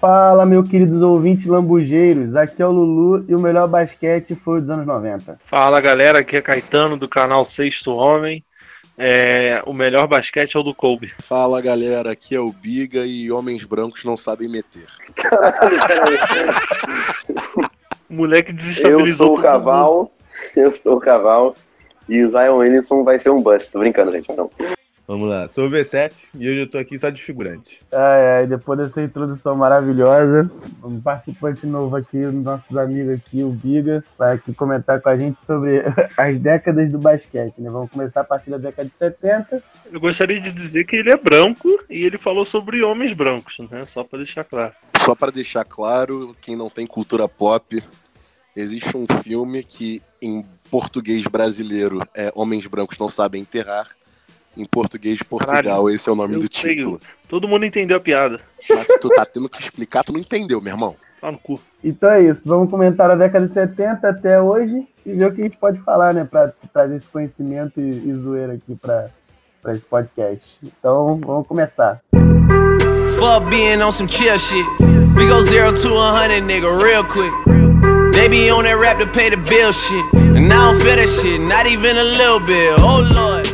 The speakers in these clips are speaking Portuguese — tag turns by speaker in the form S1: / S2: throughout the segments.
S1: Fala, meu queridos ouvintes lambugeiros. Aqui é o Lulu e o melhor basquete foi o dos anos 90.
S2: Fala galera, aqui é Caetano do canal Sexto Homem. É, o melhor basquete é o do Kobe.
S3: Fala galera, aqui é o Biga e homens brancos não sabem meter.
S2: O moleque
S4: Eu
S2: desestabilizou
S4: sou o
S2: todo mundo.
S4: Caval, eu sou o Caval e o Zion Williamson vai ser um bust. Tô brincando, gente, não.
S5: Vamos lá, sou o V7 e hoje eu tô aqui só de figurante.
S1: Ai, ai, depois dessa introdução maravilhosa, um participante novo aqui, um dos nossos amigos aqui, o Biga, vai aqui comentar com a gente sobre as décadas do basquete, né? Vamos começar a partir da década de 70.
S2: Eu gostaria de dizer que ele é branco e ele falou sobre homens brancos, né? Só pra deixar claro.
S3: Só pra deixar claro, quem não tem cultura pop, existe um filme que em português brasileiro é Homens Brancos Não Sabem Enterrar. Em português de Portugal,
S2: Caralho,
S3: esse é o nome
S2: eu
S3: do
S2: sei.
S3: título.
S2: Todo mundo entendeu a piada.
S3: Mas se tu tá tendo que explicar, tu não entendeu, meu irmão.
S2: Tá no cu.
S1: Então é isso, vamos comentar a década de 70 até hoje e ver o que a gente pode falar, né? Pra trazer esse conhecimento e, e zoeira aqui pra, pra esse podcast. Então, vamos começar.
S6: Fuck being on some chill shit. We go zero to a hundred, nigga, real quick. They be on that rap to pay the bill shit. And I don't feel that shit, not even a little bit. Oh lord.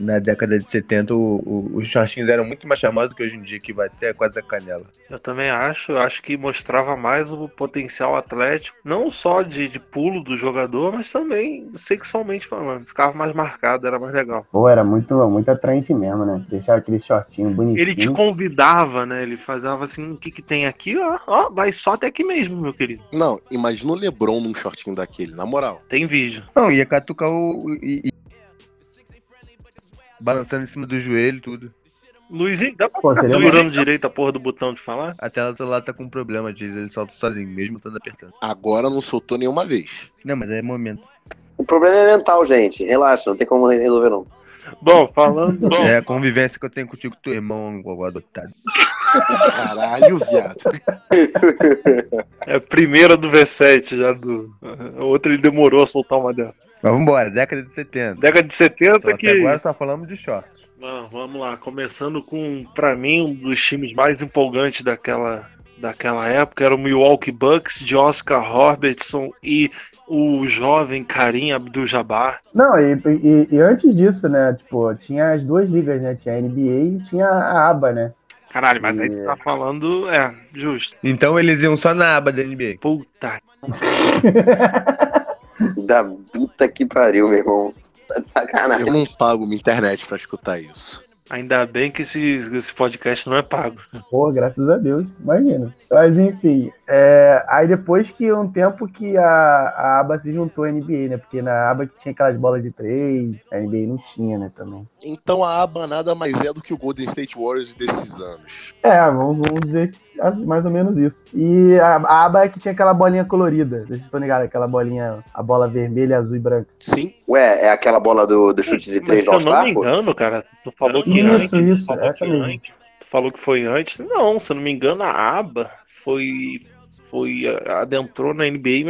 S5: Na década de 70, o- o- os shortinhos eram muito mais famosos que hoje em dia, que vai até quase a canela.
S2: Eu também acho, acho que mostrava mais o potencial atlético, não só de, de pulo do jogador, mas também sexualmente falando. Ficava mais marcado, era mais legal.
S1: Pô, era muito, muito atraente mesmo, né? Deixar aquele shortinho bonitinho.
S2: Ele te
S5: Uhum.
S2: convidava, né? Ele fazia assim, o que que tem aqui? Ó, ó, vai só até aqui mesmo, meu querido.
S3: Não, imagina o Lebron num shortinho daquele, na moral.
S2: Tem vídeo.
S5: Não, ia catucar o. o- E, e- Balançando em cima do joelho, tudo.
S2: Luizinho, dá pra
S1: Pô,
S2: ficar
S5: é
S1: seria
S5: um
S2: segurando direito a porra do botão de falar?
S5: A tela do celular tá com um problema, diz. Ele solta sozinho, mesmo estando apertando.
S3: Agora não soltou nenhuma vez.
S5: Não, mas é momento.
S4: O problema é mental, gente. Relaxa, não tem como resolver, não.
S2: Bom, falando. Bom,
S5: É a convivência que eu tenho contigo, teu irmão, igual adotado.
S3: Caralho, viado.
S2: é a primeira do V7 já do. A outra ele demorou a soltar uma dessa.
S5: Mas vambora, década de 70.
S2: Década de 70
S5: Só
S2: que.
S5: que agora só falamos de shorts.
S2: Bom, vamos lá, começando com, pra mim, um dos times mais empolgantes daquela, daquela época, era o Milwaukee Bucks, de Oscar Robertson e o jovem Karim Abdul-Jabbar.
S1: Não, e, e- e antes disso, né? Tipo, tinha as duas ligas, né? Tinha a NBA e tinha a aba, né?
S2: Caralho, mas aí
S1: É.
S2: tu tá falando, é, justo.
S5: Então eles iam só na aba da NBA.
S2: Puta,
S4: Da puta que pariu, meu irmão. Tá de sacanagem.
S3: Eu não pago minha internet pra escutar isso.
S2: ainda bem que esse, esse podcast não é pago.
S1: Pô, graças a Deus, imagina. Mas enfim, é, aí depois que um tempo que a, a aba se juntou à NBA, né? Porque na aba que tinha aquelas bolas de três, a NBA não tinha, né, também.
S3: Então a aba nada mais é do que o Golden State Warriors desses anos.
S1: É, vamos, vamos dizer que é mais ou menos isso. E a, a aba é que tinha aquela bolinha colorida, vocês estão ligados? Aquela bolinha, a bola vermelha, azul e branca.
S3: Sim,
S4: Ué, é aquela bola do, do chute de
S2: Mas
S4: três
S2: se
S4: do
S2: eu não me
S4: All-Star, pô?
S2: engano, cara, tu falou que
S1: Isso,
S2: antes, tu
S1: isso,
S2: falou
S1: essa
S2: que
S1: mesmo.
S2: antes, tu falou que foi antes. Não, se eu não me engano, a aba foi, foi adentrou na NBA em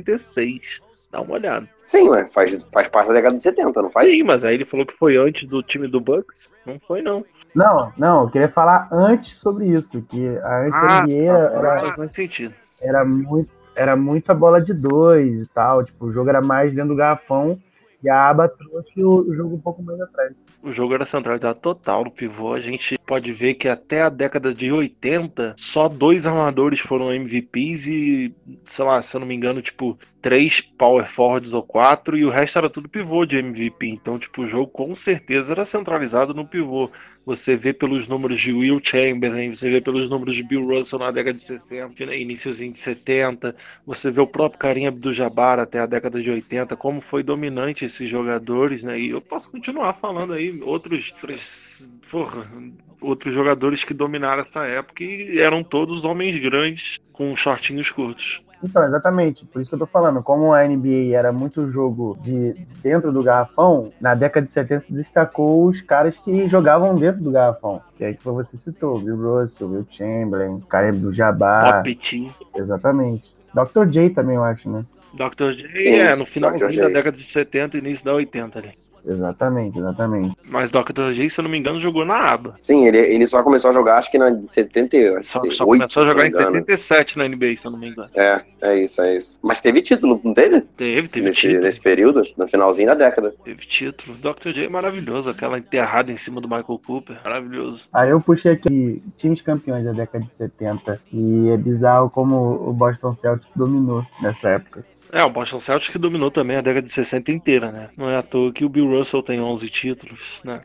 S2: 1976. Dá uma olhada.
S4: Sim, ué. Faz, faz parte da década de 70, não faz?
S2: Sim, mas aí ele falou que foi antes do time do Bucks. Não foi, não.
S1: Não, não, eu queria falar antes sobre isso, que
S2: Ah,
S1: a- antes a NBA era- era,
S2: faz muito sentido.
S1: era muito, era muito a bola de dois e tal. Tipo, o jogo era mais dentro do garrafão e a aba trouxe o, o jogo um pouco mais atrás.
S2: O jogo era centralizado total no pivô. A gente pode ver que até a década de 80, só dois armadores foram MVPs e, sei lá, se eu não me engano, tipo, três power forwards ou quatro, e o resto era tudo pivô de MVP. Então, tipo, o jogo com certeza era centralizado no pivô. Você vê pelos números de Will Chamberlain, você vê pelos números de Bill Russell na década de 60, né, iniciozinho de 70, você vê o próprio Karim Abdul-Jabbar até a década de 80, como foi dominante esses jogadores, né? E eu posso continuar falando aí outros, outros, porra, outros jogadores que dominaram essa época e eram todos homens grandes com shortinhos curtos.
S1: Então, exatamente. Por isso que eu tô falando. Como a NBA era muito jogo de dentro do garrafão, na década de 70 se destacou os caras que jogavam dentro do garrafão. Que é aí que foi você citou. Bill Russell, Will Chamberlain, Kareem do Jabbar.
S2: Papitinho.
S1: Exatamente. Dr. J também, eu acho, né?
S2: Dr. J
S4: Sim,
S2: é no final
S4: Dr. J.
S2: da década de 70 e início da 80 ali.
S1: Exatamente, exatamente.
S2: Mas Dr. J, se eu não me engano, jogou na aba.
S4: Sim, ele, ele só começou a jogar, acho que na 78.
S2: Só, só começou a jogar em 77 na NBA, se eu não me engano.
S4: É, é isso, é isso. Mas teve título, não teve?
S2: Teve, teve
S4: Nesse,
S2: título.
S4: nesse período, no finalzinho da década.
S2: Teve título. Dr. J é maravilhoso, aquela enterrada em cima do Michael Cooper. Maravilhoso.
S1: Aí eu puxei aqui times campeões da década de 70. E é bizarro como o Boston Celtics dominou nessa época.
S2: É, o Boston Celtics que dominou também a década de 60 inteira, né? Não é à toa que o Bill Russell tem 11 títulos, né?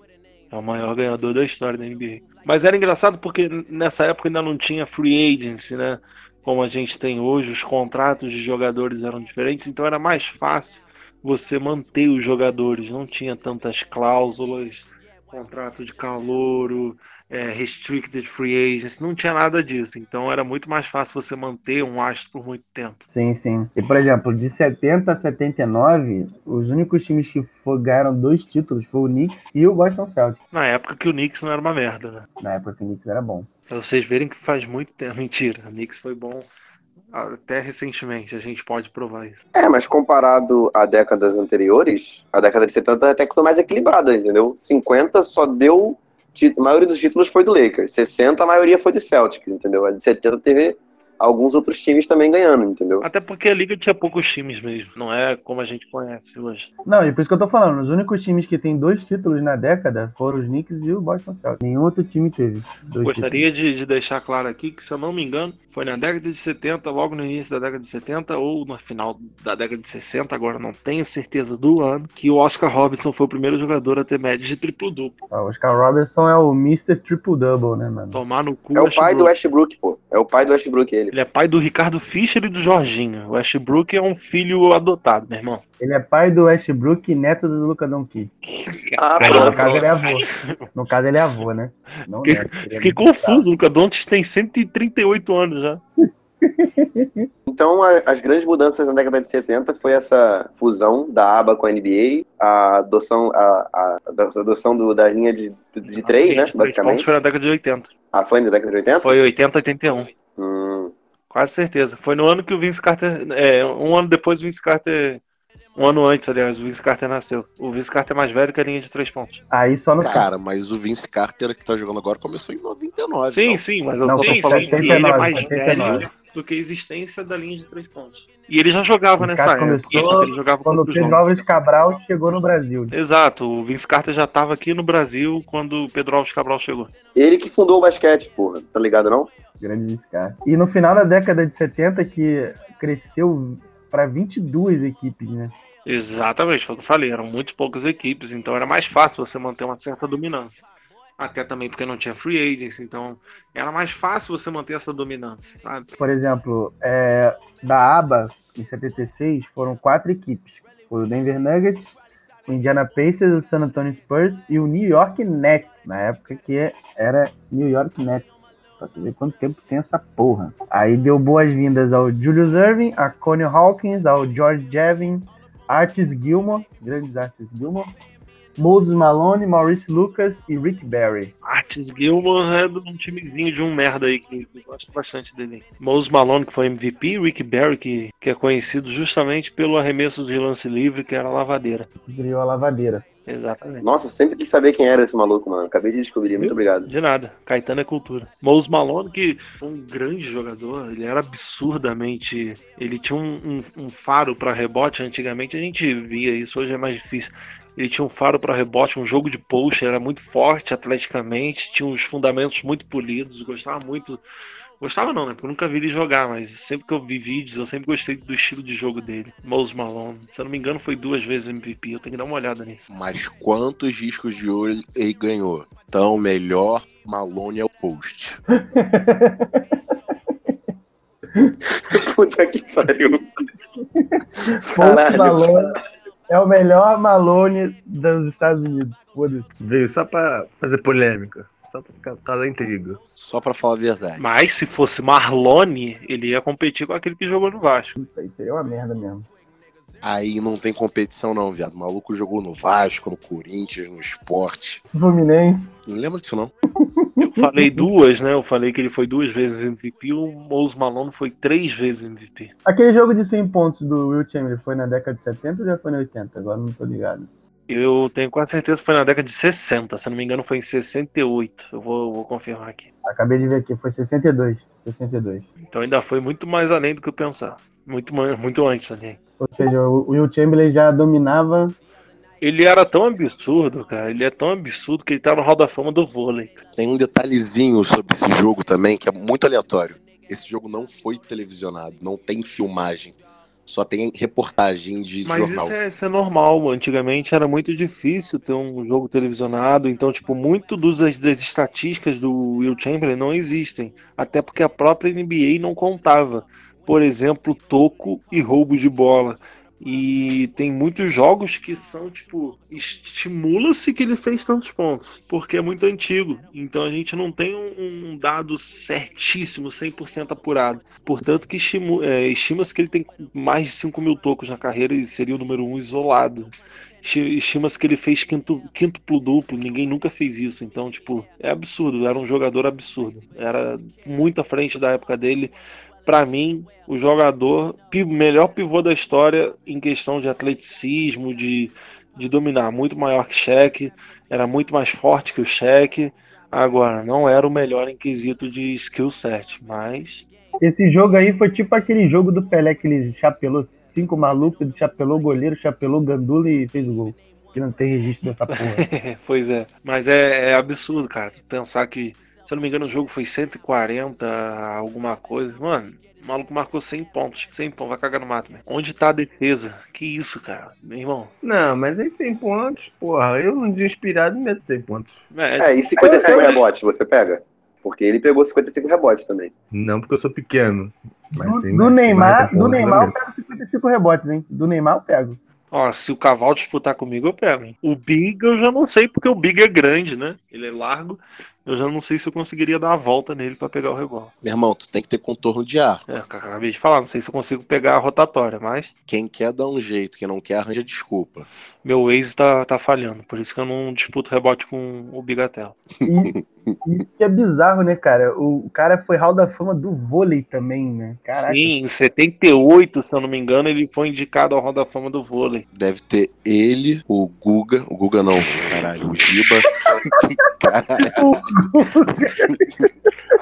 S2: É o maior ganhador da história da NBA. Mas era engraçado porque nessa época ainda não tinha free agency, né? Como a gente tem hoje, os contratos de jogadores eram diferentes, então era mais fácil você manter os jogadores. Não tinha tantas cláusulas, contrato de calouro, é, restricted free agency, não tinha nada disso. Então era muito mais fácil você manter um astro por muito tempo.
S1: Sim, sim. E, por exemplo, de 70 a 79, os únicos times que fo- ganharam dois títulos foi o Knicks e o Boston Celtics.
S2: Na época que o Knicks não era uma merda, né?
S1: Na época que o Knicks era bom.
S2: Pra vocês verem que faz muito tempo. Mentira, o Knicks foi bom até recentemente, a gente pode provar isso.
S4: É, mas comparado a décadas anteriores, a década de 70 até que foi mais equilibrada, entendeu? 50 só deu. ti- A maioria dos títulos foi do Lakers. 60 a maioria foi do Celtics, entendeu? A de 70 teve alguns outros times também ganhando, entendeu?
S2: Até porque a Liga tinha poucos times mesmo, não é como a gente conhece hoje.
S1: Não, e por isso que eu tô falando, os únicos times que têm dois títulos na década foram os Knicks e o Boston Celtics. Nenhum outro time teve dois
S2: Gostaria de, de deixar claro aqui que, se eu não me engano, foi na década de 70, logo no início da década de 70, ou no final da década de 60, agora não tenho certeza do ano, que o Oscar Robinson foi o primeiro jogador a ter médias de triplo-duplo.
S1: títulos. Ah, O Oscar Robertson é o Mr. Triple Double, né, mano?
S2: Tomar no cu.
S4: É o pai do
S2: Westbrook.
S4: Westbrook, pô. É o pai do Westbrook, ele.
S2: Ele é pai do Ricardo Fischer e do Jorginho. O Westbrook é um filho adotado, meu irmão.
S1: Ele é pai do Westbrook e neto do Luca Doncic.
S4: Ah,
S2: Cara,
S1: No
S4: pronto.
S1: caso, ele é avô. No caso, ele é avô, né? Não
S2: Fiquei-
S1: neto, seria
S2: Fiquei
S1: muito
S2: confuso, o Luca Doncic tem 138 anos já.
S4: Então, a- as grandes mudanças na década de 70 foi essa fusão da aba com a NBA, a adoção, a, a- a adoção do- da linha de, de três, né, basicamente.
S2: Foi na década de 80.
S4: Ah, foi na década de 80?
S2: Foi 80, 81.
S4: Hum,
S2: Quase certeza. Foi no ano que o Vince Carter. É, um ano depois o Vince Carter. Um ano antes, aliás, o Vince Carter nasceu. O Vince Carter é mais velho que a linha de três pontos.
S1: Aí só no caso.
S3: Cara, mas o Vince Carter que tá jogando agora começou em 99.
S2: Sim,
S3: então.
S2: sim, mas eu
S1: Não,
S2: tô
S1: sim,
S2: falando que ele é
S1: 79,
S2: mais
S1: 79.
S2: velho do que a existência da linha de três pontos. E ele já jogava
S1: Vince
S2: nessa
S1: Carter
S2: época.
S1: começou
S2: ele jogava
S1: Quando o
S2: contra os
S1: Pedro
S2: homens.
S1: Álvares Cabral chegou no Brasil.
S2: Exato, o Vince Carter já estava aqui no Brasil quando o Pedro Alves Cabral chegou.
S4: ele que fundou o basquete, porra. Tá ligado, não?
S1: Grande Viscar. E no final da década de 70, que cresceu para 22 equipes, né?
S2: Exatamente, foi o que eu falei, eram muito poucas equipes, então era mais fácil você manter uma certa dominância. Até também porque não tinha free agents, então era mais fácil você manter essa dominância, sabe?
S1: Por exemplo, é, da aba, em 76, foram quatro equipes. Foi o Denver Nuggets, o Indiana Pacers, o San Antonio Spurs e o New York Nets. Na época que era New York Nets. Pra tu ver quanto tempo tem essa porra. Aí deu boas-vindas ao Julius Irving, a Connie Hawkins, ao George Jevin, Artis Gilmore, grandes Artis Gilmore, Moses Malone, Maurice Lucas e Rick Barry.
S2: Artis Gilman é de um timezinho de um merda aí que eu gosto bastante dele. Mose Malone, que foi MVP, Rick Barry, que, que é conhecido justamente pelo arremesso de lance livre, que era lavadeira.
S1: que Criou a lavadeira.
S2: Exatamente.
S4: Nossa, sempre quis saber quem era esse maluco, mano. Acabei de descobrir, muito obrigado.
S2: De nada. Caetano é cultura. Mous Malone, que foi um grande jogador, ele era absurdamente. Ele tinha um, um- um faro para rebote. Antigamente a gente via isso, hoje é mais difícil. Ele tinha um faro para rebote, um jogo de post, era muito forte atleticamente, tinha uns fundamentos muito polidos, gostava muito. Gostava não, né? Porque eu nunca vi ele jogar, mas sempre que eu vi vídeos, eu sempre gostei do estilo de jogo dele. Mous Malone. Se eu não me engano, foi duas vezes MVP. Eu tenho que dar uma olhada nisso.
S3: então. Mas quantos discos de ouro ele ganhou? Então, o melhor Malone é o post.
S4: Puta que pariu.
S1: Post
S4: Caralho.
S1: Malone é o melhor Malone dos Estados Unidos. Foda-se.
S5: Veio só pra fazer polêmica. só pra ca- causar intriga.
S3: Só pra falar a verdade.
S2: Mas se fosse Marlone, ele ia competir com aquele que jogou no Vasco.
S1: Puta, isso seria uma merda mesmo.
S3: Aí não tem competição, não, viado. O maluco jogou no Vasco, no Corinthians, no esporte.
S1: Esse Fluminense.
S3: Não lembra disso, não.
S2: Eu falei duas, né? Eu falei que ele foi duas vezes MVP, o Mous Malone foi três vezes MVP.
S1: Aquele jogo de 100 pontos do Will Chamberlain foi na década de 70 ou já foi na 80? Agora não tô ligado.
S2: Eu tenho quase certeza que foi na década de 60, se eu não me engano foi em 68. Eu vou, vou confirmar aqui.
S1: Acabei de ver aqui, foi 62. 62.
S2: Então ainda foi muito mais além do que eu pensava. Muito, ma- muito antes, né?
S1: Ou seja, o Will Chamberlain já dominava.
S2: Ele era tão absurdo, cara. Ele é tão absurdo que ele tá no Hall da Fama do vôlei.
S3: Tem um detalhezinho sobre esse jogo também, que é muito aleatório. Esse jogo não foi televisionado, não tem filmagem. Só tem reportagem de
S2: Mas
S3: jornal.
S2: isso é, isso é normal, mano. antigamente era muito difícil ter um jogo televisionado, então, tipo, muito dos, das estatísticas do Will Chamberlain não existem, até porque a própria NBA não contava, por exemplo, toco e roubo de bola. E tem muitos jogos que são, tipo, estimula-se que ele fez tantos pontos, porque é muito antigo, então a gente não tem um, um dado certíssimo, 100% apurado. Portanto, que estimu- é, estima-se que ele tem mais de 5 mil tocos na carreira e seria o número um isolado. Esti- Estima-se que ele fez quinto, quíntuplo duplo, ninguém nunca fez isso. Então, tipo, é absurdo, era um jogador absurdo. Era muito à frente da época dele. Pra mim, o jogador, pi- melhor pivô da história em questão de atleticismo, de, de dominar, muito maior que Cheque, era muito mais forte que o Cheque. Agora, não era o melhor em quesito de skill set, mas
S1: Esse jogo aí foi tipo aquele jogo do Pelé que ele chapelou cinco malucos, ele chapelou goleiro, chapelou gandula e fez o gol. Que não tem registro dessa porra.
S2: É, pois é. Mas é, é absurdo, cara. Tu Pensar que, se eu não me engano, o jogo foi 140, alguma coisa. Mano, o maluco marcou 100 pontos. 100 pontos, vai cagar no mato, né? Onde tá a defesa? Que isso, cara? Meu irmão.
S5: Não, mas aí 100 pontos, porra. Eu um dia inspirado meto 100 pontos.
S2: É,
S4: É, e 55 rebotes você pega? Porque ele pegou 55 rebotes também.
S5: Não porque eu sou pequeno. Mas
S1: Do,
S5: sim,
S1: do
S5: mas sim, mas
S1: Neymar,
S5: é bom,
S1: do
S5: mas
S1: Neymar
S5: é
S1: eu pego 55 rebotes, hein? Do Neymar eu pego.
S2: ó, se o cavalo disputar comigo, eu pego. hein? O Big eu já não sei, porque o Big é grande, né? Ele é largo. Eu já não sei se eu conseguiria dar a volta nele pra pegar o rebote.
S3: Meu irmão, tu tem que ter contorno de ar.
S2: É, eu acabei de falar, não sei se eu consigo pegar a rotatória, mas
S3: Quem quer dá um jeito, quem não quer arranja desculpa.
S2: meu ex tá, tá falhando. Por isso que eu não disputo rebote com o Bigatela.
S1: E isso que é bizarro, né, cara? O cara foi Hall da Fama do vôlei também, né? Caraca.
S2: Sim, em 78, se eu não me engano, ele foi indicado ao Hall da Fama do vôlei.
S3: Deve ter ele, o Guga. O Guga não, caralho, o Giba. caralho,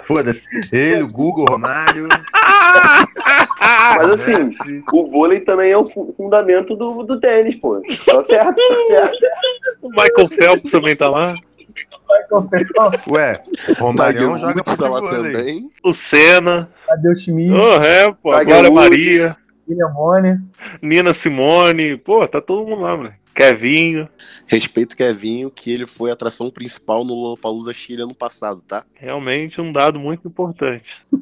S5: Foda-se. Ele, o Google, o Romário.
S4: Mas assim, o vôlei também é o fu- fundamento do, do tênis, pô. Tá certo, tá certo.
S2: O Michael Phelps também tá lá.
S1: é
S5: Ué, Romário é um joga
S3: Guga tá lá
S5: futebol, né?
S3: também.
S2: O Senna.
S1: Cadê o Schmidt?
S2: Oh, é, pô.
S4: Tiger
S2: Agora
S4: Woods.
S2: Maria.
S1: William Bonner.
S2: Nina Simone. Pô, tá todo mundo lá, mano. Kevinho.
S3: Respeito o Kevinho, que ele foi a atração principal no Lollapalooza Chile ano passado, tá?
S2: Realmente um dado muito importante.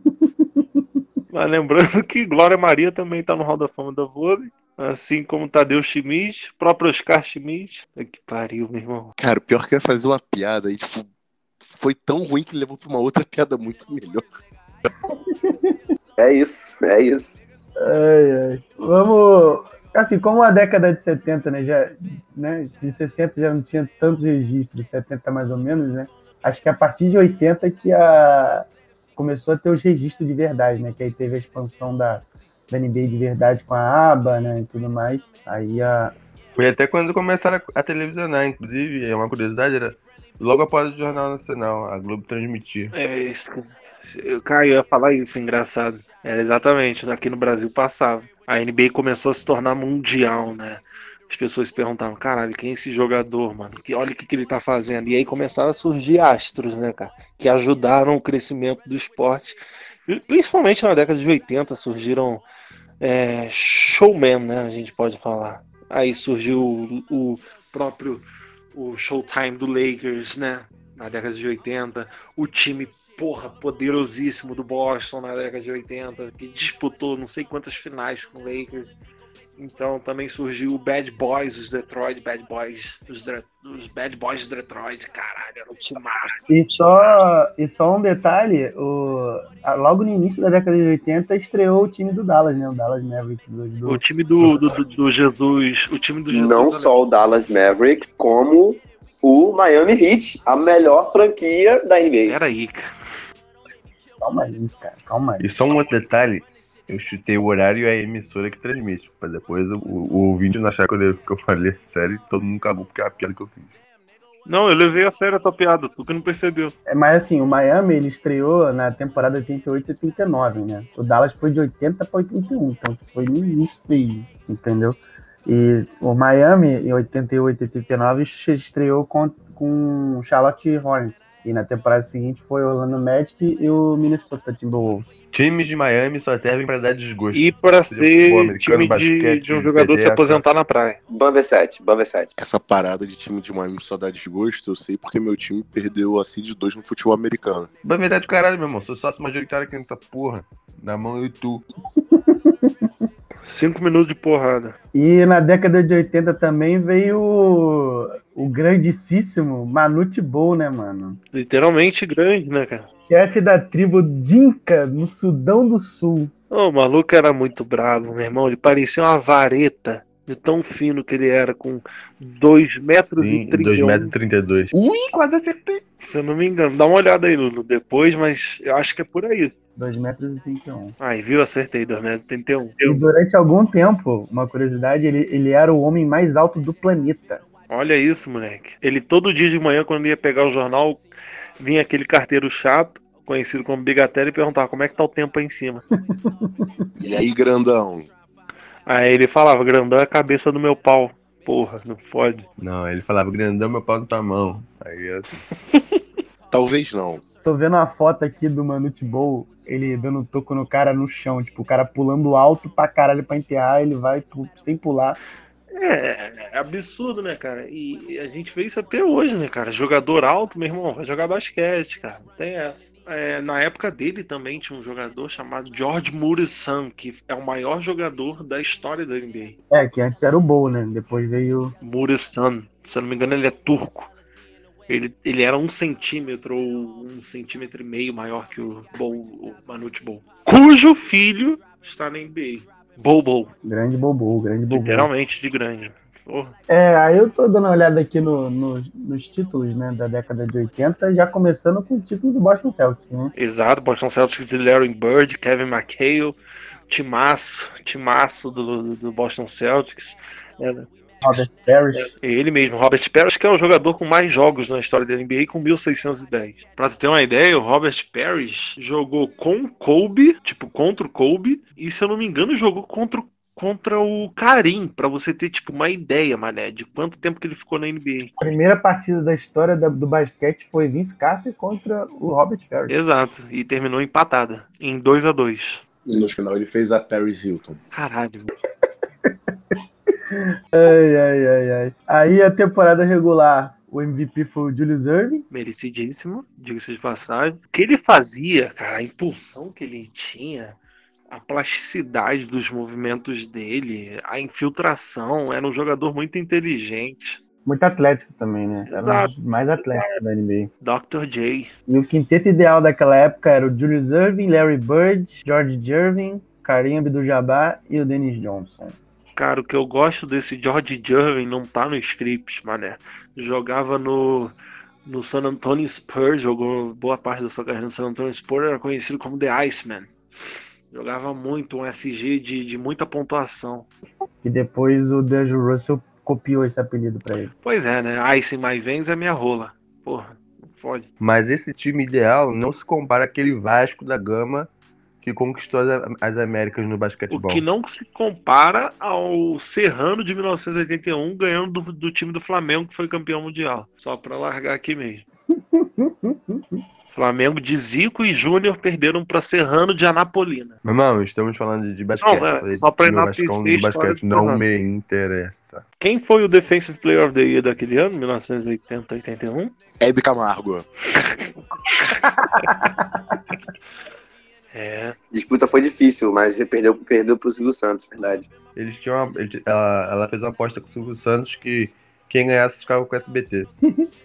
S2: Mas lembrando que Glória Maria também tá no Hall da Fama do vôlei. Assim como Tadeu Schmidt, próprio Oscar Schmidt. Ai, Que pariu, meu irmão.
S3: Cara, o pior é que eu ia fazer uma piada e, tipo, foi tão ruim que levou pra uma outra piada muito melhor.
S4: É isso, é isso.
S1: Ai, ai. Vamos. Assim, como a década de 70, né? Já, né de 60 já não tinha tantos registros, 70 mais ou menos, né? Acho que a partir de 80 que a... começou a ter os registros de verdade, né? Que aí teve a expansão da, da NBA de verdade com a aba, né? E tudo mais. Aí a,
S5: Foi até quando começaram a- a televisionar, inclusive, é uma curiosidade, era logo após o Jornal Nacional, a Globo transmitir.
S2: É isso. Eu- Caio eu ia falar isso, engraçado. Era exatamente, aqui no Brasil passava. A NBA começou a se tornar mundial, né? As pessoas perguntavam, caralho, quem é esse jogador, mano? Que, olha o que, que ele tá fazendo. E aí começaram a surgir astros, né, cara? Que ajudaram o crescimento do esporte. E, Principalmente na década de 80 surgiram é, showman, né? A gente pode falar. Aí surgiu o, o próprio o Showtime do Lakers, né? Na década de 80 o time, porra, poderosíssimo do Boston na década de 80, que disputou não sei quantas finais com o Lakers. Então também surgiu o Bad Boys, os Detroit Bad Boys, os, Dre- os Bad Boys de Detroit, caralho, era um timaço.
S1: E só, e só um detalhe, o, ah, logo no início da década de 80 estreou o time do Dallas, né? O Dallas Mavericks. Do, do-
S2: O time do, do, do- do Jesus, o time do Jesus.
S4: Não
S2: né?
S4: só o Dallas Mavericks, como o Miami Heat, a melhor franquia da NBA.
S2: Peraí, cara.
S1: Calma aí, cara, calma aí.
S5: E só um outro detalhe. Eu chutei o horário e a emissora que transmite. Pra depois o, o ouvinte não achar que eu, que eu falei sério e todo mundo cagou porque é a piada que eu fiz.
S2: Não, eu levei a sério a tua piada, tu que não percebeu.
S1: É, Mas assim, o Miami ele estreou na temporada 88 e 89, né? O Dallas foi de 80 para 81, então foi no início mesmo, entendeu? E o Miami, em 88 e 89, se estreou com, com Charlotte Hornets. E na temporada seguinte foi o Orlando Magic e o Minnesota Timberwolves.
S5: Times de Miami só servem pra dar desgosto.
S2: E pra
S5: Futebol
S2: ser
S5: americano,
S2: time de,
S5: basquete, é
S2: de um jogador se
S5: peteca.
S2: aposentar na praia.
S4: Banver 7, Banver 7.
S3: Essa parada de time de Miami só dá desgosto, eu sei porque meu time perdeu a Seed 2 no futebol americano.
S5: Mas é verdade, caralho, meu irmão. Sou sócio majoritário aqui nessa porra. Na mão eu e tu.
S2: Cinco minutos de porrada.
S1: E na década de 80 também veio o, o grandíssimo Manute Bowl, né, mano?
S2: Literalmente grande, né, cara?
S1: Chefe da tribo Dinka, no Sudão do Sul.
S2: Ô, O maluco era muito bravo, meu irmão. Ele parecia uma vareta de tão fino que ele era, com 2 metros e 31.
S5: 2 metros e 32. Ui, quase acertei.
S2: Se eu não me engano, dá uma olhada aí, Lulu, depois, mas eu acho que é por aí.
S1: 2 metros e 31.
S2: Aí, viu? Acertei, 2 metros e 31.
S1: E durante algum tempo, uma curiosidade, ele, ele era o homem mais alto do planeta.
S2: Olha isso, moleque. Ele todo dia de manhã, quando ia pegar o jornal, vinha aquele carteiro chato, conhecido como Bigatério, e perguntava como é que tá o tempo aí em cima.
S3: E aí, grandão?
S2: Aí ele falava, grandão é a cabeça do meu pau. Porra, não fode.
S5: Não, ele falava, grandão, meu pau na tua mão. Aí eu...
S3: Talvez não.
S1: Tô vendo uma foto aqui do Manute Bowl, ele dando um toco no cara no chão, tipo, o cara pulando alto pra caralho pra enterrar, ele vai pu- sem pular.
S2: É, é absurdo, né, cara? E a gente vê isso até hoje, né, cara? Jogador alto, meu irmão, vai jogar basquete, cara. Não Tem essa. É, na época dele também tinha um jogador chamado George Murisan, que é o maior jogador da história da NBA.
S1: É, que antes era o Bowl, né? Depois veio.
S2: Muresan, se eu não me engano, ele é turco. Ele, ele era um centímetro ou um centímetro e meio maior que o, Bol, o Manute Bol. Cujo filho está na NBA. Bol Bol,
S1: Grande Bobo, grande Bobo.
S2: literalmente de grande. Porra.
S1: É, aí eu tô dando uma olhada aqui no- no- nos títulos, né, da década de 80, já começando com o título do Boston Celtics, né?
S2: Exato, Boston Celtics de Larry Bird, Kevin McHale, Timaço, Timaço do, do Boston Celtics. Era
S1: Robert Parrish.
S2: ele mesmo, Robert Parrish, que é o jogador com mais jogos na história da NBA, com 1.610. Pra tu ter uma ideia, o Robert Parrish jogou com o Kobe, tipo, contra o Kobe, e se eu não me engano, jogou contra o contra o Karim, pra você ter tipo uma ideia, mané, de quanto tempo que ele ficou na NBA.
S1: A primeira partida da história da- do basquete foi Vince Carter contra o Robert Parrish.
S2: Exato, e terminou empatada em 2 a 2.
S3: E no final ele fez a Paris Hilton.
S2: Caralho.
S1: Ai, ai, ai, ai. Aí a temporada regular, o MVP foi o Julius Erving.
S2: merecidíssimo, diga-se de passagem. O que ele fazia, cara, a impulsão que ele tinha, a plasticidade dos movimentos dele, a infiltração, era um jogador muito inteligente.
S1: Muito atlético também, né? Era um dos
S2: Exato.
S1: mais atlético da NBA.
S2: Dr. J.
S1: E o quinteto ideal daquela época era o Julius Erving, Larry Bird, George Irving, Karim Abdul-Jabbar e o Dennis Johnson.
S2: Cara, o que eu gosto desse George Irving não tá no script, mané. Jogava no, no San Antonio Spurs, jogou boa parte da sua carreira no San Antonio Spurs, era conhecido como The Iceman. Jogava muito, um SG de, de muita pontuação.
S1: E depois o D'Angelo Russell copiou esse apelido pra ele.
S2: Pois é, né? Ice in My Veins é minha rola. Porra, não fode.
S5: Mas esse time ideal não se compara àquele Vasco da Gama que conquistou as, as Américas no
S2: O
S5: basquetebol.
S2: que não se compara ao Serrano de 1981 ganhando do, do time do Flamengo, que foi campeão mundial. Só pra largar aqui mesmo. Flamengo de Zico e Júnior perderam pra Serrano de Anapolina.
S5: Meu irmão, estamos falando de- de basquete.
S2: Não, é,
S5: Eu falei
S2: só pra
S5: do meu
S2: enaltecer
S5: Vascão
S2: a
S5: do
S2: história
S5: basquete.
S2: do
S5: Não
S2: Fernando.
S5: me interessa.
S2: Quem foi o Defensive Player of the Year daquele ano, 1980-81?
S3: Hebe Camargo.
S2: É.
S4: Disputa foi difícil, mas perdeu, perdeu pro Silvio Santos, verdade.
S5: Eles tinham uma- ele- ela, ela fez uma aposta com o Silvio Santos que quem ganhasse ficava com o SBT.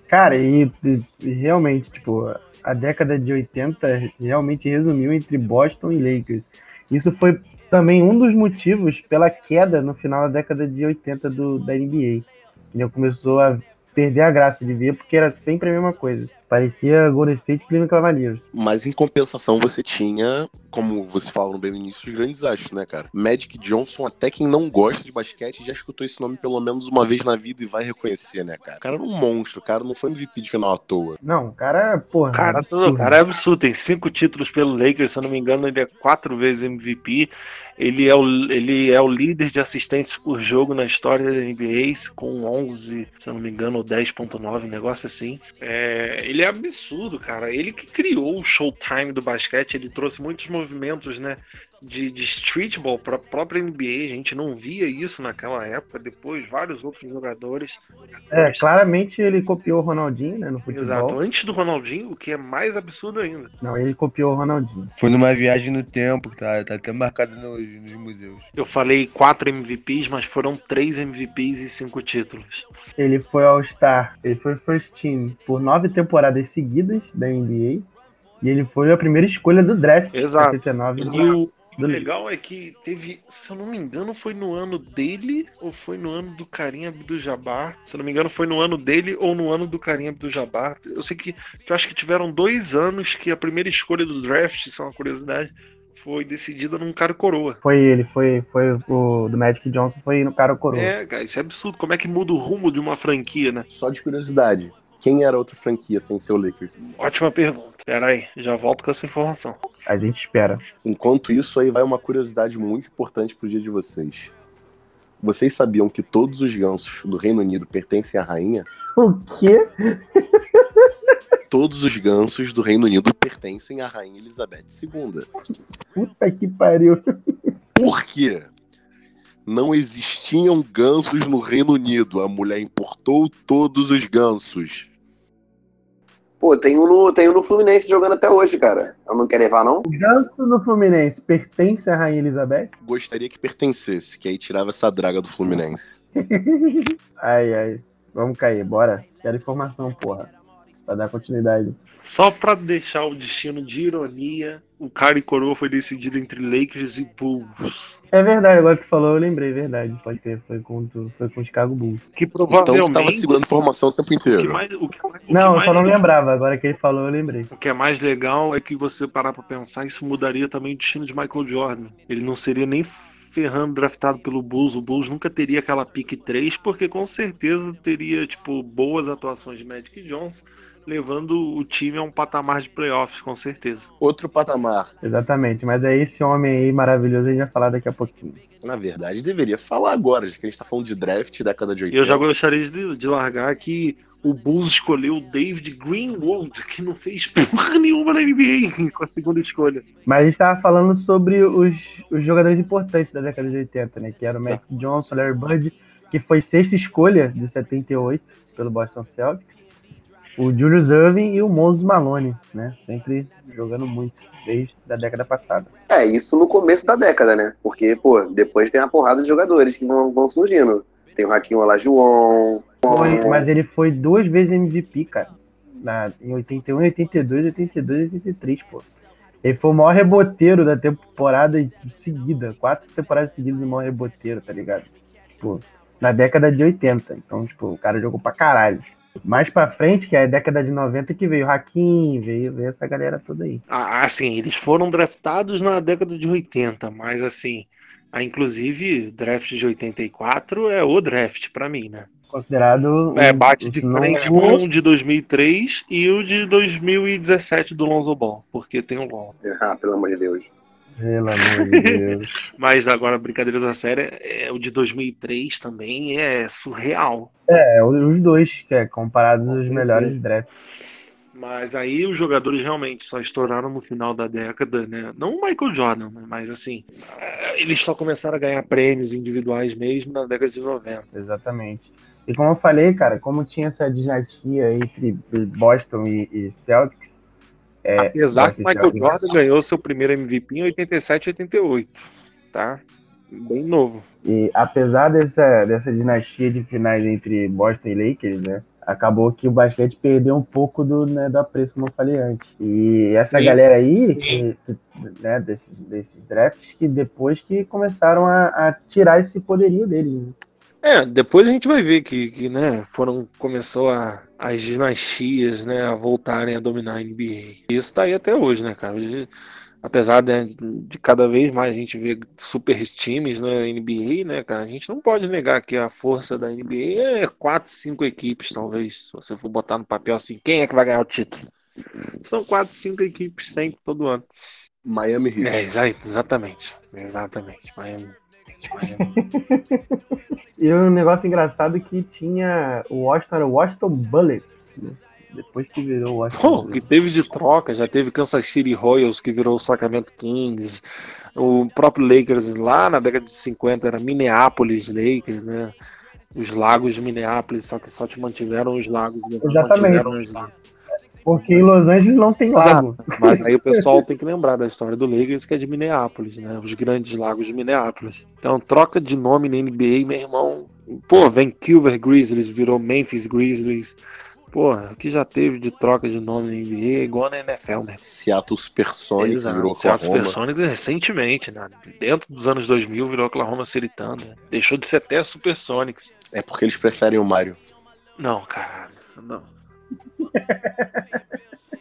S1: Cara, e, e- e realmente, tipo, a década de 80 realmente resumiu entre Boston e Lakers. Isso foi também um dos motivos pela queda no final da década de 80 do, da NBA. Entendeu? Começou a perder a graça de ver, porque era sempre a mesma coisa. Parecia Golden State e Cleveland Cavaliers.
S3: Mas em compensação, você tinha, como você falou bem no início, os grandes astros, né, cara? Magic Johnson, até quem não gosta de basquete, já escutou esse nome pelo menos uma vez na vida e vai reconhecer, né, cara? O cara era um monstro, o cara não foi MVP de final à toa.
S1: Não, o cara, porra,
S2: Cara,
S1: absurdo.
S2: o cara é absurdo. Tem cinco títulos pelo Lakers, se eu não me engano, ele é quatro vezes MVP. Ele é o, ele é o líder de assistências por jogo na história da NBA, com 11, se eu não me engano, ou 10.9, um negócio assim. É, ele é absurdo, cara. Ele que criou o showtime do basquete, ele trouxe muitos movimentos, né? De, de streetball para a própria NBA, a gente não via isso naquela época. Depois, vários outros jogadores.
S1: É, claramente ele copiou o Ronaldinho, né, no futebol.
S2: Exato. Antes do Ronaldinho, o que é mais absurdo ainda.
S1: Não, ele copiou o Ronaldinho.
S5: Foi numa viagem no tempo, tá, tá até marcado nos, nos museus.
S2: Eu falei quatro MVPs, mas foram três MVPs e cinco títulos.
S1: Ele foi All-Star, ele foi First Team por nove temporadas seguidas da NBA. E ele foi a primeira escolha do draft em
S2: Exato.
S1: 79.
S2: E o o
S1: Do-
S2: legal é que teve, se eu não me engano, foi no ano dele ou foi no ano do Karim Abdul-Jabbar. Se eu não me engano, foi no ano dele ou no ano do Karim Abdul-Jabbar. Eu sei que, que eu acho que tiveram dois anos que a primeira escolha do draft, isso é uma curiosidade, foi decidida num cara coroa.
S1: Foi ele, foi, foi o do Magic Johnson, foi no cara coroa.
S2: É, cara, isso é absurdo. Como é que muda o rumo de uma franquia, né?
S3: Só de curiosidade, quem era outra franquia sem ser o Lakers?
S2: Ótima pergunta. Pera aí, já volto com essa informação.
S1: A gente espera.
S3: Enquanto isso, aí vai uma curiosidade muito importante pro dia de vocês. Vocês sabiam que todos os gansos do Reino Unido pertencem à rainha?
S1: O quê?
S3: Todos os gansos do Reino Unido pertencem à rainha Elizabeth II.
S1: Puta que pariu.
S3: Por quê? Não existiam gansos no Reino Unido. A mulher importou todos os gansos.
S4: Pô, tem um no, tem um no Fluminense jogando até hoje, cara. Eu não quer levar, não?
S1: O ganso do Fluminense pertence à Rainha Elizabeth?
S3: Gostaria que pertencesse, que aí tirava essa draga do Fluminense.
S1: Ai, ai. Vamos cair, bora. Quero informação, porra. Pra dar continuidade.
S2: Só pra deixar o destino de ironia, o cara e coroa foi decidido entre Lakers e Bulls.
S1: É verdade, agora que tu falou, eu lembrei, verdade. Pode ter, foi com, tu- foi com o Chicago Bulls.
S2: Que
S3: Então
S2: provavelmente
S3: tu tava segurando informação o tempo
S2: o que
S3: inteiro.
S2: mais, o que, o que
S1: Não, eu
S2: mais-
S1: só não lembrava. Agora que ele falou, eu lembrei.
S2: O que é mais legal é que você parar pra pensar, isso mudaria também o destino de Michael Jordan. Ele não seria nem ferrando draftado pelo Bulls, o Bulls nunca teria aquela pick 3, porque com certeza teria tipo boas atuações de Magic Johnson, levando o time a um patamar de playoffs, com certeza.
S3: Outro patamar.
S1: Exatamente, mas é esse homem aí maravilhoso, a gente vai falar daqui a pouquinho.
S3: Na verdade, deveria falar agora, já que a gente tá falando de draft, década de
S2: E
S3: 80.
S2: eu já gostaria de, de largar que o Bulls escolheu o David Greenwald, que não fez porra nenhuma na NBA com a segunda escolha.
S1: Mas a gente tava falando sobre os, os jogadores importantes da década de 80, né? Que era o Magic Johnson, Larry Bird, que foi sexta escolha de 78 pelo Boston Celtics. O Julius Irving e o Moses Malone, né? Sempre jogando muito, desde a década passada.
S4: É, isso no começo da década, né? Porque, pô, depois tem uma porrada de jogadores que vão, vão surgindo. Tem o Raquinho Olajuwon.
S1: Foi- mas ele foi duas vezes MVP, cara. Na, em 81, 82, 82, 83, pô. Ele foi o maior reboteiro da temporada em- seguida. Quatro temporadas seguidas o maior reboteiro, tá ligado? Tipo, na década de 80. Então, tipo, o cara jogou pra caralho. Mais pra frente, que é a década de 90, que veio o Hakim, veio, veio essa galera toda aí.
S2: Ah, assim, eles foram draftados na década de 80, mas assim, ah, inclusive, draft de 84 é o draft pra mim, né?
S1: Considerado.
S2: É,
S1: um-
S2: bate de
S1: se não
S2: frente
S1: o-
S2: com o um de 2003 e o de 2017 do Lonzo Ball, porque tem o Lonzo.
S4: Ah, pelo amor de Deus.
S1: Pelo amor de Deus.
S2: Mas agora, brincadeiras à séria, é, o de 2003 também é surreal.
S1: É, os dois, que é comparados
S2: Com
S1: os
S2: certeza.
S1: melhores drafts.
S2: Mas aí os jogadores realmente só estouraram no final da década, né? Não o Michael Jordan, né? mas assim, eh, eles só começaram a ganhar prêmios individuais mesmo na década de 90.
S1: Exatamente. E como eu falei, cara, como tinha essa dinastia entre Boston e, e Celtics, é,
S2: Apesar
S1: vai
S2: que
S1: ser
S2: Michael
S1: algo
S2: Jordan ganhou seu primeiro MVP em 87 e 88, tá? Bem novo.
S1: E apesar dessa, dessa dinastia de finais entre Boston e Lakers, né? Acabou que o basquete perdeu um pouco do, né, do apreço, como eu falei antes. E essa
S2: Sim.
S1: galera aí, que- que, né, desses, desses drafts, que depois que começaram a, a tirar esse poderio deles. Né?
S2: É, depois a gente vai ver que, que né, foram, começou a, as dinastias, né, a voltarem a dominar a NBA. E isso tá aí até hoje, né, cara? Hoje, apesar de, de cada vez mais a gente ver super times na NBA, né, cara, a gente não pode negar que a força da NBA é quatro, cinco equipes, talvez. Se você for botar no papel assim, quem é que vai ganhar o título? São quatro, cinco equipes sempre, todo ano.
S3: Miami Heat.
S2: É, exa- exatamente. Exatamente. Miami. Miami.
S1: E um negócio engraçado que tinha o Washington, era o Washington Bullets, né? Depois que virou o Washington
S2: Pô, que
S1: Bullets.
S2: teve de troca, já teve Kansas City Royals que virou o Sacramento Kings, o próprio Lakers lá na década de 50 era Minneapolis Lakers, né? Os lagos de Minneapolis, só que só te mantiveram os lagos. né?
S1: Exatamente.
S2: Mantiveram os lagos.
S1: Porque em Los Angeles não tem lago.
S2: Mas aí o pessoal tem que lembrar da história do Lakers, que é de Minneapolis, né? Os grandes lagos de Minneapolis. Então, troca de nome na NBA, meu irmão. Pô, Vancouver Grizzlies virou Memphis Grizzlies. Porra, o que já teve de troca de nome na NBA, é igual na NFL, né?
S3: Seattle Supersonics
S2: Exato.
S3: virou
S2: né, Seattle
S3: Oklahoma.
S2: Supersonics recentemente, né? Dentro dos anos 2000 virou Oklahoma City Thunder. Deixou de ser até Supersonics.
S3: É porque eles preferem o Mario.
S2: Não, caralho, não.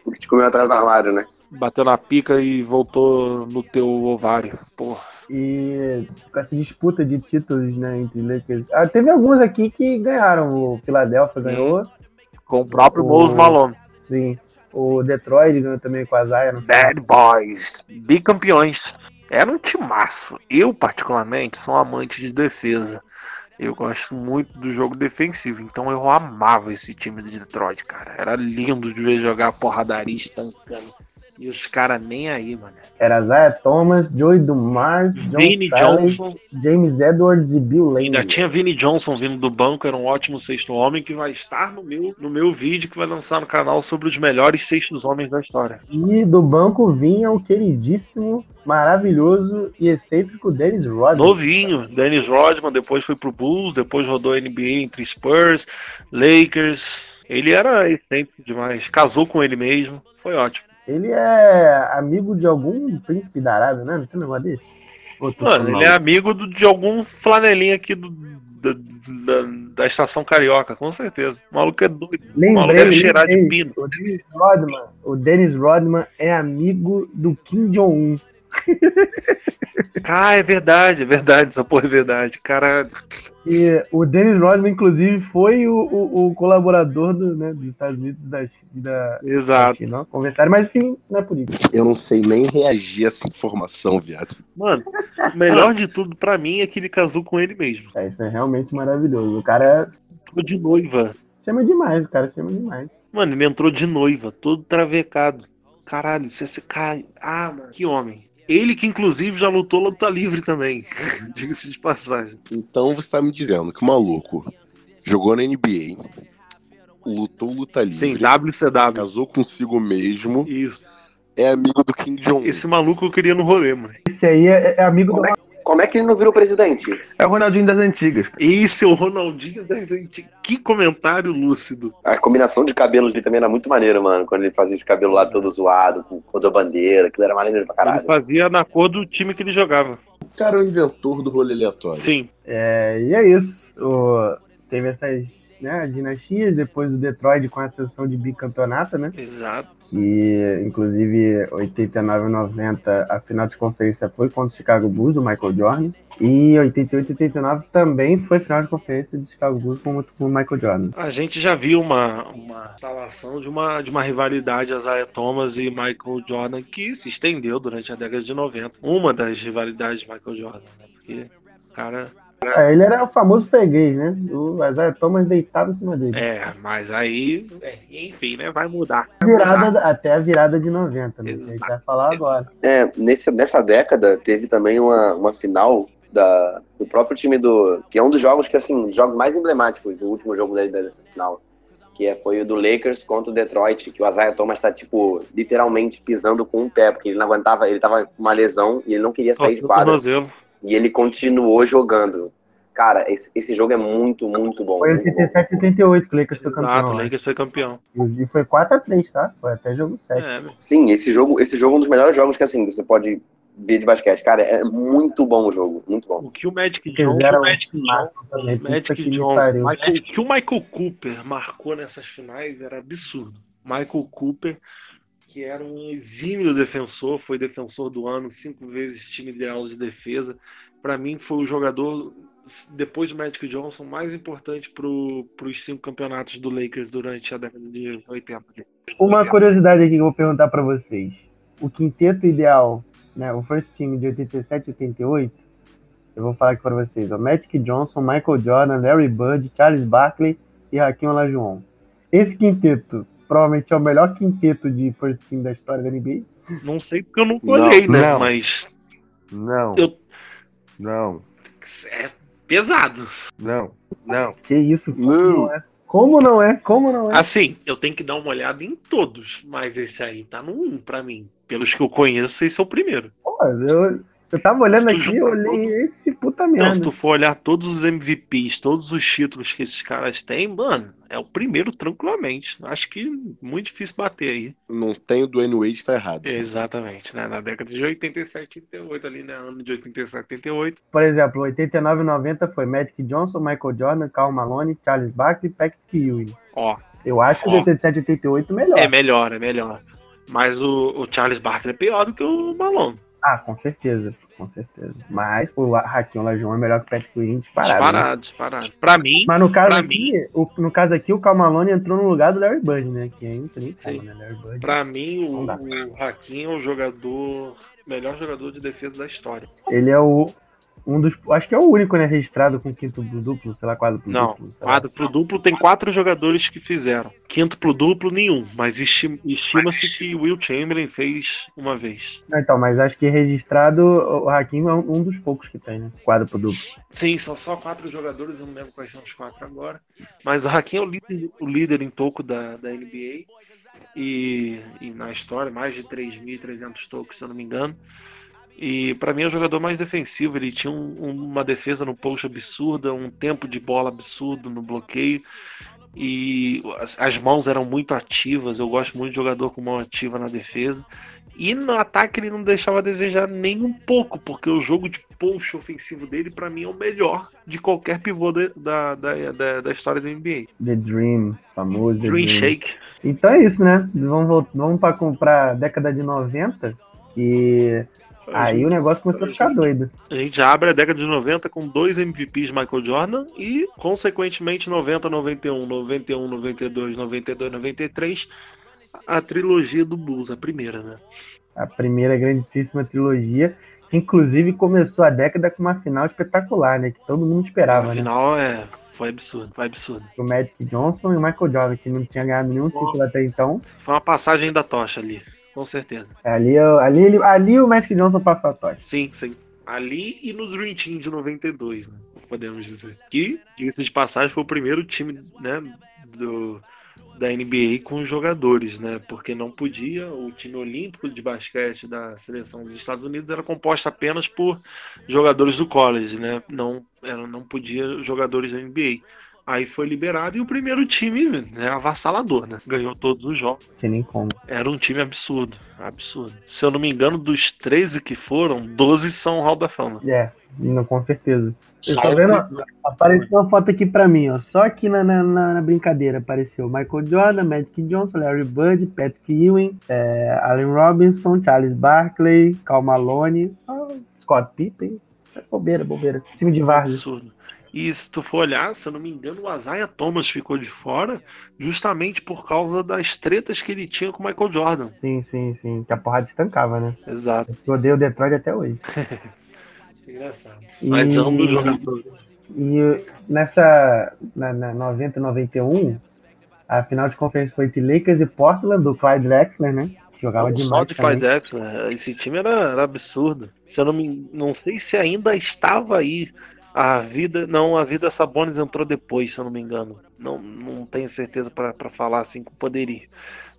S4: O que te comeu atrás do armário, né?
S2: Bateu na pica e voltou no teu ovário. Porra.
S1: e com essa disputa de títulos, né, entre Lakers. Ah, teve alguns aqui que ganharam. O Philadelphia ganhou,
S2: Com o próprio
S1: O-
S2: Mose Malone.
S1: sim. O Detroit ganhou também com a Zion. no final.
S2: Bad Boys, bicampeões. Era um timaço. Eu, particularmente, sou um amante de defesa. Eu gosto muito do jogo defensivo, então eu amava esse time de Detroit, cara. Era lindo de ver jogar porradaria estancando. E os caras nem aí, mano.
S1: Era Zaya Thomas, Joey Dumars, John
S2: Vini
S1: Silence,
S2: Johnson,
S1: James Edwards e Bill Lane.
S2: ainda tinha Vini Johnson vindo do banco, era um ótimo sexto homem que vai estar no meu, no meu vídeo que vai lançar no canal sobre os melhores sextos homens da história.
S1: E do banco vinha o queridíssimo, maravilhoso e excêntrico Dennis Rodman.
S2: Novinho, Dennis Rodman, depois foi pro Bulls, depois rodou a NBA entre Spurs, Lakers. Ele era excêntrico demais, casou com ele mesmo, foi ótimo.
S1: Ele é amigo de algum príncipe da Arábia, né? Não tem um negócio desse? Ou tô
S2: Mano,
S1: falando
S2: ele é
S1: maluco?
S2: amigo do- de algum flanelinha aqui do, da, da- da estação carioca, com certeza. O maluco é doido, o maluco
S1: Lembrei,
S2: deve cheirar de
S1: lembrei.
S2: pino.
S1: O Dennis Rodman, o Dennis Rodman é amigo do Kim Jong-un.
S2: Ah, é verdade, é verdade, essa porra é verdade. Cara,
S1: E o Dennis Rodman, inclusive, foi o, o- o colaborador do, né, dos Estados Unidos e da, Chi- da da
S2: exato.
S1: China. ó, Conversaram, mas enfim, isso não é político.
S3: Eu não sei nem reagir a essa informação, viado.
S2: Mano, o melhor de tudo pra mim é que ele casou com ele mesmo.
S1: É, isso é realmente maravilhoso. O cara
S2: Ficou de noiva.
S1: se ama demais, o cara se ama demais.
S2: Mano, ele entrou de noiva, todo travecado. Caralho, se esse cara. Ah, mano, que homem. Ele que, inclusive, já lutou luta livre também. Diga-se de passagem.
S3: Então você tá me dizendo que o maluco jogou na NBA, lutou luta livre,
S2: Sim, WCW.
S3: casou consigo mesmo,
S2: Isso.
S3: é amigo do Kim Jong-un.
S2: Esse maluco eu queria no rolê, mano.
S1: Esse aí é, é amigo do.
S4: Como é que ele não virou presidente?
S5: É o Ronaldinho das antigas.
S2: Esse é o Ronaldinho da gente. Que comentário lúcido.
S4: A combinação de cabelos dele também era muito maneiro, mano. Quando ele fazia os cabelos lá todo zoado, com cor da bandeira, aquilo era maneiro pra
S2: Ele
S4: caralho.
S2: fazia na cor do time que ele jogava.
S3: O cara é o inventor do rolê aleatório.
S2: Sim.
S1: É, e é isso. O- teve essas né, dinastias, depois o Detroit com a ascensão de bicampeonato, né?
S2: Exato.
S1: Que inclusive 89 e 90 a final de conferência foi contra o Chicago Bulls do Michael Jordan e 88 e 89 também foi final de conferência do Chicago Bulls com, o- com o Michael Jordan.
S2: A gente já viu uma, uma instalação de uma, de uma rivalidade Isaiah Thomas e Michael Jordan que se estendeu durante a década de 90. Uma das rivalidades de Michael Jordan, né? Porque o cara.
S1: É, ele era o famoso freguês, né? O Isaiah Thomas deitado em cima dele.
S2: É, mas aí. é, enfim, né? Vai mudar.
S1: Virada da- até a virada de 90, né? Que a gente vai falar agora.
S4: É, nesse, nessa década teve também uma, uma final da, do próprio time do. Que é um dos jogos que, assim, jogos mais emblemáticos, o último jogo dele dessa final. que é, foi o do Lakers contra o Detroit, que o Isaiah Thomas tá, tipo, literalmente pisando com um pé, porque ele não aguentava, ele tava com uma lesão e ele não queria sair de
S2: Torceu o
S4: quadra.
S2: tornozelo.
S4: E ele continuou jogando. Cara, esse, esse jogo é muito, muito bom.
S1: Foi
S4: muito bom.
S1: 87 e 88 que o Lakers foi
S2: Exato,
S1: campeão.
S2: o
S1: né?
S2: Lakers foi campeão.
S1: E foi 4x3, tá? Foi até jogo 7.
S2: É,
S4: Sim, esse jogo, esse jogo é um dos melhores jogos que, assim, você pode ver de basquete. Cara, é muito bom o jogo, muito bom.
S2: o que o Magic Johnson,
S1: Fizeram
S2: o Magic
S1: um
S2: Johnson
S1: passo também. Puta
S2: Magic
S1: que me
S2: Johnson.
S1: pariu.
S2: Michael, o que o Michael Cooper marcou nessas finais era absurdo. Michael Cooper, que era um exímio defensor, foi defensor do ano, cinco vezes time ideal de defesa. Para mim, foi o jogador, depois do Magic Johnson, mais importante para os cinco campeonatos do Lakers durante a década de 80.
S1: Uma curiosidade aqui que eu vou perguntar pra vocês. O quinteto ideal, né, o first team de 87 e 88, eu vou falar aqui pra vocês. Ó, Magic Johnson, Michael Jordan, Larry Bird, Charles Barkley e Raquel Olajuwon. Esse quinteto provavelmente é o melhor quinteto de first team da história da NBA.
S2: Não sei porque eu não olhei, né?
S5: não.
S2: Mas
S5: Não,
S2: eu,
S5: não,
S2: é pesado.
S5: não, não.
S1: Que isso? Como
S3: Não.
S1: não é? Como não é? Como não é?
S2: Assim, eu tenho que dar uma olhada em todos, mas esse aí tá no 1 pra mim. Pelos que eu conheço, esse é o primeiro.
S1: Pô, eu, eu tava olhando
S2: Se tu
S1: aqui, eu
S2: juntar
S1: olhei esse puta
S2: Então, se
S1: merda.
S2: tu for olhar todos os MVPs, todos os títulos que esses caras têm, mano, é o primeiro tranquilamente. Acho que muito difícil bater aí.
S3: Não tem o Dwayne Wade, tá errado.
S2: Exatamente, né? Na década de 87, 88, ali, né? Ano de 87, 88.
S1: Por exemplo, 89 e 90 foi Magic Johnson, Michael Jordan, Karl Malone, Charles Barkley e Patrick Ewing.
S2: Ó,
S1: Eu acho o
S2: Ó.
S1: de 87 e 88 melhor.
S2: é melhor, é melhor. Mas o, o Charles Barkley é pior do que o Malone.
S1: Ah, com certeza. Com certeza. Mas o Raquel Lajon é melhor que o Patrick Ewing disparado. né?
S2: Disparado, disparado. Pra mim,
S1: Mas no caso,
S2: Pra
S1: aqui, o, no caso aqui, o Karl Malone entrou no lugar do Larry Bird, né? Que entra, nem fala,
S2: Sim.
S1: né? Larry Bird.
S2: Pra mim, o,
S1: Não dá.
S2: o Hakim é o jogador, melhor jogador de defesa da história.
S1: Ele é o... Um dos, acho que é o único, né, registrado com quinto duplo, sei lá, quadro duplo.
S2: Não,
S1: sei lá.
S2: Quadro pro duplo tem quatro jogadores que fizeram. Quinto pro duplo, nenhum. Mas esti- estima-se que Will Chamberlain fez uma vez.
S1: Não, Então, mas acho que registrado, o Hakim é um um dos poucos que tem, né? Quadro pro duplo.
S2: Sim, são só quatro jogadores, eu não lembro quais são os quatro agora. Mas o Hakim é o líder, o líder em toco da, da NBA. E, e na história, mais de 3.300 tocos, se eu não me engano. E pra mim é o jogador mais defensivo. Ele tinha um- um- uma defesa no post absurda, um tempo de bola absurdo no bloqueio. E as, as mãos eram muito ativas. Eu gosto muito de jogador com mão ativa na defesa. E no ataque ele não deixava a desejar nem um pouco, porque o jogo de post ofensivo dele, pra mim, é o melhor de qualquer pivô de- da, da, da, da história da NBA.
S1: The Dream, famoso. The
S2: Dream Shake.
S1: Então é isso, né? Vamos, vol- vamos pra comprar a década de 90, que aí o negócio começou a ficar doido.
S2: A gente abre a década de 90 com dois MVPs Michael Jordan e, consequentemente, 90, 91, 91, 92, 92, 93, a trilogia do Bulls, a primeira, né?
S1: A primeira grandíssima trilogia, que inclusive começou a década com uma final espetacular, né? Que todo mundo esperava, né?
S2: Afinal, é, foi absurdo, foi absurdo.
S1: O Magic Johnson e o Michael Jordan, que não tinha ganhado nenhum título até então. É,
S2: Foi uma passagem da tocha ali, com certeza.
S1: Ali, eu- ali, ele- ali o Magic Johnson passou a tocha.
S2: Sim, sim. Ali e nos Dream Team de 92, né? Podemos dizer. Que, diga-se de passagem, foi o primeiro time, né? Do, da NBA com os jogadores, né? Porque não podia. O time olímpico de basquete da seleção dos Estados Unidos era composto apenas por jogadores do college, né? Não, era, não podia jogadores da NBA. Aí foi liberado e o primeiro time né, avassalador, né? Ganhou todos os jogos.
S1: Não tinha nem como.
S2: Era um time absurdo, absurdo. Se eu não me engano, dos 13 que foram, 12 são Hall da Fama.
S1: É, não, com certeza. Vocês
S3: tá
S1: estão vendo? Apareceu uma foto aqui pra mim, ó. Só aqui na, na, na- na brincadeira apareceu Michael Jordan, Magic Johnson, Larry Bird, Patrick Ewing, é, Allen Robinson, Charles Barkley, Cal Malone, só Scott Pippen. É Bobeira, bobeira. Time de né? Vargas.
S2: Absurdo. E se tu for olhar, se eu não me engano, o Isaiah Thomas ficou de fora justamente por causa das tretas que ele tinha com o Michael Jordan.
S1: Sim, sim, sim. Que a porrada estancava, né?
S2: Exato.
S1: Eu odeio Detroit até hoje.
S2: Engraçado.
S1: E,
S2: Mas é um ambos jogadores.
S1: e nessa. Na, na 90 91, a final de conferência foi entre Lakers e Portland, do Clyde Drexler, né? Que jogava
S2: Só
S1: demais.
S2: de
S1: também.
S2: Clyde Drexler. é, Esse time era, era absurdo. Se eu não me não sei se ainda estava aí. A vida. Não, a vida Sabonis entrou depois, se eu não me engano. Não, não tenho certeza pra pra falar assim que poderia.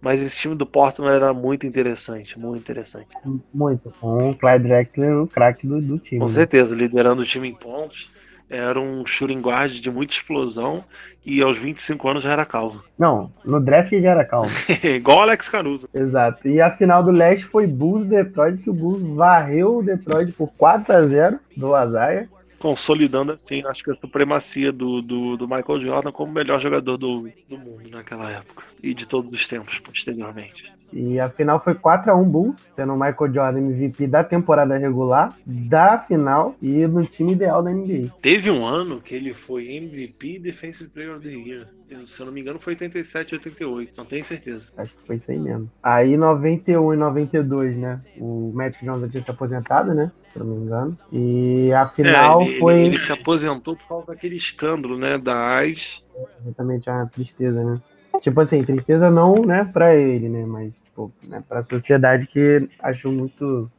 S2: Mas esse time do Portland era muito interessante, muito interessante.
S1: Muito. Com o Clyde Drexler, o craque do, do time.
S2: Com
S1: né?
S2: certeza, liderando o time em pontos. Era um shooting guard de muita explosão e aos 25 anos já era calvo.
S1: Não, no draft ele já era calmo.
S2: Igual Alex Caruso.
S1: Exato. E a final do leste foi Bulls e Detroit, que o Bulls varreu o Detroit por 4 a 0 do Azaia.
S2: Consolidando, assim, acho que a supremacia do, do, do Michael Jordan como o melhor jogador do, do mundo naquela época. E de todos os tempos, posteriormente.
S1: E a final foi 4 a 1 Bulls, sendo o Michael Jordan MVP da temporada regular, da final e no time ideal da NBA.
S2: Teve um ano que ele foi MVP e Defensive Player of the Year. Eu, se eu não me engano, foi 87, 88. Não tenho certeza.
S1: Acho que foi isso aí mesmo. Aí 91 e 92, né? O Magic Johnson já tinha se aposentado, né? Se eu não me engano. E a final
S2: É, ele,
S1: foi.
S2: ele- ele se aposentou por causa daquele escândalo, né? Da AIDS.
S1: Exatamente, é uma tristeza, né? Tipo assim, tristeza não, né, pra ele, né? Mas, tipo, né, pra sociedade que achou muito.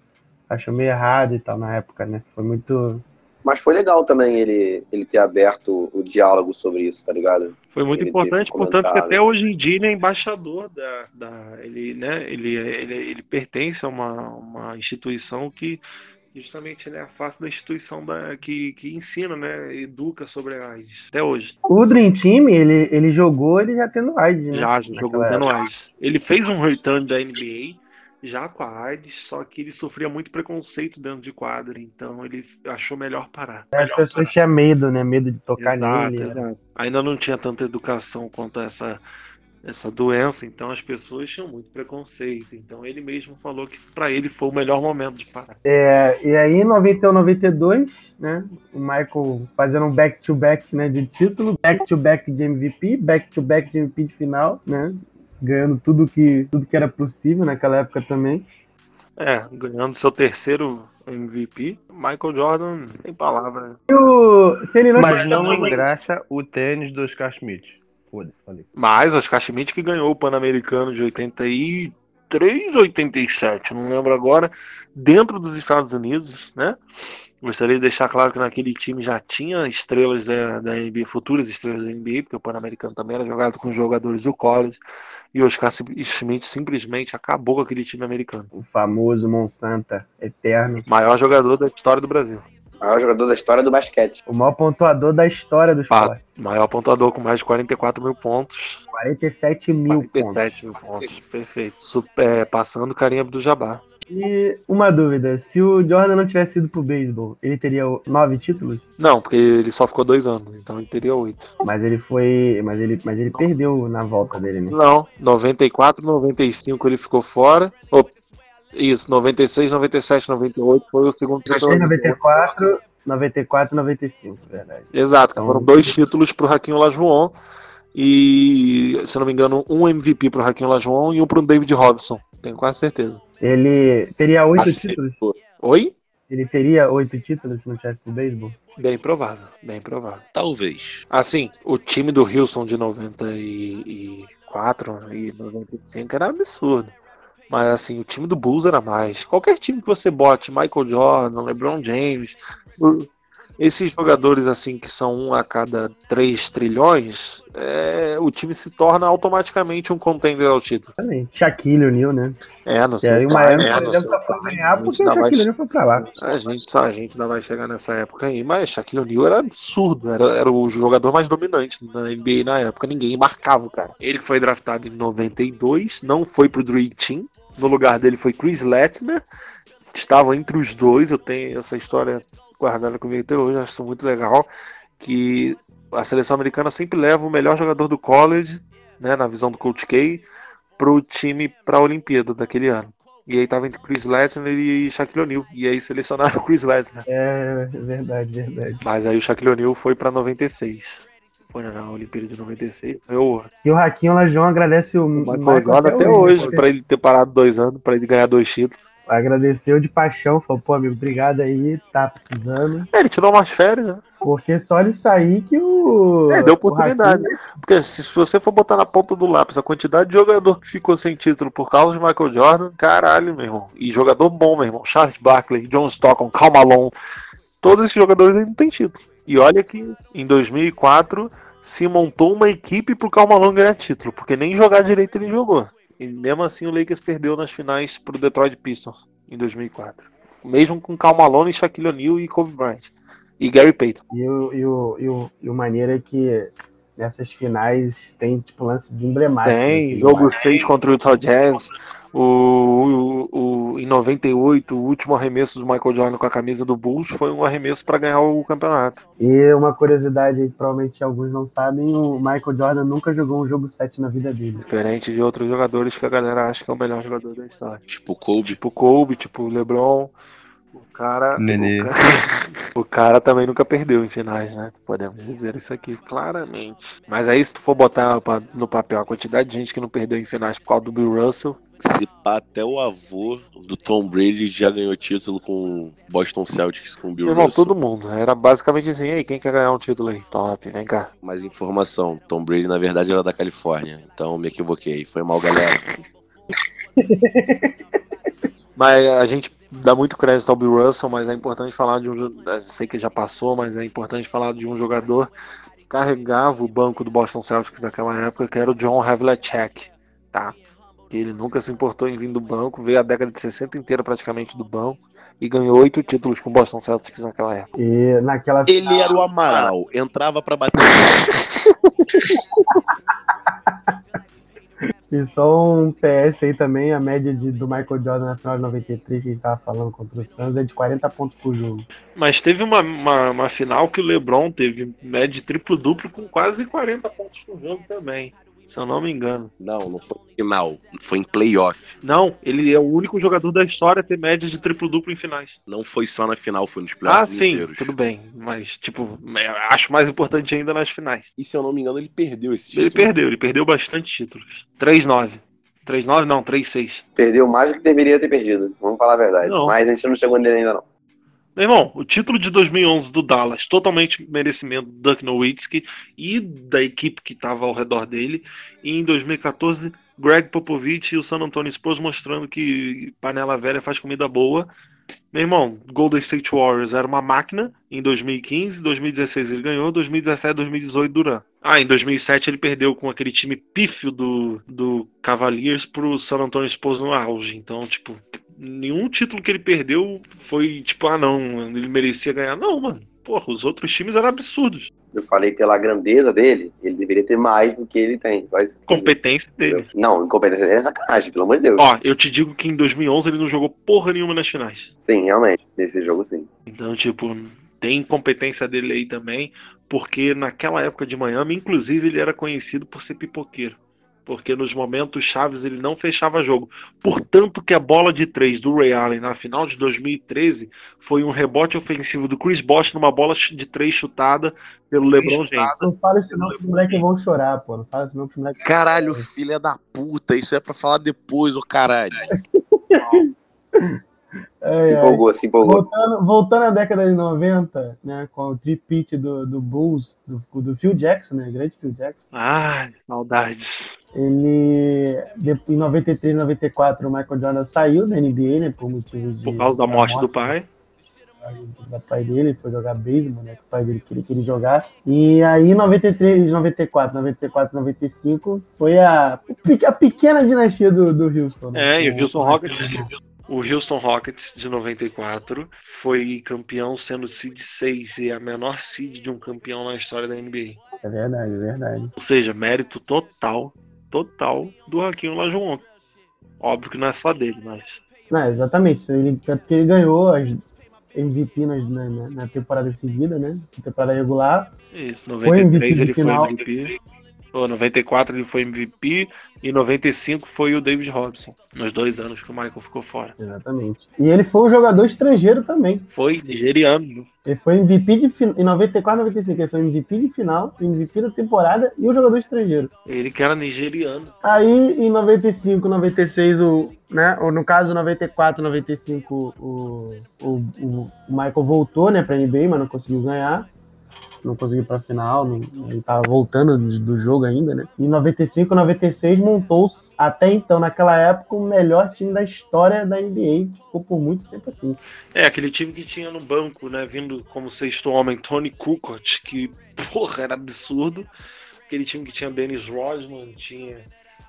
S1: Achou meio errado e tal na época, né? Foi muito.
S4: Mas foi legal também ele, ele ter aberto o diálogo sobre isso, tá ligado?
S2: Foi muito
S4: Ele
S2: importante,
S4: teve
S2: portanto, que
S4: comentado.
S2: até hoje em dia ele é embaixador da. da ele, né, ele, ele, ele pertence a uma, uma instituição que justamente ele é a face da instituição da, que, que ensina, né? Educa sobre a AIDS. Até hoje.
S1: O Dream Team, ele, ele jogou, ele já tendo AIDS, né?
S2: Já, já jogou
S1: Naquela
S2: até no AIDS. Ele fez um return da NBA já com a AIDS, só que ele sofria muito preconceito dentro de quadra, então ele achou melhor parar.
S1: As pessoas tinham medo, né? Medo de tocar
S2: Exato,
S1: nele. né?
S2: exato. Ainda não tinha tanta educação quanto essa essa doença, então as pessoas tinham muito preconceito. Então ele mesmo falou que pra ele foi o melhor momento de parar.
S1: É, e aí, em 91, 92, né? O Michael fazendo um back-to-back né, de título, back-to-back de MVP, back-to-back de MVP de final, né? Ganhando tudo que, tudo que era possível naquela época também.
S2: É, ganhando seu terceiro MVP, Michael Jordan, sem palavra.
S1: E o, se ele não
S5: Mas não engraxa o tênis do Oscar Schmidt. Foda-se, falei.
S2: Mas Oscar Schmidt que ganhou o Pan-Americano de 83, 87, não lembro agora, dentro dos Estados Unidos, né? Gostaria de deixar claro que naquele time já tinha estrelas da, da NBA, futuras estrelas da NBA, porque o Pan-Americano também era jogado com os jogadores do college, e Oscar Schmidt simplesmente acabou com aquele time americano.
S1: O famoso Monsanta eterno,
S2: Maior jogador da história do Brasil.
S4: Maior É jogador da história do basquete.
S1: o maior pontuador da história do
S2: Fato.
S1: esporte.
S2: Maior pontuador com mais de 44 mil pontos.
S1: 47 mil pontos.
S2: 47 mil pontos, perfeito. Super, é, passando carinha do Jabá.
S1: E uma dúvida: se o Jordan não tivesse ido pro beisebol, ele teria o- nove títulos?
S2: Não, porque ele só ficou dois anos, então ele teria oito.
S1: Mas ele foi. Mas ele, mas ele perdeu na volta dele, né?
S2: Não, 94, 95 ele ficou fora. Ô, isso, 96, 97, 98 foi o segundo título.
S1: 94, 94, 95, verdade.
S2: Exato, que
S1: Então-
S2: foram dois títulos pro Raquinho Lajoon. E, se eu não me engano, um MVP pro Raquinho Lajoon e um pro David Robson. Tenho quase certeza.
S1: Ele teria oito
S2: Assim,
S3: Acertou.
S1: títulos?
S2: Oi?
S1: Ele teria oito títulos se não tivesse do beisebol?
S2: Bem provável, bem provável.
S3: Talvez.
S2: Assim, o time do Houston de 94 e 95 era absurdo. Mas assim, o time do Bulls era mais. Qualquer time que você bote, Michael Jordan, LeBron James, o- esses jogadores assim que são um a cada 3 trilhões, é, o time se torna automaticamente um contender ao título.
S1: Também. Shaquille O'Neal, né?
S2: É, não
S1: E
S2: sei.
S1: aí o Miami tá
S2: é,
S1: por
S2: não
S1: exemplo,
S2: sei.
S1: só foi ganhar
S2: Isso
S1: porque o
S2: dá mais-
S1: Shaquille O'Neal foi pra lá.
S2: A gente, só- a gente ainda vai chegar nessa época aí, mas Shaquille O'Neal era absurdo, era, era o jogador mais dominante na NBA na época, ninguém marcava, o cara. Ele foi draftado em 92, não foi pro Dream Team, no lugar dele foi Chris Lettner, estavam entre os dois, eu tenho essa história guardada comigo até hoje, acho isso muito legal, que a seleção americana sempre leva o melhor jogador do college, né, na visão do Coach K, pro time pra Olimpíada daquele ano. E aí tava entre Chris Lesnar e Shaquille O'Neal. E aí selecionaram o Chris Lesnar.
S1: É, verdade, verdade.
S2: Mas aí o Shaquille O'Neal foi pra 96. Foi na Olimpíada de 96. Eu,
S1: E o Raquinho Lajon agradece o,
S2: o Michael Jordan
S1: né,
S2: até hoje, pra ele ter parado dois anos, pra ele ganhar dois títulos.
S1: Agradeceu de paixão, falou, pô, amigo, obrigado aí, tá precisando.
S2: É, ele tirou umas férias, né?
S1: Porque só ele sair que o.
S2: É, deu
S1: o
S2: oportunidade.
S1: Hakim-
S2: Porque se, se você for botar na ponta do lápis a quantidade de jogador que ficou sem título por causa de Michael Jordan, caralho, meu irmão. E jogador bom, meu irmão. Charles Barkley, John Stockton, Cal Malone. Todos esses jogadores aí não têm título. E olha que em 2004 se montou uma equipe pro Calmalon ganhar título, porque nem jogar direito ele jogou. E mesmo assim o Lakers perdeu nas finais pro Detroit Pistons em 2004. Mesmo com Cal Malone, Shaquille O'Neal e Kobe Bryant. E Gary Payton.
S1: E o, e o, e o, e o maneiro é que nessas finais tem tipo, lances emblemáticos.
S2: Tem,
S1: assim,
S2: jogo
S1: mas-
S2: 6 contra o Utah Jazz. O, o, o- em 98, o último arremesso do Michael Jordan com a camisa do Bulls foi um arremesso para ganhar o campeonato.
S1: E uma curiosidade aí, que provavelmente alguns não sabem, o Michael Jordan nunca jogou um jogo 7 na vida dele.
S2: Diferente de outros jogadores que a galera acha que é o melhor jogador da história.
S3: Tipo, Kobe.
S2: Tipo Kobe, tipo LeBron. O cara,
S5: Nenê.
S2: o ca- o cara também nunca perdeu em finais, né? Podemos dizer isso aqui claramente. Mas aí, se tu for botar pa- no papel a quantidade de gente que não perdeu em finais por causa do Bill Russell,
S3: Se pá, até o avô do Tom Brady já ganhou título com o Boston Celtics, com o Bill
S2: meu irmão,
S3: Russell.
S2: todo mundo. Era basicamente assim: aí, quem quer ganhar um título aí? Top, vem cá.
S3: Mais informação, Tom Brady na verdade era da Califórnia, então me equivoquei. Foi mal, galera.
S2: Mas a gente dá muito crédito ao Bill Russell, mas é importante falar de um. jo- eu Sei que já passou, mas é importante falar de um jogador que carregava o banco do Boston Celtics naquela época, que era o John Havlicek, tá? Que Ele nunca se importou em vir do banco, veio a década de 60 inteira praticamente do banco e ganhou oito títulos com o Boston Celtics naquela época.
S1: E naquela
S3: Ele era o Amaral, entrava pra bater.
S1: E só um PS aí também, a média de, do Michael Jordan na final de 93 que a gente tava falando contra o Suns é de 40 pontos por jogo.
S2: Mas teve uma, uma, uma final que o LeBron teve média de triplo-duplo com quase 40 pontos por jogo também, se eu não me engano.
S3: Não, não foi em final, foi em playoff.
S2: Não, ele é o único jogador da história a ter média de triplo-duplo em finais.
S3: Não foi só na final, foi nos
S2: Ah,
S3: playoffs
S2: sim,
S3: inteiros.
S2: tudo bem. Mas, tipo, acho mais importante ainda nas finais.
S3: E se eu não me engano, ele perdeu esse título.
S2: Ele perdeu, ele perdeu bastante títulos. 3-9. 3-9 não, 3-6.
S4: Perdeu mais do que deveria ter perdido, vamos falar a verdade.
S2: Não.
S4: Mas a gente não chegou nele ainda, não.
S2: Meu irmão, o título de 2011 do Dallas, totalmente merecimento do Dirk Nowitzki e da equipe que estava ao redor dele. E em 2014, Greg Popovich e o San Antonio Spurs mostrando que panela velha faz comida boa. Meu irmão, Golden State Warriors era uma máquina em 2015, 2016 ele ganhou, 2017, 2018 Duran. Ah, em 2007 ele perdeu com aquele time pífio do, do Cavaliers pro San Antonio Spurs no auge. Então, tipo, nenhum título que ele perdeu foi tipo, ah não, mano, ele merecia ganhar. Não, mano. Porra, os outros times eram absurdos.
S4: Eu falei pela grandeza dele, ele deveria ter mais do que ele tem. Só isso que eu quis dizer,
S2: Competência dele.
S4: entendeu? Não, incompetência é sacanagem, pelo amor de Deus.
S2: Ó, eu te digo que em 2011 ele não jogou porra nenhuma nas finais.
S4: Sim, realmente, nesse jogo sim.
S2: Então, tipo, tem competência dele aí também, porque naquela época de Miami, inclusive, ele era conhecido por ser pipoqueiro. Porque nos momentos chaves ele não fechava jogo. Portanto, que a bola de três do Ray Allen na final de 2013 foi um rebote ofensivo do Chris Bosh numa bola ch- de três chutada pelo LeBron James.
S1: Não fala isso não, que os moleques vão chorar, pô. Não fala isso não, que os moleques
S3: Caralho, filha da puta, isso é pra falar depois, ô caralho.
S4: Se
S1: Ai, ai.
S4: empolgou, se empolgou.
S1: Voltando, voltando à década de 90, né, com o tripit do, do Bulls, do, do Phil Jackson, né, grande Phil Jackson,
S2: Ai, saudades.
S1: ele, de- em 93, 94, o Michael Jordan saiu da NBA, né, por motivos de...
S2: Por causa da morte
S1: né?
S2: do pai.
S1: do pai dele, foi jogar beisebol, né? Que o pai dele queria que ele jogasse. E aí, em 93, 94, 94, 95, foi a, a pequena dinastia do, do Houston. né?
S2: É, e o Houston Rockets. O Houston Rockets de 94 foi campeão sendo seed 6 e a menor seed de um campeão na história da NBA.
S1: É verdade, é verdade.
S2: Ou seja, mérito total, total do Raquinho Lajon. Óbvio que não é só dele, mas.
S1: Não, exatamente. isso, Ele, é porque ele ganhou as MVP nas- na, na- na temporada seguida, né? Na temporada regular.
S2: Isso,
S1: Foi um
S2: 93
S1: MVP
S2: ele foi
S1: final.
S2: MVP. Ou 94 ele foi MVP e 95 foi o David Robson. Nos dois anos que o Michael ficou fora.
S1: Exatamente. E ele foi um jogador estrangeiro também.
S2: Foi nigeriano.
S1: Ele foi MVP de fin- em 94, 95. Ele foi MVP de final, MVP da temporada e um jogador estrangeiro.
S2: Ele que era nigeriano.
S1: Aí em 95, 96, o, né? Ou no caso, 94, 95, o, o, o, o Michael voltou né, pra NBA, mas não conseguiu ganhar. não conseguiu ir pra final, não, ele tava voltando de- do jogo ainda, né? Em 95, 96 montou-se, até então, naquela época, o melhor time da história da NBA, que ficou por muito tempo assim.
S2: É, aquele time que tinha no banco, né? Vindo como sexto homem, Tony Kukoc, que, porra, era absurdo. Aquele time que tinha Dennis Rodman, tinha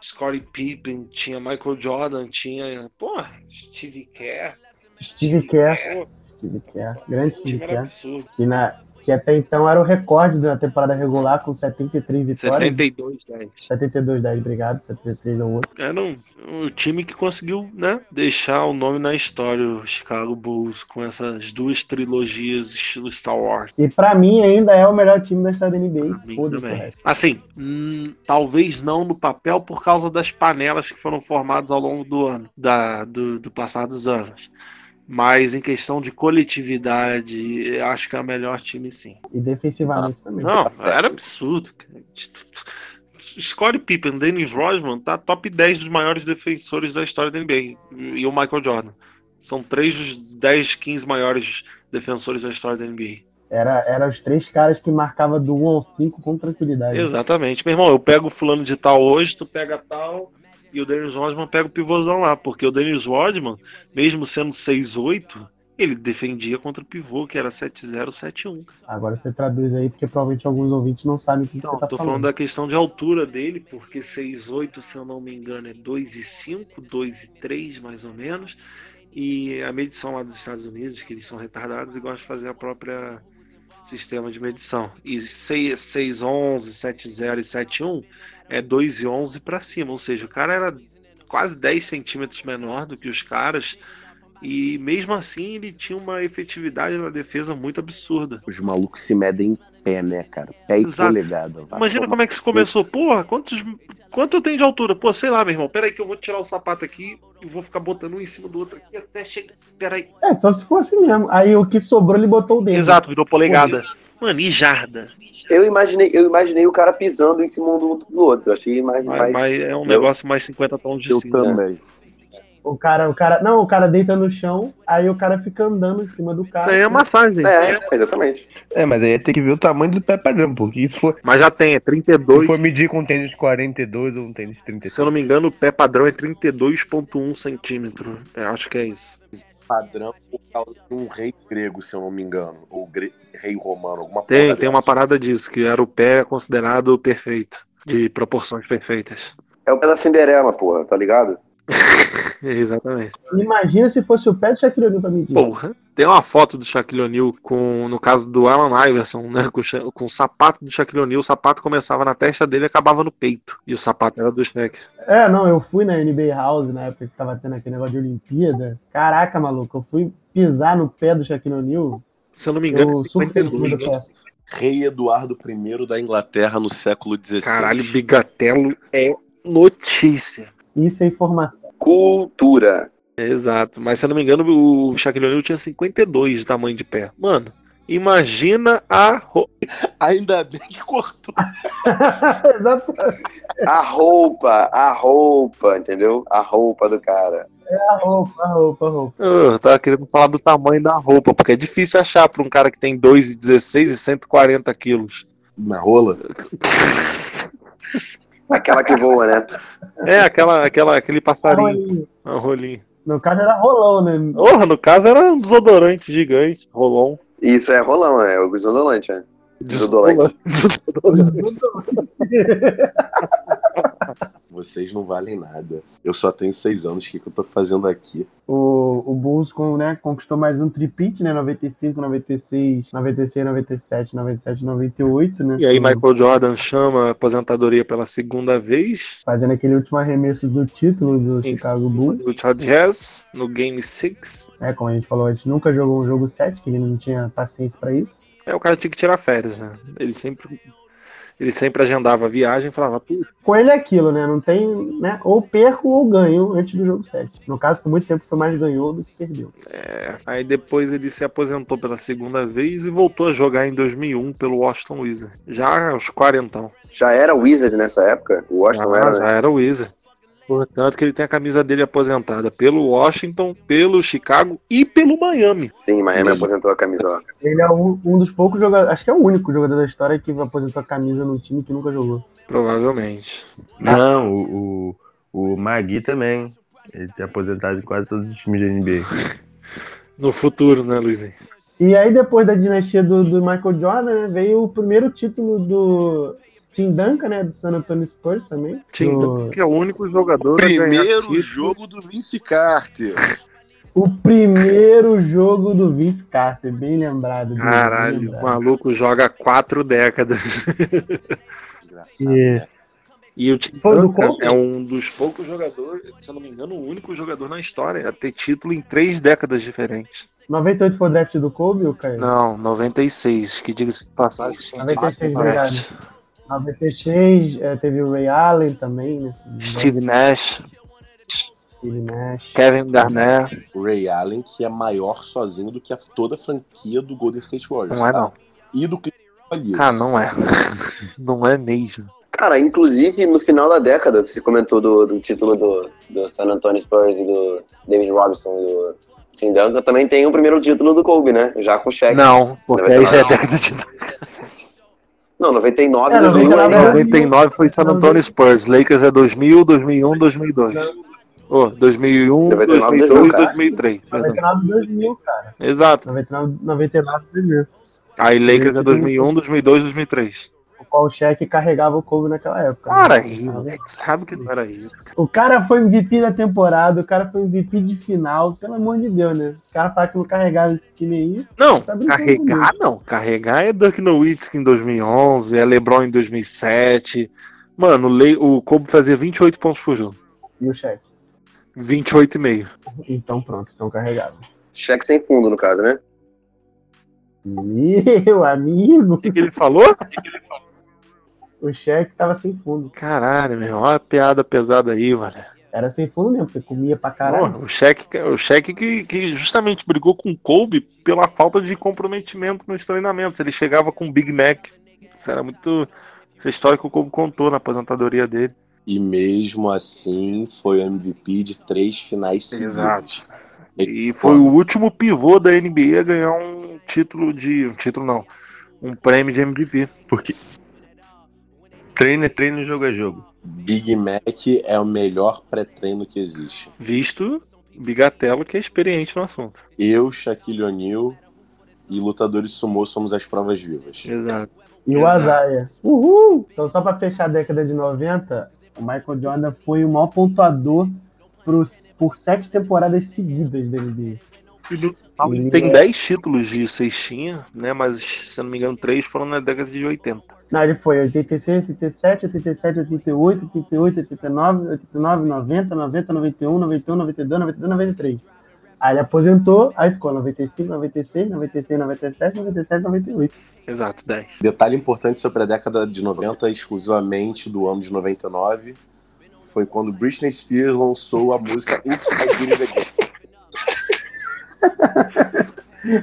S2: Scottie Pippen, tinha Michael Jordan, tinha, porra, Steve Kerr.
S1: Steve Kerr,
S2: Pô,
S1: Steve Kerr, grande
S2: o time
S1: Steve
S2: era
S1: Kerr,
S2: absurdo.
S1: que, na, que até então era o recorde da temporada regular com 73 vitórias.
S2: 72, 10.
S1: 72, 10, obrigado, 73 é o outro.
S2: Era um, um time que conseguiu, né, deixar o nome na história, o Chicago Bulls, com essas duas trilogias estilo Star Wars.
S1: E pra mim ainda é o melhor time da história da
S2: Pra
S1: NBA.
S2: mim
S1: Foda-se o
S2: também.
S1: resto.
S2: Assim, hum, talvez não no papel por causa das panelas que foram formadas ao longo do ano, da, do, do passar dos anos. Mas em questão de coletividade, eu acho que é o melhor time, sim.
S1: E defensivamente também.
S2: Ah, Não, era absurdo. cara. Scottie Pippen, Dennis Rodman, tá top 10 dos maiores defensores da história da NBA. E o Michael Jordan. São três dos 10, 15 maiores defensores da história da NBA.
S1: Era, era os três caras que marcava do 1 ao 5 com tranquilidade.
S2: Exatamente. Meu irmão, eu pego o fulano de tal hoje, tu pega tal, e o Dennis Rodman pega o pivôzão lá. Porque o Dennis Rodman, mesmo sendo 6'8", ele defendia contra o pivô, que era 7'0", 7'1".
S1: Agora você traduz aí, porque provavelmente alguns ouvintes não sabem o que, que
S2: Não,
S1: você tá
S2: tô
S1: falando.
S2: falando da questão de altura dele, porque 6'8", se eu não me engano, é 2'5", 2'3", mais ou menos. E a medição lá dos Estados Unidos, que eles são retardados e gostam de fazer a própria sistema de medição. E 6, 6 11, 7, 0 e 7, 1 é 2 e 11 para cima. Ou seja, o cara era quase 10 centímetros menor do que os caras. E mesmo assim ele tinha uma efetividade na defesa muito absurda.
S3: Os malucos se medem em pé, né, cara? Pé e
S2: Exato.
S3: polegada. vai
S2: Imagina
S3: tomar-
S2: como é que isso começou. Porra, quantos, quanto eu tenho de altura? Pô, sei lá, meu irmão. Peraí que eu vou tirar o sapato aqui e vou ficar botando um em cima do outro aqui até chegar. Peraí.
S1: É, só se fosse mesmo. Aí o que sobrou, ele botou o dedo.
S2: Exato, virou polegada. Mano, e jarda.
S4: Eu imaginei, eu imaginei o cara pisando em cima um do, do outro. Eu achei mais.
S2: Mas,
S4: mais...
S2: mas é um negócio mais 50 tons de
S3: Eu
S2: cinza.
S3: também.
S1: O cara, o cara. Não, o cara deita no chão, aí o cara fica andando em cima do cara.
S2: Isso aí é massagem.
S4: É, exatamente.
S5: É, mas aí tem que ver o tamanho do pé padrão, porque se for,
S2: Mas já tem, é
S5: se
S2: 32.
S5: for medir com um tênis 42 ou um tênis 35.
S2: Se eu não me engano, o pé padrão é 32,1 centímetro. É, acho que é isso.
S3: Padrão por causa de um rei grego, se eu não me engano. Ou gre- rei romano, alguma assim.
S2: Tem,
S3: porra
S2: tem uma
S3: dessa.
S2: parada disso, que era o pé considerado perfeito, de proporções perfeitas.
S4: É o pé da Cinderela, porra, tá ligado?
S2: Exatamente.
S1: Imagina se fosse o pé do Shaquille O'Neal pra medir.
S2: Porra. Tem uma foto do Shaquille O'Neal com, no caso do Alan Iverson, né? Com, o Sha- com o sapato do Shaquille O'Neal, o sapato começava na testa dele e acabava no peito. E o sapato era do Shaq.
S1: É, não, eu fui na NBA House na época que tava tendo aquele negócio de Olimpíada. Caraca, maluco, eu fui pisar no pé do Shaquille O'Neal.
S2: Se eu não me engano,
S1: Eu
S2: é
S1: surfei em
S2: 52.
S1: cima do pé.
S3: Rei Eduardo I da Inglaterra no século XVI.
S2: Caralho, Bigatello é notícia.
S1: Isso é informação.
S4: Cultura.
S2: Exato, mas se eu não me engano, o Shaquille O'Neal tinha 52 de tamanho de pé. Mano, imagina a. ro-
S3: Ainda bem que cortou.
S1: Exato.
S4: A roupa, a roupa, entendeu? A roupa do cara.
S1: A roupa, a roupa, a roupa.
S2: Ah, Eu tava querendo falar do tamanho da roupa, porque é difícil achar pra um cara que tem 2,16 e 140 quilos.
S3: Na rola?
S4: Aquela que voa, né?
S2: É, aquela, aquela, aquele passarinho,
S1: Rolinho.
S2: um rolinho.
S1: No caso era rolão, né?
S2: Porra, no caso era um desodorante gigante, rolon.
S4: Isso é rolão, é o desodorante, né? Desodorante.
S2: Desodorante.
S3: Vocês não valem nada. Eu só tenho seis anos. O que, que eu tô fazendo aqui?
S1: O, o Bulls com, né, conquistou mais um tripit, né? 95, 96, 96, 97, 97, 98, né?
S2: E aí, Michael Jordan chama a aposentadoria pela segunda vez.
S1: Fazendo aquele último arremesso do título do
S2: Em
S1: Chicago
S2: cima
S1: Bulls.
S2: do Chad Harris, no Game 6.
S1: É, como a gente falou, a gente nunca jogou um jogo 7, que ele não tinha paciência pra isso.
S2: É, o cara tinha que tirar férias, né? Ele sempre, ele sempre agendava a viagem e falava, "Pô,
S1: Com ele é aquilo, né? Não tem, né? Ou perco ou ganho antes do jogo 7. No caso, por muito tempo foi mais ganhou do que perdeu.
S2: é. Aí depois ele se aposentou pela segunda vez e voltou a jogar em 2001 pelo Washington Wizards. Já aos quarentão.
S4: Já era Wizards nessa época? O Washington
S2: já,
S4: era,
S2: Ah, já
S4: né?
S2: era o Wizards. Portanto, que ele tem a camisa dele aposentada pelo Washington, pelo Chicago e pelo Miami.
S4: Sim, Miami aposentou a camisola.
S1: Ele é um, um dos poucos jogadores, acho que é o único jogador da história que aposentou a camisa num time que nunca jogou.
S2: Provavelmente.
S5: Não, o, o, o Magui também. Ele tem aposentado em quase todos os times da NBA.
S2: No futuro, né, Luizinho?
S1: E aí, depois da dinastia do, do Michael Jordan, né, veio o primeiro título do Tim Duncan, né? Do San Antonio Spurs também.
S2: Tim
S1: do-
S2: Duncan, que é o único jogador. a ganhar
S3: Primeiro
S2: título.
S3: jogo do Vince Carter.
S1: O primeiro jogo do Vince Carter, bem lembrado. bem
S2: Caralho, o
S1: lembrado.
S2: maluco joga quatro décadas.
S3: Engraçado.
S1: É.
S3: né?
S2: E o Tim
S1: Foi do
S2: Duncan
S1: Colts?
S2: é um dos poucos jogadores, se eu não me engano, o único jogador na história a ter título em três décadas diferentes.
S1: 98 foi o draft do Kobe, o Caio?
S2: Não, 96, que diga-se de passagem.
S1: 96, verdade. 96, eh, teve o Ray Allen também, né? se não me engano,
S2: Steve Nash,
S1: Steve Nash.
S2: Kevin Garnett,
S3: O Ray Allen, que é maior sozinho do que a- toda a franquia do Golden State Warriors.
S2: não é
S3: tá?
S2: não.
S3: E do Cleveland Cavaliers.
S2: Ah, não é. Não é mesmo.
S4: Cara, inclusive no final da década, você comentou do, do título do, do San Antonio Spurs e do David Robinson e do Tim Duncan, também tem o primeiro título do Kobe, né? Já com o Shaq.
S2: Não, porque aí já é
S4: Não.
S2: década de
S4: Não, 99,
S1: É,
S4: 2001
S1: 99
S4: ainda.
S2: 99 foi San Antonio Spurs. Lakers é 2000, 2001, 2002. Ô, 2001,
S4: 99,
S2: 2002,
S4: caralho.
S2: 2003. perdão.
S1: 99 2000, cara.
S2: Exato.
S1: 99, 99 2000.
S2: Aí Lakers é 2001, 2002, 2003.
S1: O qual o Shaq carregava o Kobe naquela época. né?
S2: Para isso, né? sabe que não era isso.
S1: O cara foi MVP da temporada, o cara foi MVP de final, pelo amor de Deus, né? O cara fala que não carregava esse time aí.
S2: Não,
S1: Tá brincando
S2: carregar não. Carregar é Dirk Nowitzki em 2011, é LeBron em 2007. Mano, o Le- o Kobe fazia 28 pontos por jogo.
S1: E o Shaq.
S2: 28,5.
S1: Então pronto, estão carregados.
S4: Shaq sem fundo, no caso, né?
S1: Meu amigo,
S2: O que, que ele falou?
S1: o Shaq tava sem fundo.
S2: Caralho, meu irmão, olha a piada pesada aí, mano.
S1: Era sem fundo mesmo, porque comia pra caralho.
S2: Porra, o cheque, o cheque que, que justamente brigou com o Kobe pela falta de comprometimento nos treinamentos. Ele chegava com o Big Mac. Isso era muito. Essa história que o Kobe contou na aposentadoria dele.
S3: E mesmo assim, foi o MVP de três finais seguidas.
S2: E foi o último pivô da NBA a ganhar um título de. Um título não. Um prêmio de MVP.
S5: Porque treino é treino, jogo é jogo.
S3: Big Mac é o melhor pré-treino que existe.
S2: Visto Bigatello, que é experiente no assunto.
S3: Eu, Shaquille O'Neal e lutadores sumô somos as provas vivas.
S2: Exato.
S1: E o Azaia. Uhul! Então, só pra fechar a década de 90, o Michael Jordan foi o maior pontuador pro- por sete temporadas seguidas da NBA.
S2: Ele é- tem 10 títulos de cestinha, né? Mas, se eu não me engano, 3 foram na década de 80.
S1: Não, ele foi 86, 87, 87, 88, 88, 89, 89, 90, 90, 91, 91, 92, 92, 93. Aí ele aposentou, aí ficou 95, 96, 96, 97, 97, 98.
S2: Exato, 10.
S3: Detalhe importante sobre a década de 90, exclusivamente do ano de 99, foi quando Britney Spears lançou a música Oops, I Did It Again.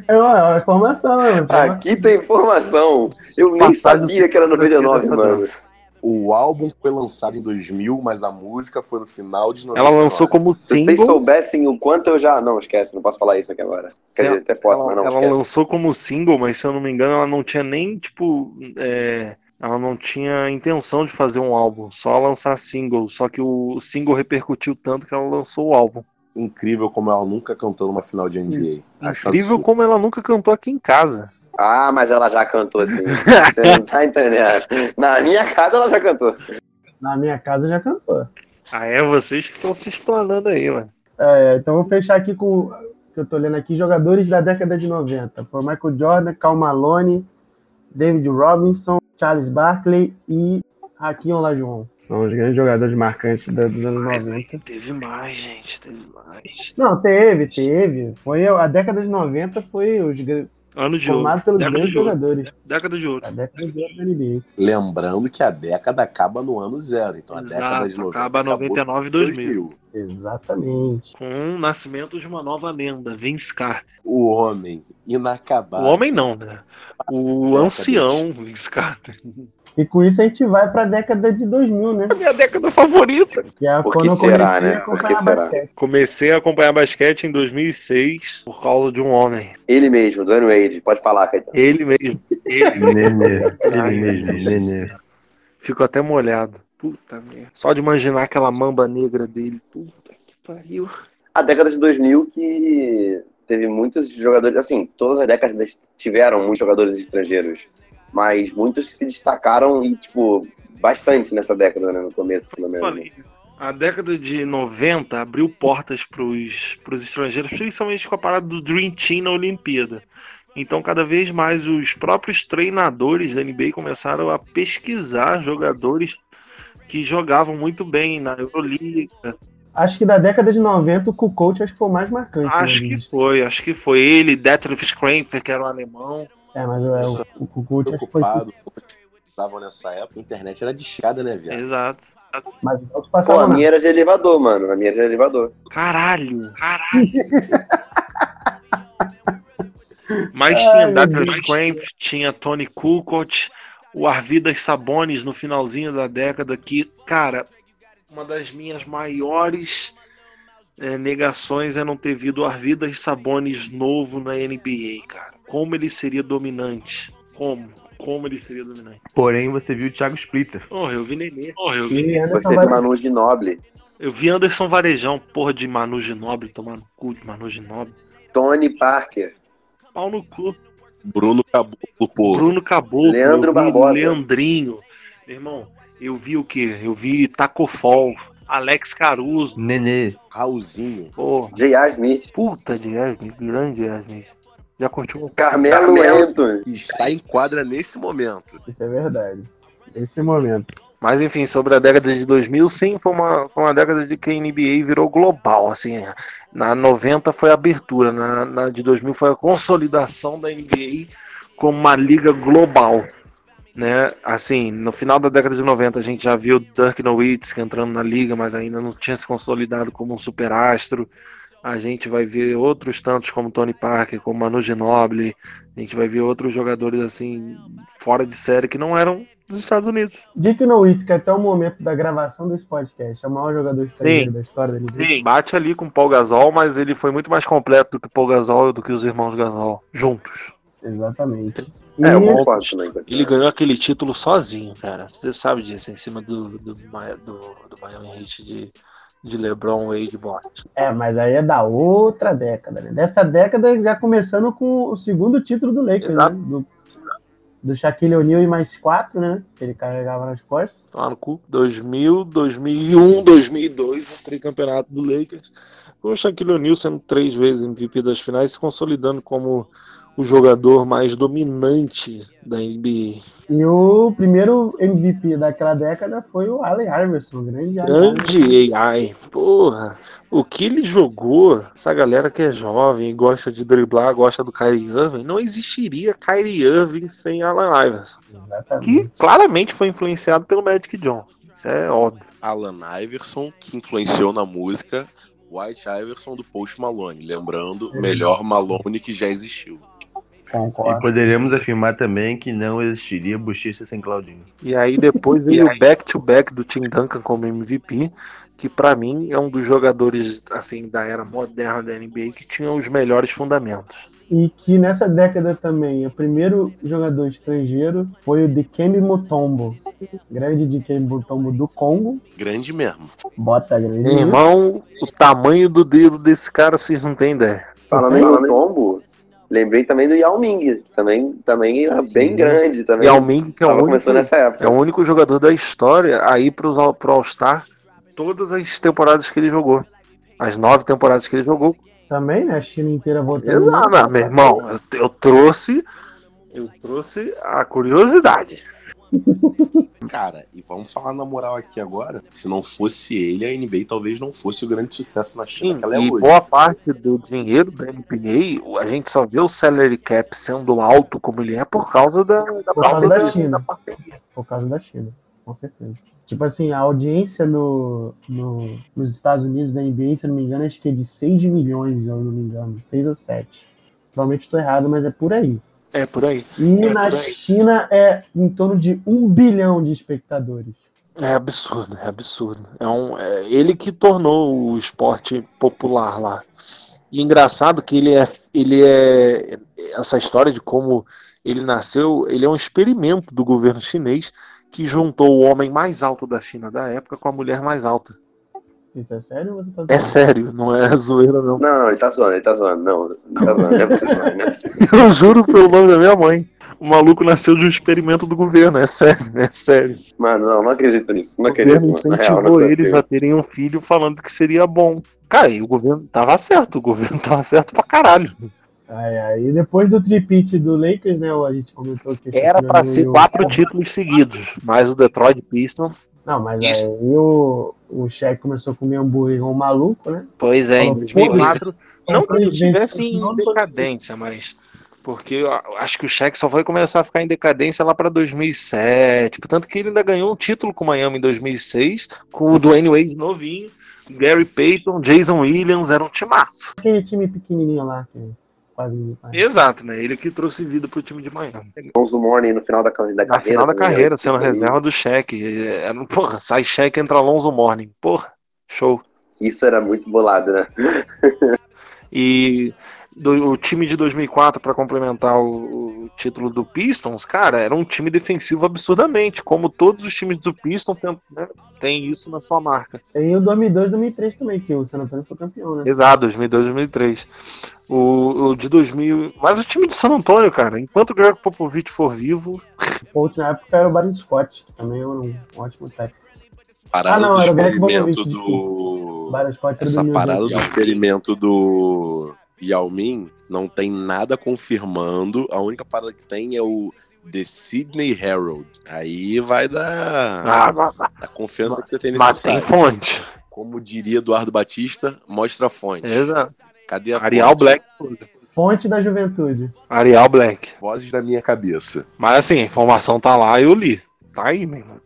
S1: É uma, é uma informação, né?
S4: Aqui Ah, tem informação. Eu nem
S2: Passagem
S4: sabia que era 99,
S2: dessa
S4: mano.
S2: dança.
S3: O álbum foi lançado em 2000, mas a música foi no final de 99.
S2: Ela lançou como
S4: Se vocês
S2: single.
S4: soubessem o quanto eu já. Não, esquece, não posso falar isso aqui agora. Quer dizer, até posso,
S2: ela
S4: mas não.
S2: ela
S4: esquece.
S2: lançou como single, mas se eu não me engano, ela não tinha nem, tipo. é, Ela não tinha intenção de fazer um álbum, só lançar single. Só que o single repercutiu tanto que ela lançou o álbum.
S3: Incrível como ela nunca cantou numa final de NBA. Acho
S2: Incrível
S3: absurdo.
S2: como ela nunca cantou aqui em casa.
S4: Ah, mas ela já cantou assim. Você não tá entendendo. Na minha casa ela já cantou.
S1: Na minha casa já cantou.
S2: Ah, é vocês que estão se explanando aí, mano.
S1: É, então vou fechar aqui com que eu tô lendo aqui, jogadores da década de 90. Foi Michael Jordan, Cal Malone, David Robinson, Charles Barkley e Hakim Olajuwon. São os grandes jogadores marcantes da- dos anos
S4: é
S1: 90.
S2: Teve mais, gente, teve mais.
S1: Não, teve, teve. Foi a a década de 90 foi os gran-
S2: Ano de ouro.
S1: formado pelos
S2: Década
S1: grandes
S2: de ouro.
S1: jogadores.
S2: Década de ouro.
S1: A década de ouro da NBA.
S3: Lembrando que a década acaba no ano zero. Então a década de
S2: Exato,
S3: 90
S2: acaba
S3: acabou
S2: 99 e
S3: em
S2: 2000.
S3: 2000.
S1: Exatamente.
S2: Com o nascimento de uma nova lenda, Vince Carter.
S3: O homem inacabado.
S2: O homem não, né? O
S3: Exatamente.
S2: ancião Vince Carter.
S1: E com isso a gente vai pra década de 2000, né?
S2: É Minha década favorita.
S1: Que é
S4: Por
S1: quando
S4: que
S1: eu
S4: será,
S1: comecei
S4: né?
S1: a
S4: Por que
S1: acompanhar
S4: será?
S1: basquete.
S2: Comecei a acompanhar basquete em 2006 por causa de um homem.
S4: Ele mesmo, Dwayne Wade. Pode falar, Caetano.
S2: Ele mesmo. Ele.
S5: Nenê,
S2: Ai,
S5: nenê, nenê.
S2: Fico até molhado. Puta merda. Só de imaginar aquela mamba negra dele. Puta que pariu.
S4: a década de 2000 que teve muitos jogadores, assim, todas as décadas tiveram muitos jogadores estrangeiros, mas muitos que se destacaram e, tipo, bastante nessa década, né, no começo, pelo menos.
S2: A década de 90 abriu portas pros, pros estrangeiros, principalmente com a parada do Dream Team na Olimpíada. Então, cada vez mais, os próprios treinadores da NBA começaram a pesquisar jogadores que jogavam muito bem na Euroliga,
S1: Acho que da década de 90 o Kukoc acho que foi o mais marcante.
S2: Acho
S1: né?
S2: que foi, acho que foi ele, Detlef Schrempfer, que era um alemão.
S1: É, mas é,
S3: Isso.
S1: o, o Kukoc acho que foi.
S3: Preocupado. Estavam nessa época, a internet era discada, né, viado?
S2: Exato.
S1: Mas o Celtics
S4: Pô, a
S1: passava na
S4: minha era de elevador, mano. A minha era de elevador.
S2: Caralho, caralho. Mas
S1: Ai,
S2: tinha
S1: meu
S2: Detlef
S1: Deus.
S2: Schrempfer, tinha Tony Kukoc, o Arvidas Sabonis no finalzinho da década, que, cara, uma das minhas maiores eh, negações é não ter vido o Arvidas Sabonis novo na NBA, cara. Como ele seria dominante. Como? Como ele seria dominante.
S5: Porém, você viu o Thiago Splitter.
S2: Porra, eu vi Nenê. Porra, eu vi.
S1: e Anderson
S4: Você viu
S1: Varejão.
S4: Manu Ginobili,
S2: Eu vi Anderson Varejão, porra de Manu Ginobre, tomando cu de Manu Ginobre.
S4: Tony Parker,
S2: Pau no cu.
S3: Bruno Caboclo, pô.
S2: Bruno Caboclo.
S4: Leandro
S2: eu vi
S4: Barbosa.
S2: Leandrinho. Meu irmão, eu vi o quê? Eu vi Tacofol, Alex Caruso,
S5: Nenê.
S3: Raulzinho.
S2: porra.
S4: J.A. Smith,
S2: Puta de Yasmin, grande Yasmin. Já curtiu?
S4: Carmelo,
S3: Carmelo.
S4: Anthony.
S3: que Está em quadra nesse momento.
S1: Isso é verdade. Esse momento.
S2: Mas enfim, sobre a década de 2000, sim, foi uma, foi uma década de que a NBA virou global, assim. Na 90 foi a abertura, na, na de 2000 foi a consolidação da NBA como uma liga global, né? Assim, no final da década de 90 a gente já viu Dirk Nowitzki entrando na liga, mas ainda não tinha se consolidado como um superastro. A gente vai ver outros tantos como Tony Parker, como Manu Ginobili, a gente vai ver outros jogadores assim fora de série que não eram dos Estados Unidos.
S1: Dick Nowitzki, é até o momento da gravação desse podcast, é o maior jogador estrangeiro da história da NBA.
S2: Sim, bate ali com o Paul Gasol, mas ele foi muito mais completo do que o Paul Gasol e do que os irmãos Gasol juntos.
S1: Exatamente.
S4: É, eu
S1: E-
S4: concordo também com essa-
S2: Ele ganhou aquele título sozinho, cara. Você sabe disso, em cima do, do, Ma- do, do Miami Heat de, de LeBron Wade Bot.
S1: É, mas aí é da outra década, né? Dessa década já começando com o segundo título do Lakers,
S2: Exato.
S1: né? Do, do Shaquille O'Neal e mais quatro, né? Que ele carregava nas costas.
S2: Tá Lá no cu. 2000, 2001, 2002, o um tricampeonato do Lakers. Com o Shaquille O'Neal sendo três vezes MVP das finais, se consolidando como o jogador mais dominante da NBA.
S1: E o primeiro MVP daquela década foi o Allen Iverson, o grande Allen Iverson.
S2: Grande AI, porra. O que ele jogou, essa galera que é jovem, e gosta de driblar, gosta do Kyrie Irving, não existiria Kyrie Irving sem Allen Iverson. Que
S1: Exatamente.
S2: claramente foi influenciado pelo Magic Johnson. Isso é óbvio.
S3: Alan Iverson, que influenciou na música White Iverson do Post Malone. Lembrando,
S1: Uhum.
S3: melhor Malone que já existiu.
S5: E
S1: Concordo.
S5: poderíamos afirmar também que não existiria bochecha sem Claudinho.
S2: E aí depois veio o back-to-back do Tim Duncan como MVP, que pra mim é um dos jogadores assim da era moderna da NBA que tinha os melhores fundamentos.
S1: E que nessa década também, o primeiro jogador estrangeiro foi o Dikembe Mutombo. Grande Dikembe Mutombo do Congo.
S3: Grande mesmo.
S1: Bota grande.
S2: Meu irmão, o tamanho do dedo desse cara vocês não têm ideia.
S4: Falando em tombo, lembrei também do Yao Ming. Também, também era bem grande. Também
S2: Ah, Yao Ming, que é o
S4: tava
S2: único,
S4: começando nessa época.
S2: é o único jogador da história a ir para o All-Star todas as temporadas que ele jogou. As nove temporadas que ele jogou.
S1: Também, né? A China inteira votando.
S2: Exato, ah, meu irmão. Eu, eu trouxe. Eu trouxe a curiosidade.
S3: Cara, e vamos falar na moral aqui agora. Se não fosse ele, a NBA talvez não fosse o grande sucesso na China
S2: Sim,
S3: que ela é
S2: e
S3: hoje.
S2: boa parte do dinheiro da NBA, a gente só vê o salary cap sendo alto como ele é por causa da, da,
S1: Por causa da
S2: da-
S1: China.
S2: da-
S1: Por causa da China. com certeza. Tipo assim, a audiência no, no- nos Estados Unidos da NBA, se eu não me engano, acho que é de 6 milhões, se eu não me engano. 6 ou 7. Provavelmente estou errado, mas é por aí.
S2: É por aí.
S1: E
S2: É
S1: na
S2: por aí.
S1: China é em torno de 1 bilhão de espectadores.
S2: É absurdo, é absurdo. É um, é ele que tornou o esporte popular lá. E engraçado que ele é, ele é essa história de como ele nasceu, ele é um experimento do governo chinês que juntou o homem mais alto da China da época com a mulher mais alta.
S1: Isso é sério ou você tá
S2: É
S1: zoando?
S2: sério, não é zoeira não.
S4: Não, não, ele tá zoando, ele tá zoando. Não, não tá zoando, não é possível. Não é possível.
S2: Eu juro pelo nome da minha mãe. O maluco nasceu de um experimento do governo, é sério, é sério.
S4: Mano, não, não acredito nisso. Não
S2: O
S4: acredito,
S2: governo
S4: Tá mano. Na real, não
S2: incentivou
S4: é
S2: eles
S4: possível.
S2: a terem um filho falando que seria bom. Cara, e o governo tava certo, o governo tava certo pra caralho.
S1: Ai, ai. E depois do tripit do Lakers, né? A gente comentou que.
S2: Era pra ser
S1: o-
S2: quatro títulos seguidos, mas o Detroit Pistons.
S1: Não, mas
S2: Isso.
S1: aí o, o chefe começou a comer hambúrguer igual um maluco, né?
S2: Pois é, em
S1: Falou,
S2: 2004. Não que ele
S1: Foda-se.
S2: estivesse em
S1: Não foi-
S2: decadência, mas. Porque eu acho que o Shaq só foi começar a ficar em decadência lá pra 2007. Portanto, que ele ainda ganhou um título com o Miami em 2006, com o Dwayne Wade novinho, Gary Payton, Jason Williams, era um timaço.
S1: Aquele time pequenininho lá que quase ninguém conhece.
S2: Exato, né? Ele que trouxe vida pro time de Miami.
S4: Bons do Morning no final da, ca- da
S2: Na
S4: carreira.
S2: final da
S4: tá ligado?
S2: carreira, sendo reserva do cheque. É, é, Porra, sai cheque, entra Alonso Morning. Porra, show.
S4: Isso era muito bolado, né?
S2: E do- o time de 2004, para complementar o, o título do Pistons, cara, era um time defensivo absurdamente. Como todos os times do Pistons tem, né, tem isso na sua marca.
S1: Tem o 2002, 2003 também, que o San Antonio foi campeão, né?
S2: Exato, 2002, 2003. O, o de 2000. Mas o time de San Antônio, cara, enquanto o Greg Popovich for vivo,
S1: O coach na época era o Barry Scott, que também era um ótimo técnico.
S3: Parada
S1: Ah, não,
S3: do
S1: era o Greg
S3: experimento
S1: Popovich, O
S3: do.
S1: Barry Scott era
S3: Essa
S1: do New
S3: parada do
S1: Jersey.
S3: experimento do Yao Ming não tem nada confirmando. A única parada que tem é o The Sydney Herald. Aí vai da,
S2: ah, mas-
S3: da confiança que você tem nesse
S2: mas tem
S3: site.
S2: fonte.
S3: Como diria Eduardo Batista, mostra a fonte.
S2: Exato.
S3: Cadê a
S2: Arial
S3: fonte?
S2: Black.
S1: Fonte da juventude.
S2: Arial Black.
S3: Vozes da minha cabeça.
S2: Mas assim, a informação tá lá, eu li. Tá aí, meu irmão.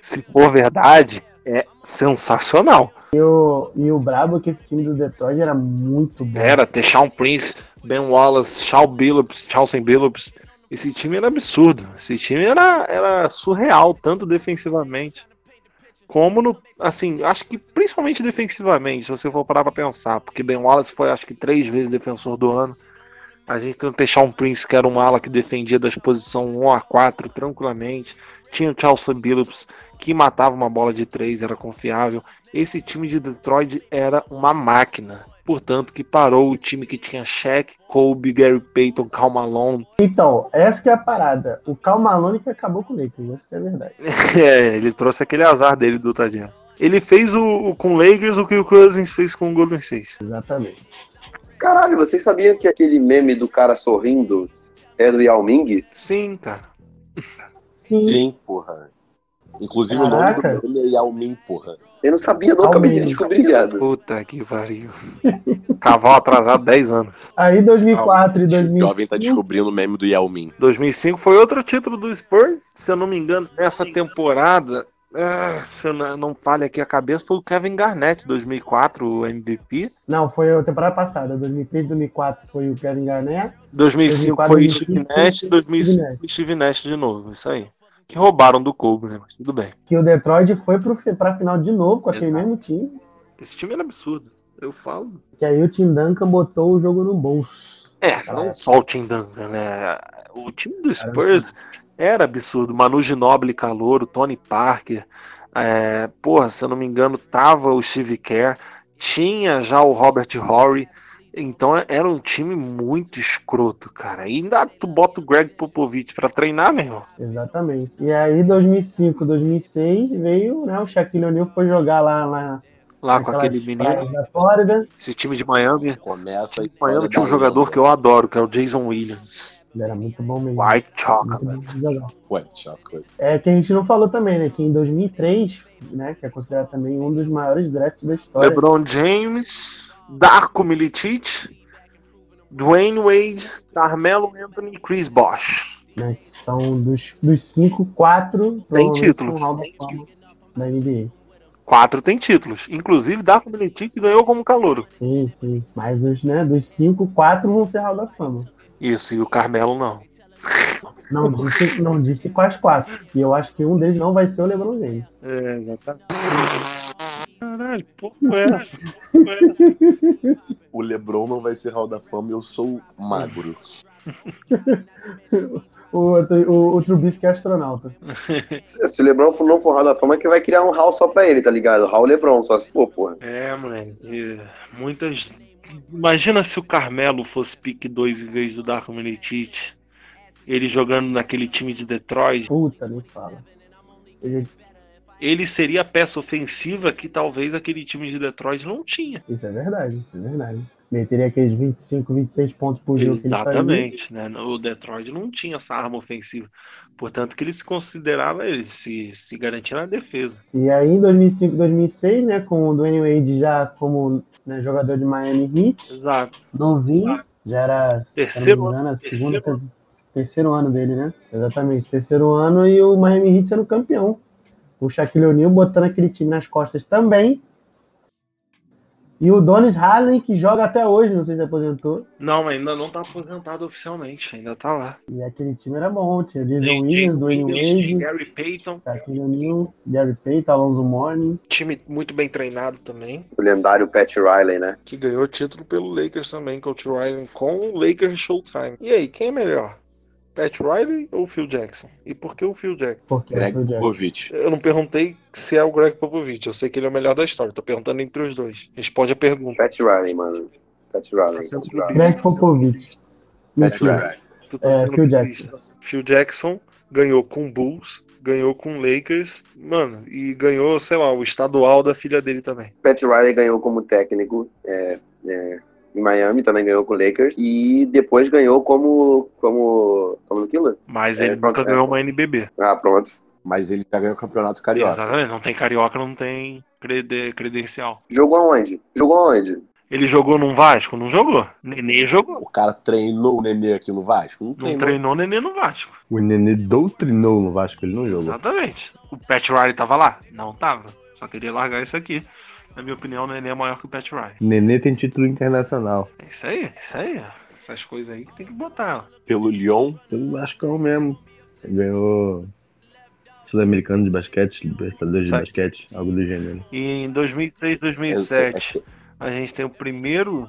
S2: Se for verdade, é sensacional.
S1: E o, e o brabo é que esse time do Detroit era muito bom.
S2: Era ter Shawn Prince, Ben Wallace, Shawn Billups, Chauncey Billups. Esse time era absurdo. Esse time era, era surreal, tanto defensivamente como no. Assim, acho que principalmente defensivamente, se você for parar pra pensar. Porque Ben Wallace foi, acho que, três vezes defensor do ano. A gente tem o Teixão Prince, que era um ala que defendia das posições 1 a 4 tranquilamente. Tinha o Chelsea Billups, que matava uma bola de 3, era confiável. Esse time de Detroit era uma máquina. Portanto, que parou o time que tinha Shaq, Kobe, Gary Payton, Cal Malone.
S1: Então, essa que é a parada. O Cal Malone que acabou com o Lakers, essa que é a verdade.
S2: É, ele trouxe aquele azar dele do Utah Jazz. Ele fez o, o- com o Lakers o que o Cousins fez com o Golden State.
S1: Exatamente.
S4: Caralho, vocês sabiam que aquele meme do cara sorrindo é do Yao Ming?
S2: Sim, cara.
S1: Sim.
S3: Sim, porra. Inclusive o
S1: Caraca.
S3: nome do dele é Yao Ming, porra.
S4: Eu não sabia, não.
S1: Yao
S4: Acabei de
S1: Ming.
S4: descobrir, viado.
S2: Puta que pariu. Cavalo atrasado 10 anos.
S1: Aí
S2: Ah,
S1: 2004 e
S3: O
S1: 2005.
S3: jovem tá descobrindo o meme do Yao Ming.
S2: 2005 foi outro título do Spurs, se eu não me engano, nessa temporada. ah, se eu não, não falha aqui a cabeça, foi o Kevin Garnett, 2004, o MVP.
S1: Não, foi a temporada passada. 2003, 2004 foi o Kevin Garnett.
S2: 2005
S1: 2004,
S2: foi o Steve
S1: 2005,
S2: Nash,
S1: Steve
S2: 2005
S1: Nash.
S2: foi o Steve Nash de novo, isso aí. Que roubaram do Kobe, né? Mas tudo bem.
S1: que o Detroit foi pro, fi- pra final de novo com aquele
S2: Exato.
S1: mesmo time.
S2: Esse time era absurdo, eu falo.
S1: Que aí o Tim Duncan botou o jogo no bolso.
S2: É,
S1: Ah,
S2: não
S1: é.
S2: só o Tim Duncan, né? O time do Spurs era absurdo. Manu Ginobili, Calouro, Tony Parker. É, porra, se eu não me engano, tava o Steve Kerr, tinha já o Robert Horry. Então é- era um time muito escroto, cara. E ainda tu bota o Greg Popovich pra treinar, meu irmão.
S1: Exatamente. E aí 2005, 2006 veio, né? O Shaquille O'Neal foi jogar lá, lá
S2: Lá com
S1: naquelas
S2: aquele menino,
S1: praias da Flórida.
S2: esse time de Miami. Esse
S3: Começa
S2: time
S3: aí.
S2: de Miami tinha um jogador que eu adoro, que é o Jason Williams.
S1: Ele era muito bom mesmo.
S2: White
S1: Muito
S2: Chocolate.
S1: bom de jogar.
S3: Ué, chocolate.
S1: É que a gente não falou também, né? Que em 2003, né? Que é considerado também um dos maiores drafts da história.
S2: LeBron James, Darko Milicic, Dwayne Wade, Carmelo Anthony e Chris Bosh.
S1: né, que são dos, dos cinco, quatro
S2: Tem
S1: provavelmente
S2: títulos,
S1: são Hall da
S2: tem
S1: Fama da NBA.
S2: Quatro tem títulos. Inclusive, Darko Miletic ganhou como calouro.
S1: Sim, sim. Mas dos, né, dos cinco, quatro vão ser Hall da Fama.
S2: Isso, e o Carmelo não.
S1: Não disse, não disse quais quatro. E eu acho que um deles não vai ser o LeBron James.
S2: É, exatamente. Caralho, porra é essa? Porra é essa?
S3: O Lebron não vai ser Hall da Fama e eu sou magro.
S1: O, outro- o, o Trubisky é astronauta.
S4: Se se o Lebron for- não for Hall da Fama, é que vai criar um Hall só pra ele, tá ligado? Hall Lebron, só se for, porra.
S2: É, moleque. é, Muitas. Imagina se o Carmelo fosse pick 2 em vez do Darko Miletic. Ele jogando naquele time de Detroit.
S1: Puta, nem fala. Ele-
S2: Ele seria a peça ofensiva que talvez aquele time de Detroit não tinha.
S1: isso é verdade, isso é verdade. Meteria aqueles 25, 26 pontos por jogo que ele fazia.
S2: Exatamente, né? O Detroit não tinha essa arma ofensiva. Portanto, que ele se considerava, ele se, se garantia na defesa.
S1: E aí em 2005, 2006, né, com o Dwayne Wade já como né, jogador de Miami Heat,
S2: Exato.
S1: novinho, já era se eu não me
S2: Tá. Terceiro
S1: engano, a
S2: terceiro
S1: segunda, ter- terceiro ano dele, né? Exatamente, terceiro ano e o Miami Heat sendo campeão. O Shaquille O'Neal botando aquele time nas costas também. E o Donis Harlem, que joga até hoje, não sei se aposentou.
S2: Não, mas ainda não tá aposentado oficialmente, ainda tá lá.
S1: E aquele time era bom, tinha Jason Williams,
S2: Jason
S1: Dwayne
S2: Williams,
S1: Wade,
S2: Gary Payton,
S1: Shaquille O'Neal, Gary Payton, Alonso Mourning.
S2: time muito bem treinado também,
S4: O lendário Pat Riley, né?
S2: que ganhou título pelo Lakers também, Coach Riley, com o Lakers Showtime. E aí, quem é melhor? Pat Riley ou Phil Jackson? E por que o Phil Jackson?
S1: Porque
S3: Greg
S1: foi o Jackson.
S3: Popovich.
S2: Eu não perguntei se é o Greg Popovich, eu sei que ele é o melhor da história, tô perguntando entre os dois. Responde a pergunta.
S4: Pat Riley, mano. Pat Riley.
S2: Tá sendo
S4: Pat Riley.
S1: Greg Popovich.
S3: That's
S1: Mentira.
S3: right.
S2: Tu tá
S1: É,
S2: sendo
S1: Phil
S2: clubista. Phil Jackson ganhou com o Bulls, ganhou com o Lakers, mano, e ganhou, sei lá, o estadual da filha dele também.
S4: Pat Riley ganhou como técnico é, é, em Miami, também ganhou com o Lakers. E depois ganhou como. como. como aquilo?
S2: Mas
S4: É,
S2: ele nunca
S4: pronto,
S2: ganhou
S4: é.
S2: uma NBB.
S4: Ah, pronto.
S3: Mas ele já ganhou o campeonato carioca.
S2: Exatamente, não tem carioca, não tem crede- credencial.
S4: Jogou aonde? Jogou aonde?
S2: Ele jogou num Vasco? Não jogou. Nenê jogou.
S3: O cara treinou o Nenê aqui no Vasco? Não
S2: Não
S3: treinou.
S2: treinou Nenê no Vasco.
S5: O Nenê doutrinou no Vasco, ele não jogou.
S2: Exatamente. O Pat Riley tava lá? Não tava. Só queria largar isso aqui. Na minha opinião, o Nenê é maior que o Pat Riley.
S5: Nenê tem título internacional.
S2: É isso aí, isso aí. ó. Essas coisas aí que tem que botar. ó.
S3: Pelo Lyon.
S5: Pelo Vascão é mesmo. Ganhou Sul-Americano de basquete, Libertadores de
S2: Certo.
S5: basquete, algo do gênero.
S2: E em 2003,
S3: Esse-
S2: 2007, a gente tem o primeiro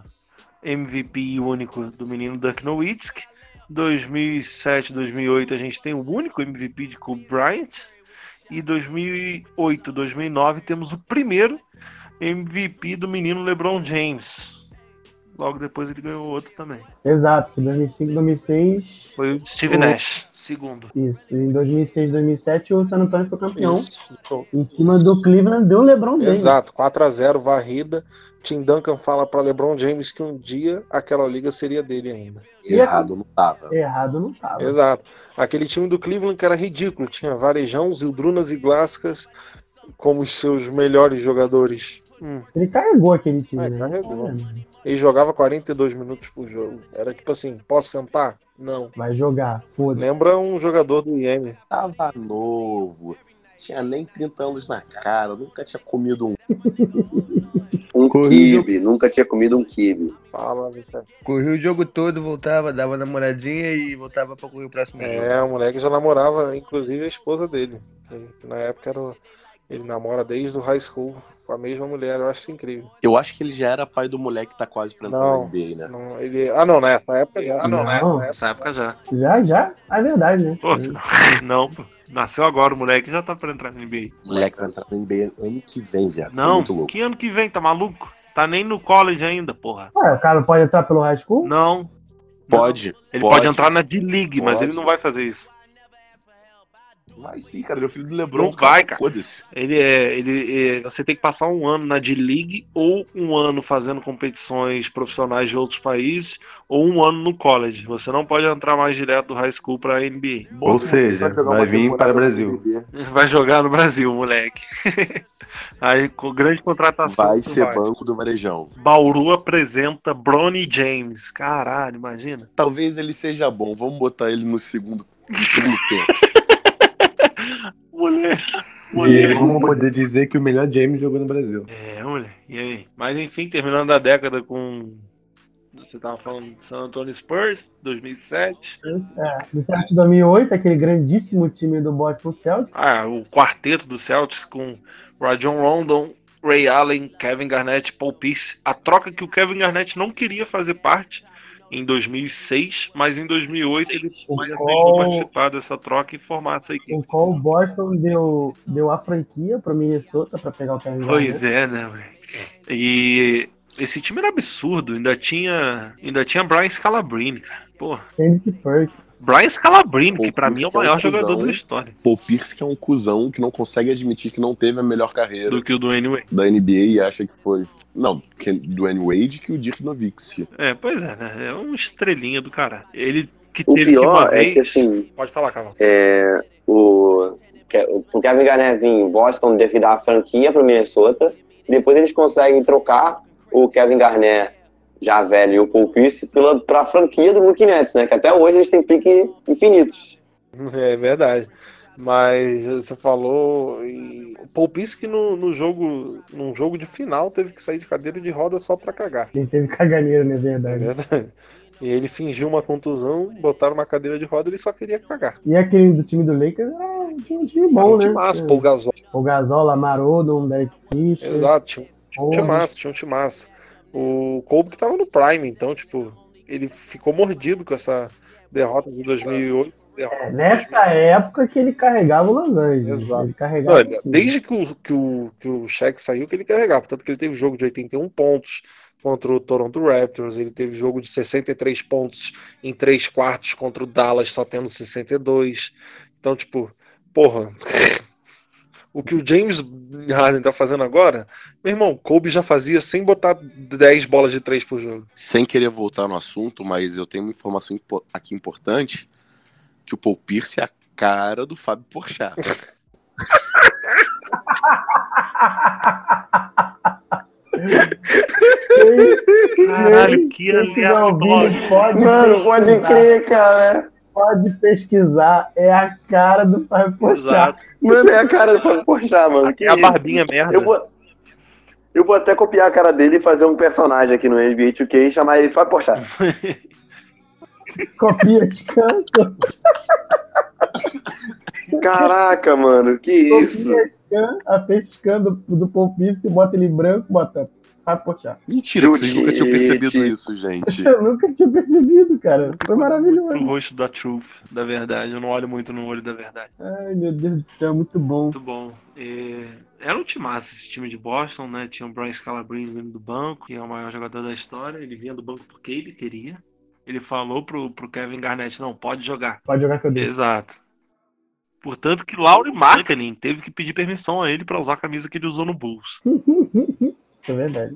S2: MVP e único do menino Dirk Nowitzki. 2007, 2008 a gente tem o único MVP de Kobe Bryant e 2008, 2009 temos o primeiro MVP do menino LeBron James. Logo depois ele ganhou outro também.
S1: Exato, que 2005, 2006.
S2: Foi o Steve Nash, segundo.
S1: Isso, em 2006, 2007 o San Antonio foi campeão.
S2: Isso.
S1: Em cima do Cleveland deu LeBron James.
S2: Exato, 4 a 0 varrida. Tim Duncan fala para LeBron James que um dia aquela liga seria dele ainda.
S3: Errado, não tava.
S1: Errado não tava.
S2: Exato. Aquele time do Cleveland que era ridículo, tinha Varejão, Zildrunas e Glaskas como os seus melhores jogadores. Hum.
S1: Ele carregou aquele time,
S2: É,
S1: né?
S2: carregou.
S1: Caramba.
S2: Ele jogava 42 minutos por jogo. Era tipo assim, posso sentar? Não.
S1: Vai jogar, foda-se.
S2: Lembra um jogador do IEM.
S3: Tava novo. Tinha nem 30 anos na cara. Nunca tinha comido um.
S4: Um
S5: Corrido.
S4: quibe. Nunca tinha comido um quibe.
S2: Fala, Vitor.
S5: Correu o jogo todo, voltava, dava namoradinha e voltava pra correr o próximo jogo.
S2: É, o moleque já namorava, inclusive, a esposa dele. Que Na época era. o- Ele namora desde o high school com a mesma mulher, eu acho isso incrível.
S3: Eu acho que ele já era pai do moleque que tá quase pra entrar
S2: Não.
S3: na NBA, né?
S2: Não, ele... Ah, não, nessa época já. Ah, não,
S1: Não.
S2: né? Nessa época já.
S1: Já, já? Ah, É verdade, né?
S2: Pô, se- não, pô. nasceu agora o moleque, já tá pra entrar na NBA.
S3: O moleque vai entrar na NBA ano que vem, viado. Isso é
S2: Não,
S3: muito louco.
S2: que ano que vem, tá maluco? Tá nem no college ainda, porra.
S1: Ué, o cara pode entrar pelo high school?
S2: Não.
S3: Pode.
S2: Ele pode,
S3: pode.
S2: entrar na D-League, mas
S3: Pode.
S2: ele não vai fazer isso.
S3: Vai sim, cara. Ele é o filho do Lebron.
S2: Não vai, cara.
S3: Foda-se.
S2: Ele é, ele é- você tem que passar um ano na D-League ou um ano fazendo competições profissionais de outros países ou um ano no college. Você não pode entrar mais direto do high school pra NBA.
S5: Ou seja,
S3: Vai jogar
S5: vai
S3: uma
S5: vir
S3: temporada
S5: para o Brasil.
S3: na NBA.
S2: Vai jogar no Brasil, moleque. Aí, com grande contratação.
S3: Vai
S2: tu
S3: ser
S2: Tá vai.
S3: banco do Varejão.
S2: Bauru apresenta Bronny James. Caralho, imagina.
S3: Talvez ele seja bom. Vamos botar ele no segundo, no segundo tempo.
S2: Moleque.
S5: E vamos poder dizer que o melhor James jogou no Brasil.
S2: É, moleque. E aí? Mas enfim, terminando a década com. Você tava falando de San Antonio Spurs, 2007.
S1: É, do Celtics 2008, aquele grandíssimo time do Boston Celtics.
S2: Ah, o quarteto do Celtics com Rajon Rondon, Ray Allen, Kevin Garnett, Paul Pierce. A troca que o Kevin Garnett não queria fazer parte em 2006, mas em 2008 ele
S1: Mas
S2: aceitou participar dessa troca e formar essa equipe.
S1: o qual o Boston deu, deu a franquia para Minnesota para pegar o Kevin
S2: Pois
S1: Garnett.
S2: é, né, velho? E esse time era absurdo, ainda tinha, ainda tinha Brian Scalabrine, cara. Pô,
S1: Kendrick Perkins.
S2: Brian Scalabrine,
S3: Pô,
S2: que pra mim é o
S3: isso é um
S2: maior jogador
S3: cuzão.
S2: da história,
S3: Paul Pierce que é um cuzão que não consegue admitir que não teve a melhor carreira
S2: do que o do Anyway.
S3: da NBA e acha que foi. Não, que- é do N. Wade que o Dirk Nowitzki.
S2: É, pois é, né? É um estrelinha do cara. Ele que
S4: O
S2: teve que
S4: pior
S2: uma
S4: é
S2: vez-
S4: que, assim,
S2: Pode falar, Carlão.
S4: é, o, Ke- o Kevin Garnett vinha em Boston devido à franquia para Minnesota. Depois eles conseguem trocar o Kevin Garnett, já velho, e o Paul Pierce pela, pra franquia do Brooklyn Nets, né? Que até hoje eles têm pique infinitos.
S2: É verdade. Mas você falou. E... O Paul Pierce que no, no jogo, num jogo de final teve que sair de cadeira de roda só pra cagar.
S1: Ele teve caganeira, na
S2: É
S1: verdade.
S2: verdade. E ele fingiu uma contusão, botaram uma cadeira de roda e ele só queria cagar.
S1: E aquele do time do Lakers era um time, um time bom,
S2: Era um
S1: né?
S2: timaço, Paul Gasol.
S1: O Gasol, Lamar Odom, Derek Fisher.
S2: Exato, tinha um
S1: Porra,
S2: timaço, tinha um timaço. O Kobe que tava no Prime, então, tipo, ele ficou mordido com essa derrota de 2008. derrota
S1: É, Nessa época que ele carregava o Los Angeles.
S2: Exato.
S1: Ele carregava o
S2: Olha,
S1: time.
S2: desde que o, que, o, que o Shaq saiu, que ele carregava. Tanto que ele teve jogo de 81 pontos contra o Toronto Raptors, ele teve jogo de 63 pontos em 3 quartos contra o Dallas, só tendo 62. Então, tipo, porra. O que o James Harden tá fazendo agora, meu irmão, Kobe já fazia sem botar 10 bolas de 3 por jogo.
S3: Sem querer voltar no assunto, mas eu tenho uma informação impo- aqui importante: que o Paul Pierce é a cara do Fábio Porchat.
S1: Quem-
S2: Caralho,
S1: quem-
S2: que é
S1: quem estiver ouvindo, pode,
S4: Mano, pode
S1: pesquisar,
S4: crer, cara.
S1: pode pesquisar. É a cara do Fábio Pochá.
S4: Mano, é a cara do Fábio Porchat, mano. Que
S2: É a
S4: isso?
S2: barbinha merda.
S4: Eu vou, eu vou até copiar a cara dele e fazer um personagem aqui no NBA 2K e chamar ele de Fábio Porchat.
S1: Copia de canto.
S4: Caraca, mano, que isso.
S1: Copia de canto. A pescan do, do Pompista e bota ele branco, bota Fábio Pochá.
S3: Mentira, que vocês nunca tinham
S4: Gente.
S3: percebido isso, gente.
S1: Eu nunca tinha percebido, cara. Foi
S2: No
S1: maravilhoso.
S2: rosto da truth, da verdade. Eu não olho muito no olho da verdade.
S1: Ai, meu Deus do céu, muito bom.
S2: Muito bom. É, Era um time massa esse time de Boston, né? Tinha o Brian Scalabrine vindo do banco, que é o maior jogador da história. Ele vinha do banco porque ele queria. Ele falou pro, pro Kevin Garnett, não, pode jogar.
S1: Pode jogar com o dedo.
S2: Exato. Portanto que Lauri Markkanen teve que pedir permissão a ele pra usar a camisa que ele usou no Bulls.
S1: Isso é verdade.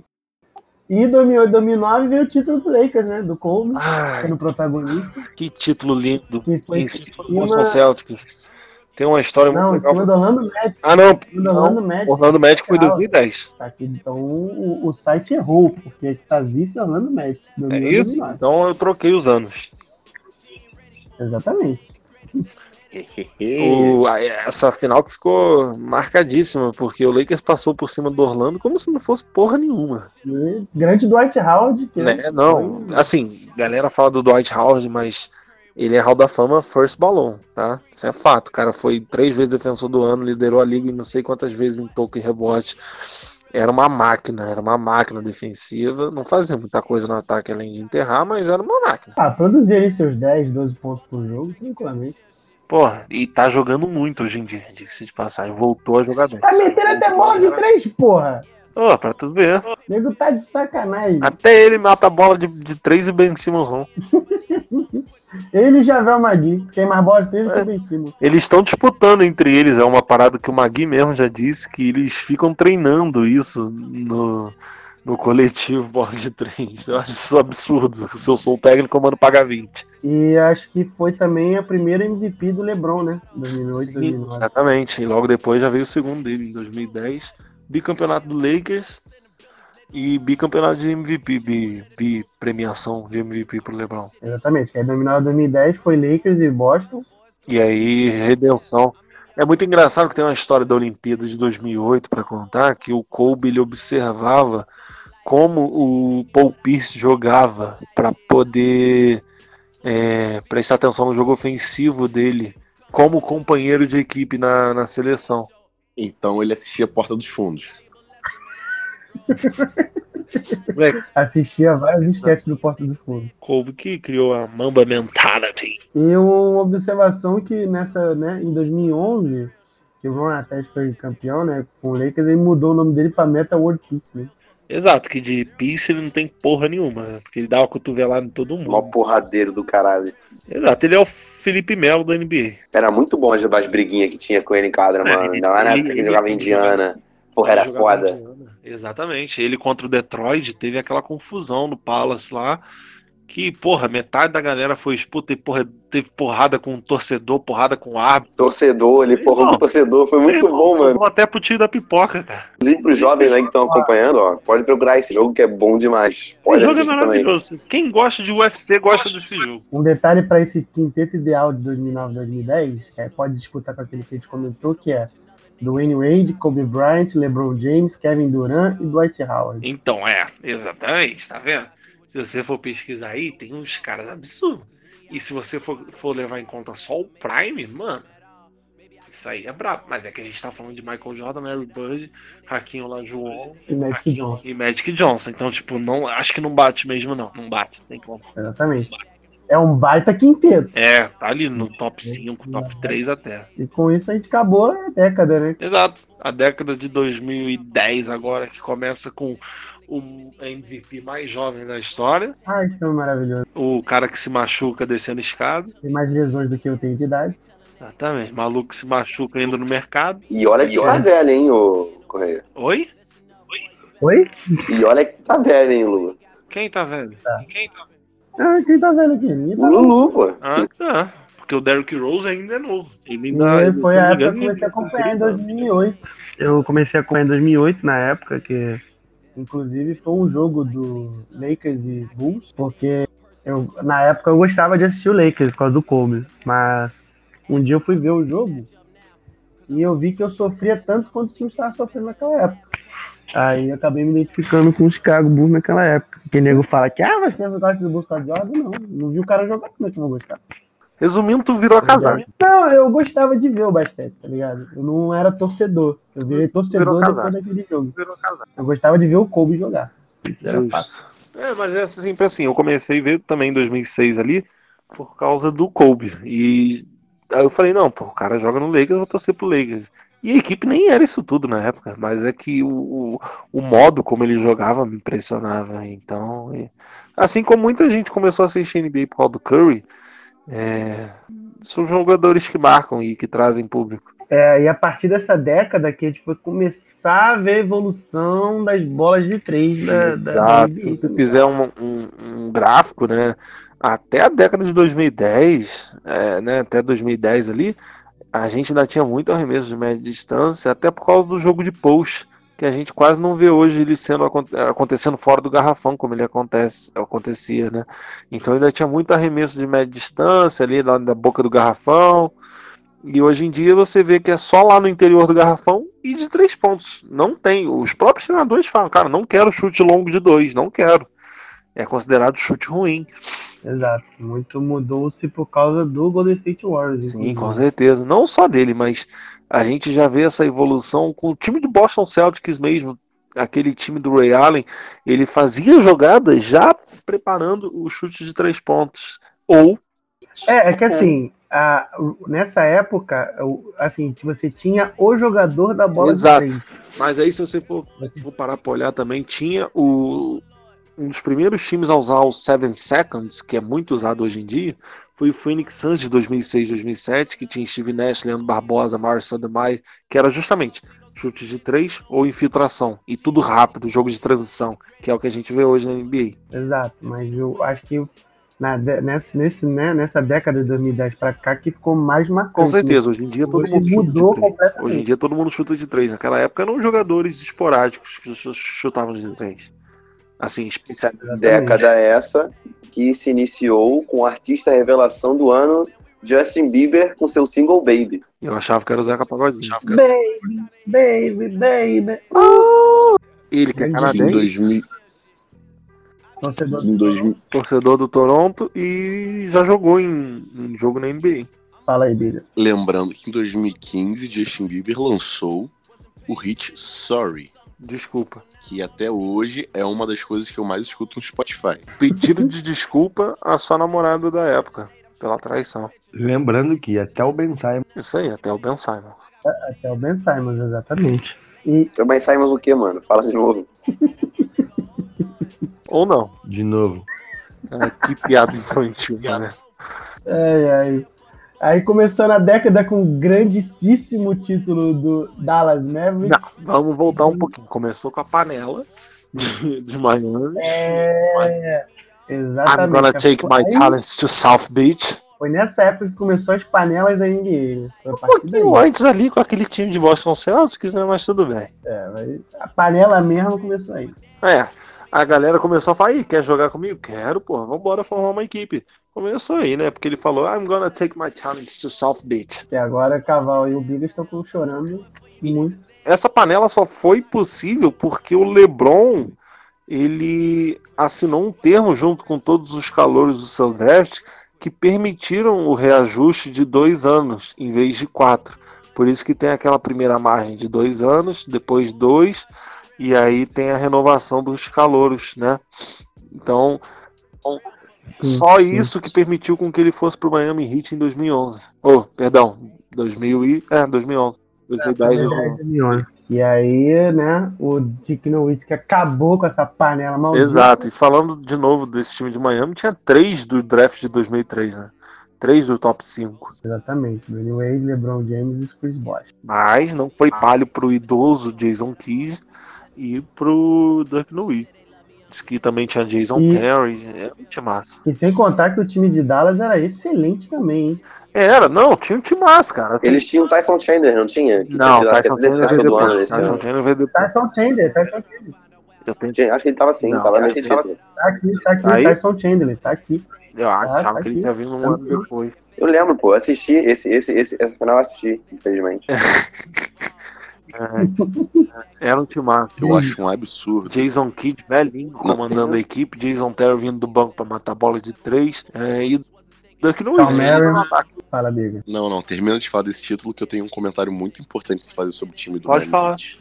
S1: E 2008, 2009 veio o título do Lakers, né? Do Kobe,
S2: Ah, é.
S1: sendo protagonista.
S2: que título lindo.
S1: Que foi em cima...
S2: Celtics. Tem uma história
S1: Não, em cima do Orlando Magic.
S2: Ah, não.
S1: em cima do Orlando Magic.
S2: Orlando Magic
S1: foi em
S2: 2010.
S1: Tá aqui, então o, o site errou, porque aqui tá vice Orlando Magic. 2008, 2009.
S2: Então eu troquei os anos.
S1: Exatamente.
S2: O- a- é, essa final que ficou marcadíssima, porque o Lakers passou por cima do Orlando como se não fosse porra nenhuma.
S1: E grande Dwight Howard, que
S2: Né? Não,
S1: foi-
S2: assim, galera fala do Dwight Howard, mas ele é Hall da Fama First Ballon, tá? Isso é fato. O cara foi três vezes defensor do ano, liderou a liga em não sei quantas vezes em toque e rebote. Era uma máquina, era uma máquina defensiva. Não fazia muita coisa no ataque além de enterrar, mas era uma máquina.
S1: Ah, produzir ali seus 10, 12 pontos por jogo, tranquilamente.
S2: Porra, e tá jogando muito hoje em dia, diga-se de passagem. Voltou a jogar bem.
S1: Tá metendo até bola de três, porra!
S2: Ô, pra tu ver.
S1: O nego tá de sacanagem.
S2: Até ele mata a bola de, de três e bem em cima não.
S1: Ele e Javel Magui. Quem mais bola de três é. Ben Simmons.
S2: Eles estão disputando entre eles, é uma parada que o Magui mesmo já disse, que eles ficam treinando isso no, no coletivo bola de três. Eu acho isso um absurdo. Se eu sou o técnico, eu mando pagar 20.
S1: E acho que foi também a primeira MVP do LeBron, né? 2008,
S2: Sim,
S1: 2009.
S2: exatamente. E logo depois já veio o segundo dele, em 2010. Bicampeonato do Lakers e bicampeonato de MVP, bi, bi- premiação de MVP pro LeBron.
S1: Exatamente. Quem dominou em 2010 foi Lakers e Boston.
S2: E aí, redenção. É muito engraçado que tem uma história da Olimpíada de 2008 para contar que o Kobe ele observava como o Paul Pierce jogava para poder é, prestar atenção no jogo ofensivo dele como companheiro de equipe na, na seleção.
S3: Então ele assistia Porta dos Fundos.
S2: Moleque,
S1: Assistia vários esquetes do Porta do Fundo.
S2: Kobe que criou a Mamba Mentality.
S1: E uma observação que nessa, né, em 2011, que o Ron Artest foi campeão, né, com o Lakers, ele mudou o nome dele pra Meta World Peace, né?
S2: Exato, que de Pierce ele não tem porra nenhuma, né? porque ele dá uma cotovelada em todo
S4: Mó
S2: mundo.
S4: porradeiro do caralho.
S2: Exato, ele é o Felipe Melo da NBA.
S4: Era muito bom as, as briguinhas que tinha com ele em quadra,
S2: É,
S4: mano.
S2: ele-
S4: Ainda mais na época que
S2: ele-
S4: ele jogava
S2: ele-
S4: Indiana. Porra, era
S2: Jogava
S4: foda.
S2: Indiana. Exatamente. Ele contra o Detroit teve aquela confusão no Palace lá. Que, porra, metade da galera foi expulsa e porra, teve porrada com o torcedor, porrada com o árbitro.
S4: Torcedor, ele porra
S2: Irmão,
S4: do torcedor. Foi muito
S2: Irmão,
S4: bom,
S2: sobrou
S4: mano.
S2: até pro tio da pipoca, cara.
S4: Inclusive pros jovens aí que estão acompanhando, ó. Pode procurar esse jogo que é bom demais. Pode
S2: o jogo é
S4: assistir também.
S2: maravilhoso. Quem gosta de UFC gosta desse jogo.
S1: Um detalhe pra esse quinteto ideal de 2009 2010, é, pode disputar com aquele que a gente comentou, que é Dwayne Wade, Kobe Bryant, LeBron James, Kevin Durant e Dwight Howard.
S2: Então, é, exatamente, tá vendo? Se você for pesquisar aí, tem uns caras absurdos. E se você for, for levar em conta só o Prime, mano, isso aí é brabo. Mas é que a gente tá falando de Michael Jordan, Larry Bird, Raquinho Olajuwon
S1: E Magic Johnson.
S2: e Magic Johnson. Então, tipo, não, acho que não bate mesmo, não. Não bate, tem como.
S1: Exatamente. É um baita quinteto.
S2: É, tá ali no top 5, top 3 até.
S1: E com isso a gente acabou a década, né?
S2: Exato. A década de 2010 agora, que começa com o MVP mais jovem da história.
S1: Ai, que são Ah, é maravilhoso.
S2: O cara que se machuca descendo escada.
S1: Tem mais lesões do que eu tenho de idade.
S2: Exatamente. Maluco que se machuca indo no mercado.
S4: E olha que tá velho, hein, ô Correia.
S2: Oi?
S1: Oi?
S4: E olha que tá velho, hein, Lula.
S2: Quem tá vendo? Quem tá
S1: Ah, quem tá vendo aqui? Ninguém
S4: O
S1: tá vendo.
S4: Lulu, pô.
S2: Ah, tá. Porque o Derrick Rose ainda é novo. Ele
S1: E
S2: ainda né? tá se
S1: foi
S2: não
S1: a
S2: me
S1: época
S2: engano, né?
S1: que eu comecei a acompanhar
S2: ele tem
S1: em
S2: 30 anos.
S1: 2008. Eu comecei a acompanhar em 2008, na época que... Inclusive foi um jogo do Lakers e Bulls, porque eu, na época eu gostava de assistir o Lakers por causa do Kobe. Mas um dia eu fui ver o jogo e eu vi que eu sofria tanto quanto o time estava sofrendo naquela época. Aí eu acabei me identificando com o Chicago Bulls naquela época. Porque nego fala que, ah, você gosta do Bulls por causa de Jordan? Não, não vi o cara jogar, como é que eu vou gostar? um.
S2: Resumindo, tu virou a casar.
S1: Não, eu gostava de ver o basquete, tá ligado? Eu não era torcedor. Eu virei torcedor
S2: Virou
S1: depois
S2: casaco.
S1: daquele jogo. Eu gostava de ver o Kobe jogar. Isso era fato.
S2: É, mas é sempre assim. Eu comecei a ver também em 2006 ali por causa do Kobe. E aí eu falei, não, pô, o cara joga no Lakers, eu vou torcer pro Lakers. E a equipe nem era isso tudo na época, mas é que o, o, o modo como ele jogava me impressionava. Então, e- assim como muita gente começou a assistir NBA por causa do Curry, é, são jogadores que marcam e que trazem público.
S1: É, e a partir dessa década que a gente foi começar a ver a evolução das bolas de três da, da- da NBA.
S2: Se fizer um, um- um gráfico, né? Até a década de 2010, é, né, até 2010 ali, a gente ainda tinha muito arremesso de média distância, até por causa do jogo de post, que a gente quase não vê hoje ele sendo acon- acontecendo fora do garrafão, como ele acontece, acontecia, né? Então ainda tinha muito arremesso de média distância ali lá na boca do garrafão. E hoje em dia você vê que é só lá no interior do garrafão e de três pontos. Não tem. Os próprios treinadores falam, cara, não quero chute longo de dois, não quero. É considerado chute ruim.
S1: Exato. Muito mudou-se por causa do Golden State Warriors.
S2: Sim,
S1: inclusive.
S2: com certeza. Não só dele, mas a gente já vê essa evolução com o time do Boston Celtics mesmo. Aquele time do Ray Allen, ele fazia jogadas já preparando o chute de três pontos. Ou
S1: É, é que assim, a- nessa época, o- assim, você tinha o jogador da bola
S2: Exato.
S1: de três.
S2: Mas aí, se você for, for parar pra olhar também, tinha o. Um dos primeiros times a usar o Seven Seconds, que é muito usado hoje em dia, foi o Phoenix Suns de 2006, 2007, que tinha Steve Nash, Leandro Barbosa, Mario Sotomayor, que era justamente chute de três ou infiltração. E tudo rápido, jogo de transição, que é o que a gente vê hoje na NBA.
S1: Exato, mas eu acho que na, de- nessa, nesse, né, nessa década de 2010 pra cá que ficou mais
S2: Com
S1: marcante.
S2: certeza, hoje em dia todo
S1: Hoje
S2: mundo
S1: mudou
S2: chuta de três.
S1: completamente.
S2: Hoje em dia todo mundo chuta de três. Naquela época eram jogadores esporádicos que ch- chutavam de três. Assim, especializados.
S4: Década essa que se iniciou com o artista revelação do ano Justin Bieber com seu single Baby.
S2: Eu achava que era o Zeca Pagodinho.
S1: Baby, baby, baby.
S2: Ele que é
S1: Em
S3: Em,
S2: canadense,
S3: 2000,
S1: Torcedor
S3: em 2000,
S2: torcedor do Toronto e já jogou em, em jogo na NBA.
S1: fala aí, Bíblia.
S3: lembrando que em 2015 Justin Bieber lançou o hit Sorry,
S2: Desculpa.
S3: que até hoje é uma das coisas que eu mais escuto no Spotify.
S2: Pedido de desculpa à sua namorada da época pela traição.
S5: Lembrando que até o Ben Simon
S2: Isso aí, até o Ben Simon.
S1: Até o Ben Simons, exatamente. E
S4: Também Então, saímos o que, mano? Fala de novo.
S2: Ou não.
S5: de novo.
S2: É, que piada infantil, né?
S1: ai, ai. Aí começando a década com o grandíssimo título do Dallas Mavericks.
S2: Vamos voltar um pouquinho. Começou com a panela de, de Miami.
S1: É,
S2: I'm
S1: exatamente.
S2: gonna take my
S1: Aí
S2: talents to South Beach.
S1: Foi nessa época que começou as panelas da NBA. né? Foi a
S2: Um
S1: partir daí.
S2: pouquinho antes ali com aquele time de Boston Celtics, né? Mas tudo bem.
S1: É, mas a panela mesmo começou aí.
S2: É, a galera começou a falar, Ih, quer jogar comigo? Quero, porra, vambora formar uma equipe. Começou aí, né? Porque ele falou, I'm gonna take my talents to South Beach.
S1: Até agora, Caval e o Biga estão com- chorando muito.
S2: Essa panela só foi possível porque o LeBron, ele assinou um termo junto com todos os calores do seu draft que permitiram o reajuste de dois anos em vez de quatro. Por isso que tem aquela primeira margem de dois anos, depois dois, e aí tem a renovação dos calouros, né? Então, Só isso que permitiu com que ele fosse pro Miami Heat em 2011. Oh, perdão, 2000 e... É, 2011. 2010, 2011.
S1: É, E aí, né, o Dick Nowitzki acabou com essa panela maldita.
S2: Exato, e falando de novo desse time de Miami, tinha três do draft de 2003, né? Três do top 5.
S1: Exatamente. Dwayne Wade, LeBron James e Chris Bosh.
S2: Mas não foi palho pro idoso Jason Kidd e pro Dirk Nowitzki, que também tinha Jason
S1: E-
S2: Terry, é um timaço.
S1: E sem contar que o time de Dallas era excelente também, hein?
S2: Era, não, tinha um timaço, cara.
S4: Eles tinham Tyson Chandler, não tinha? Que
S2: Não,
S4: tinha
S2: Tyson Chandler veio
S4: defesa do né? ano
S2: depois.
S4: nesse ano.
S2: Tyson Chandler veio depois.
S1: Tyson Chandler, Tyson Chandler.
S2: Eu tenho
S4: Tinha- Acho que ele tava assim,
S2: Não,
S4: tava
S2: acho
S4: nesse
S2: que ele tava
S4: título.
S1: Tá aqui, tá aqui,
S2: Aí?
S1: Tyson Chandler, tá aqui.
S2: Eu achava
S1: tá
S2: que
S1: aqui.
S2: ele tinha vindo um ano depois.
S4: Eu lembro, pô, eu assisti esse, esse, esse, essa final eu assisti, infelizmente.
S2: Era um timaço.
S3: Eu acho um absurdo.
S2: Jason Kidd, velhinho, comandando a equipe. Jason Terry vindo do banco pra matar a bola de três. É, e daqui não
S1: Cal
S2: existe. Ah,
S1: Merrill. Fala, Biga.
S3: Não, não, termina de falar desse título que eu tenho um comentário muito importante de se fazer sobre o time do
S2: Pode
S3: Miami
S2: falar.
S3: Heat.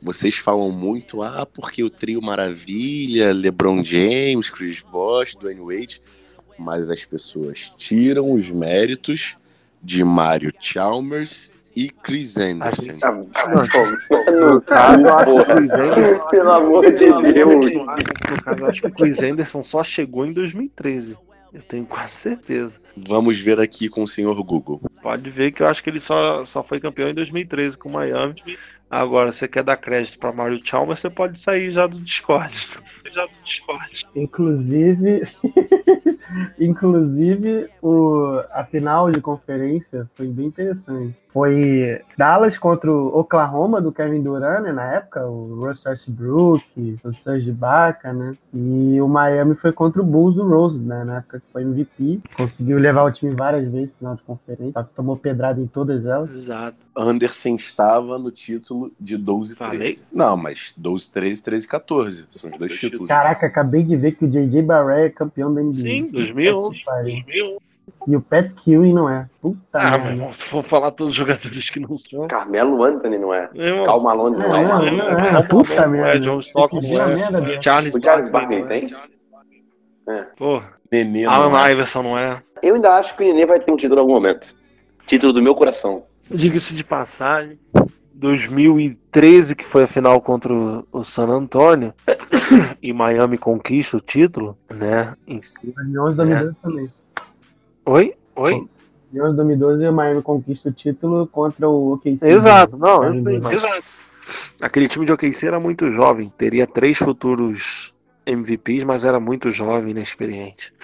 S3: Vocês falam muito, ah, porque o trio maravilha, LeBron James, Chris Bosh, Dwayne Wade, mas as pessoas tiram os méritos de Mario Chalmers e Chris Anderson.
S4: Ah, mas, pô, no
S2: Cara, eu acho
S4: cu,
S2: que o
S4: porra.
S2: Chris Anderson-
S4: Pelo amor de
S2: Pelo amor
S4: Deus.
S2: Deus, cara, eu acho que o Chris Anderson só chegou em 2013. Eu tenho quase certeza.
S3: Vamos ver aqui com o senhor Google.
S2: Pode ver que eu acho que ele só, só foi campeão em 2013 com o Miami. Agora, você quer dar crédito pra Mario Chalmers, você pode sair já do Discord. Já do Discord.
S1: Inclusive, inclusive o, a final de conferência foi bem interessante. Foi Dallas contra o Oklahoma do Kevin Durant, né, na época, o Russ Westbrook, o Serge Ibaka, né? E o Miami foi contra o Bulls do Rose, né, na época que foi MVP. Conseguiu levar o time várias vezes na final de conferência, só que tomou pedrada em todas elas.
S2: Exato.
S3: Anderson estava no título de 12 e 13.
S2: Falei?
S3: Não, mas 12, 13, 13 e 14. São os dois títulos.
S1: Caraca, acabei de ver que o JJ Barrett é campeão da NBA.
S2: Sim,
S1: Puta que
S2: 2011,
S1: pariu. E o Pat Ewing não é. Puta
S2: Ah, meu
S1: merda.
S2: irmão, se for falar todos os jogadores que não são.
S4: Carmelo Anthony, não é?
S2: Meu irmão,
S4: Cal Malone, não
S1: Não, não,
S4: é?
S1: não, não, puta merda.
S2: É John Stockton,
S1: Que
S2: não
S1: merda
S2: é.
S1: dessa.
S2: Charles,
S4: O Charles Barkley, tem?
S2: Porra.
S3: Nenê, não é?
S2: Alan Iverson, não é?
S4: Eu ainda acho que o Nenê vai ter um título em algum momento. Título do meu coração.
S2: Diga-se de passagem. 2013, que foi a final contra o o San Antonio, e Miami conquista o título, né? Em si.
S1: 2011 2012
S2: É.
S1: também.
S2: Oi? Oi?
S1: 2011 2012, o Miami conquista o título contra o OKC.
S2: Exato, não, eu
S1: Miami
S2: sei,
S1: Heat.
S2: exato. Aquele time de OKC era muito jovem, teria três futuros MVPs, mas era muito jovem, inexperiente.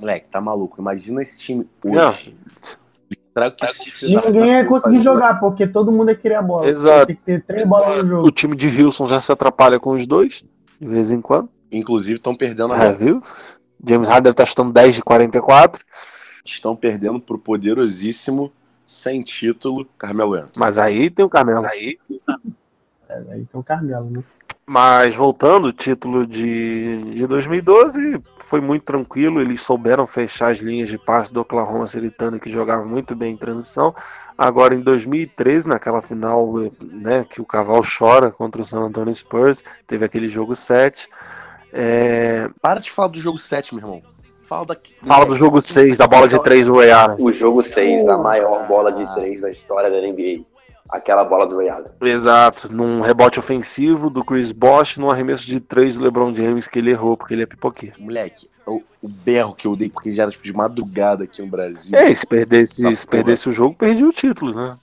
S3: Moleque, tá maluco. Imagina esse time
S2: Não.
S3: hoje. Traga que esse
S1: E
S3: time tá
S1: ninguém ia conseguir jogar, porque todo mundo ia querer a bola.
S2: Exato.
S1: Tem que ter três bolas no
S2: O
S1: jogo.
S2: time de Wilson já se atrapalha com os dois, de vez em quando.
S3: Inclusive, estão perdendo
S2: Ah,
S3: a
S2: viu? James Harden deve estar chutando 10 de 44,
S3: Estão perdendo pro poderosíssimo, sem título, Carmelo Anthony.
S2: mas aí tem o Carmelo. Aí
S1: É, aí tem o Carmelo, né?
S2: Mas voltando, o título de, de 2012 foi muito tranquilo. Eles souberam fechar as linhas de passe do Oklahoma City Thunder, que jogava muito bem em transição. Agora, em 2013, naquela final né, que o Caval chora contra o San Antonio Spurs, teve aquele jogo 7. É,
S3: Para de falar do jogo 7, meu irmão. Fala daqui.
S2: fala do jogo 6, da bola de 3 do né? Ray Allen.
S4: O jogo 6, a maior bola de 3 da história da NBA. Aquela bola do Ray Allen.
S2: Exato, num rebote ofensivo do Chris Bosh, num arremesso de 3 do LeBron James, que ele errou, porque ele é pipoqueiro.
S3: Moleque, o, o berro que eu dei, porque já era tipo de madrugada aqui no Brasil.
S2: É, e se perdesse,
S3: Essa
S2: se
S3: porra.
S2: perdesse o jogo, perdi o título, né?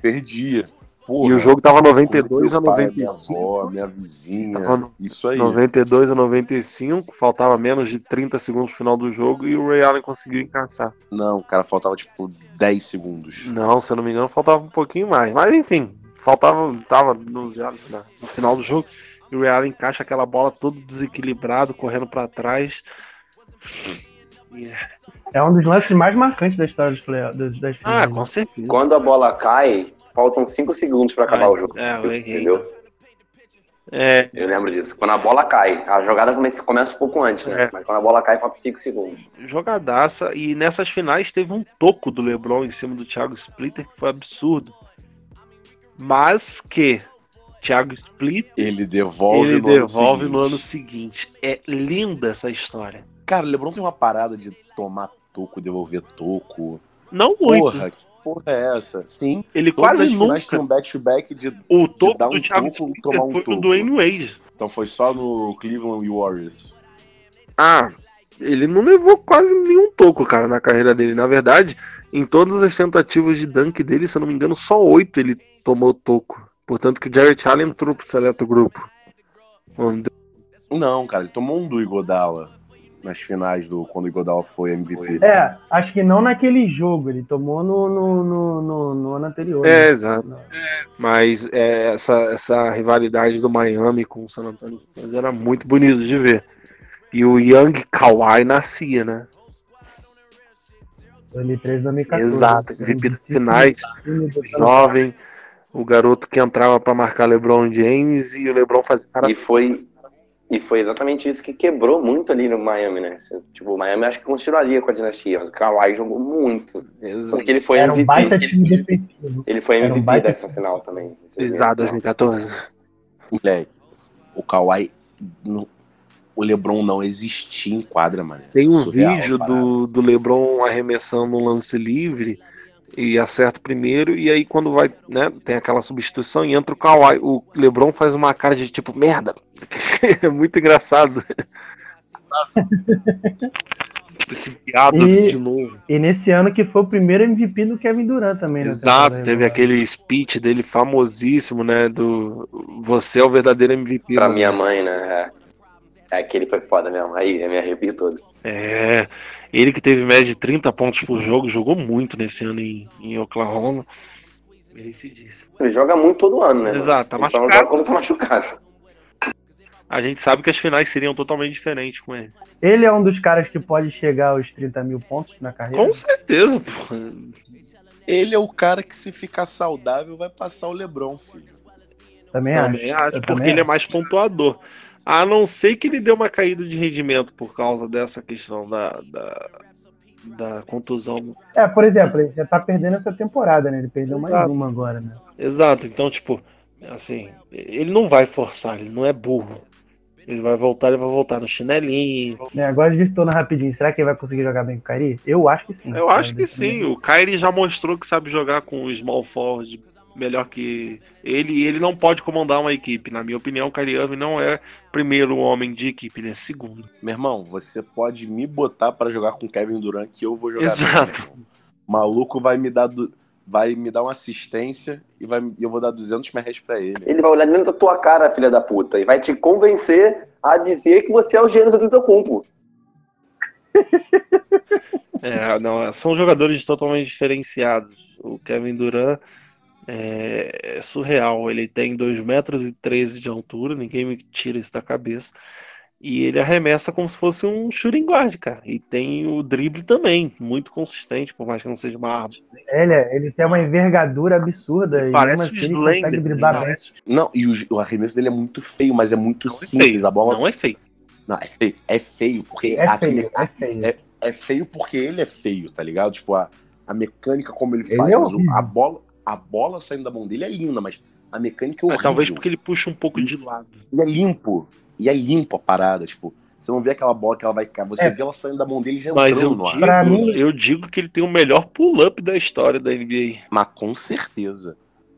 S3: Perdia.
S2: E
S3: Porra,
S2: o jogo tava
S3: com
S2: 92 a
S3: meu pai,
S2: 95.
S3: Minha avó, minha vizinha.
S2: Tava no-
S3: Isso aí.
S2: 92 a 95, faltava menos de 30 segundos pro final do jogo e o Ray Allen conseguiu encaixar.
S3: Não, cara, faltava tipo 10 segundos.
S2: Não, se eu não me engano, faltava um pouquinho mais. Mas enfim, faltava. Tava no, já na- no final do jogo. E o Ray Allen encaixa aquela bola todo desequilibrado, correndo pra trás.
S1: É um dos lances mais marcantes da história dos playoffs. dos- Das
S2: Ah,
S1: finais, né?
S3: Uhum.
S2: com certeza.
S4: Quando a bola cai, faltam 5 segundos pra acabar o jogo.
S2: É, eu errei.
S4: Entendeu?
S2: É,
S4: Eu lembro disso. Quando a bola cai, a jogada começa, começa um pouco antes, né?
S2: É.
S4: Mas quando a bola cai, faltam 5 segundos.
S2: jogadaça. E nessas finais teve um toco do LeBron em cima do Thiago Splitter, que foi absurdo. Mas que Thiago Splitter
S3: Ele devolve
S2: ele
S3: no ano
S2: devolve no
S3: seguinte.
S2: ano seguinte. É linda essa história.
S3: Cara, o Lebron tem uma parada de tomar toco, devolver toco.
S2: Não muito.
S3: Porra, que porra é essa? Sim,
S2: ele
S3: todas as
S2: quase
S3: finais
S2: nunca.
S3: tem um back-to-back de.
S2: O
S3: dar
S2: toco
S3: um
S2: do Thiago
S3: toco,
S2: Splitter
S3: tomar um
S2: foi
S3: toco.
S2: no Dwayne Wade.
S3: Então foi só no Cleveland Warriors.
S2: Ah, ele não levou quase nenhum toco, cara, na carreira dele. Na verdade, em todas as tentativas de dunk dele, se eu não me engano, só oito ele tomou toco. Portanto, que o Jarrett Allen entrou pro seleto grupo. Bom,
S3: Não, cara, ele tomou um do Igodala nas finais do quando o Igodala foi MVP.
S1: É, acho que não naquele jogo, ele tomou no, no, no, no- no ano anterior.
S2: É,
S1: né?
S2: exato. Mas é, essa, essa rivalidade do Miami com o San Antonio Spurs era muito bonito de ver. E o Young Kawhi nascia, né?
S1: 2013, 2014.
S2: Exato,
S1: Então,
S2: repito,
S1: difícil
S2: finais,
S1: esse time botar no-
S2: Jovem, o garoto que entrava pra marcar LeBron James e o LeBron fazia cara.
S4: E foi, e foi exatamente isso que quebrou muito ali no Miami, né? Tipo, o Miami acho que continuaria com a dinastia, mas o Kawhi jogou muito. Porque ele foi
S1: Era um
S4: MVP.
S1: baita
S4: ele-
S1: time defensivo.
S4: Ele foi
S1: Era um
S4: MVP
S1: baita
S4: dessa final também.
S2: Exato, 2014.
S3: Moleque, o Kawhi. no- o Lebron não existia em quadra, mano.
S2: Tem um
S3: Surreal,
S2: vídeo
S3: parada.
S2: do, do LeBron arremessando um lance livre e acerta o primeiro, e aí quando vai, né, tem aquela substituição e entra o Kawhi, o LeBron faz uma cara de tipo, merda. é muito engraçado. Esse piada
S1: E-
S2: de novo.
S1: E nesse ano que foi o primeiro MVP do Kevin Durant também. né?
S2: Exato,
S1: Temporada
S2: teve
S1: regular.
S2: aquele speech dele famosíssimo, né, do você é o verdadeiro MVP.
S4: Pra
S2: né?
S4: minha mãe, né? É, é aquele foi foda mesmo. Aí, eu me arrepio todo.
S2: É, ele que teve média de 30 pontos por jogo, jogou muito nesse ano em, em Oklahoma. Merecidíssimo.
S4: Ele joga muito todo ano, né? mano?
S2: Exato, tá
S4: Ele só não
S2: machucado.
S4: joga Quando tá machucado.
S2: A gente sabe que as finais seriam totalmente diferentes com ele.
S1: Ele é um dos caras que pode chegar aos 30 mil pontos na carreira.
S2: Com certeza, pô.
S3: Ele é o cara que, se ficar saudável, vai passar o Lebron, filho.
S1: Também acho.
S2: Também acho,
S1: É, Eu
S2: porque
S1: também
S2: ele é mais pontuador. A não ser que ele deu uma caída de rendimento por causa dessa questão da, da, da contusão.
S1: É, por exemplo, ele já tá perdendo essa temporada, né? Ele perdeu mais
S2: Exato.
S1: uma agora, né?
S2: Exato, então, tipo, assim, ele não vai forçar, ele não é burro. Ele vai voltar, ele vai voltar no chinelinho.
S1: É, agora desvirtuando rapidinho, será que ele vai conseguir jogar bem com o Cari? Eu acho que sim.
S2: Eu acho que
S1: Mas,
S2: sim. O Kyrie já mostrou que sabe jogar com o Small Forward melhor que ele. E ele não pode comandar uma equipe. Na minha opinião, o Kyrie Irving não é primeiro homem de equipe, ele é segundo.
S3: Meu irmão, você pode me botar pra jogar com o Kevin Durant que eu vou jogar.
S2: Exato.
S3: bem, meu irmão. O maluco vai me dar du- vai me dar uma assistência e vai e eu vou dar 200 mil reais pra ele.
S4: Ele vai olhar dentro da tua cara, filha da puta, e vai te convencer a dizer que você é o gênio do teu cumpo.
S2: É, não, são jogadores totalmente diferenciados. O Kevin Durant é, é surreal. Ele tem 2,13 metros de altura, ninguém me tira isso da cabeça. E ele arremessa como se fosse um shooting guard, cara. E tem o drible também, muito consistente, por mais que não seja uma arma.
S1: Ele, é- ele tem uma envergadura absurda.
S2: Parece
S1: e mesmo assim
S2: o
S1: ele
S2: Slender,
S1: consegue driblar bem.
S2: parece-
S3: Não, e o, o arremesso dele é muito feio, mas é muito
S2: é
S3: simples.
S2: feio,
S3: A bola
S2: Não é feio.
S3: Não, é feio. É feio, porque
S1: É
S3: aquele-
S1: feio, é feio.
S3: é feio porque ele é feio, tá ligado? Tipo, a, a mecânica como ele,
S1: Ele
S3: faz,
S1: é
S3: mas o-
S1: horrível.
S3: a, bola, a bola saindo da mão dele é linda, mas a mecânica é
S2: Mas
S3: horrível.
S2: talvez porque ele puxa um pouco de lado.
S3: Ele é limpo. E é limpo a parada, tipo, você não vê aquela bola que ela vai cair, você
S1: É. né?
S3: vê ela saindo da mão dele e já
S2: Mas
S3: entrando
S2: eu
S3: no ar.
S1: Pra mim-
S2: digo, eu digo que ele tem o melhor pull-up da história da NBA.
S3: Mas com certeza.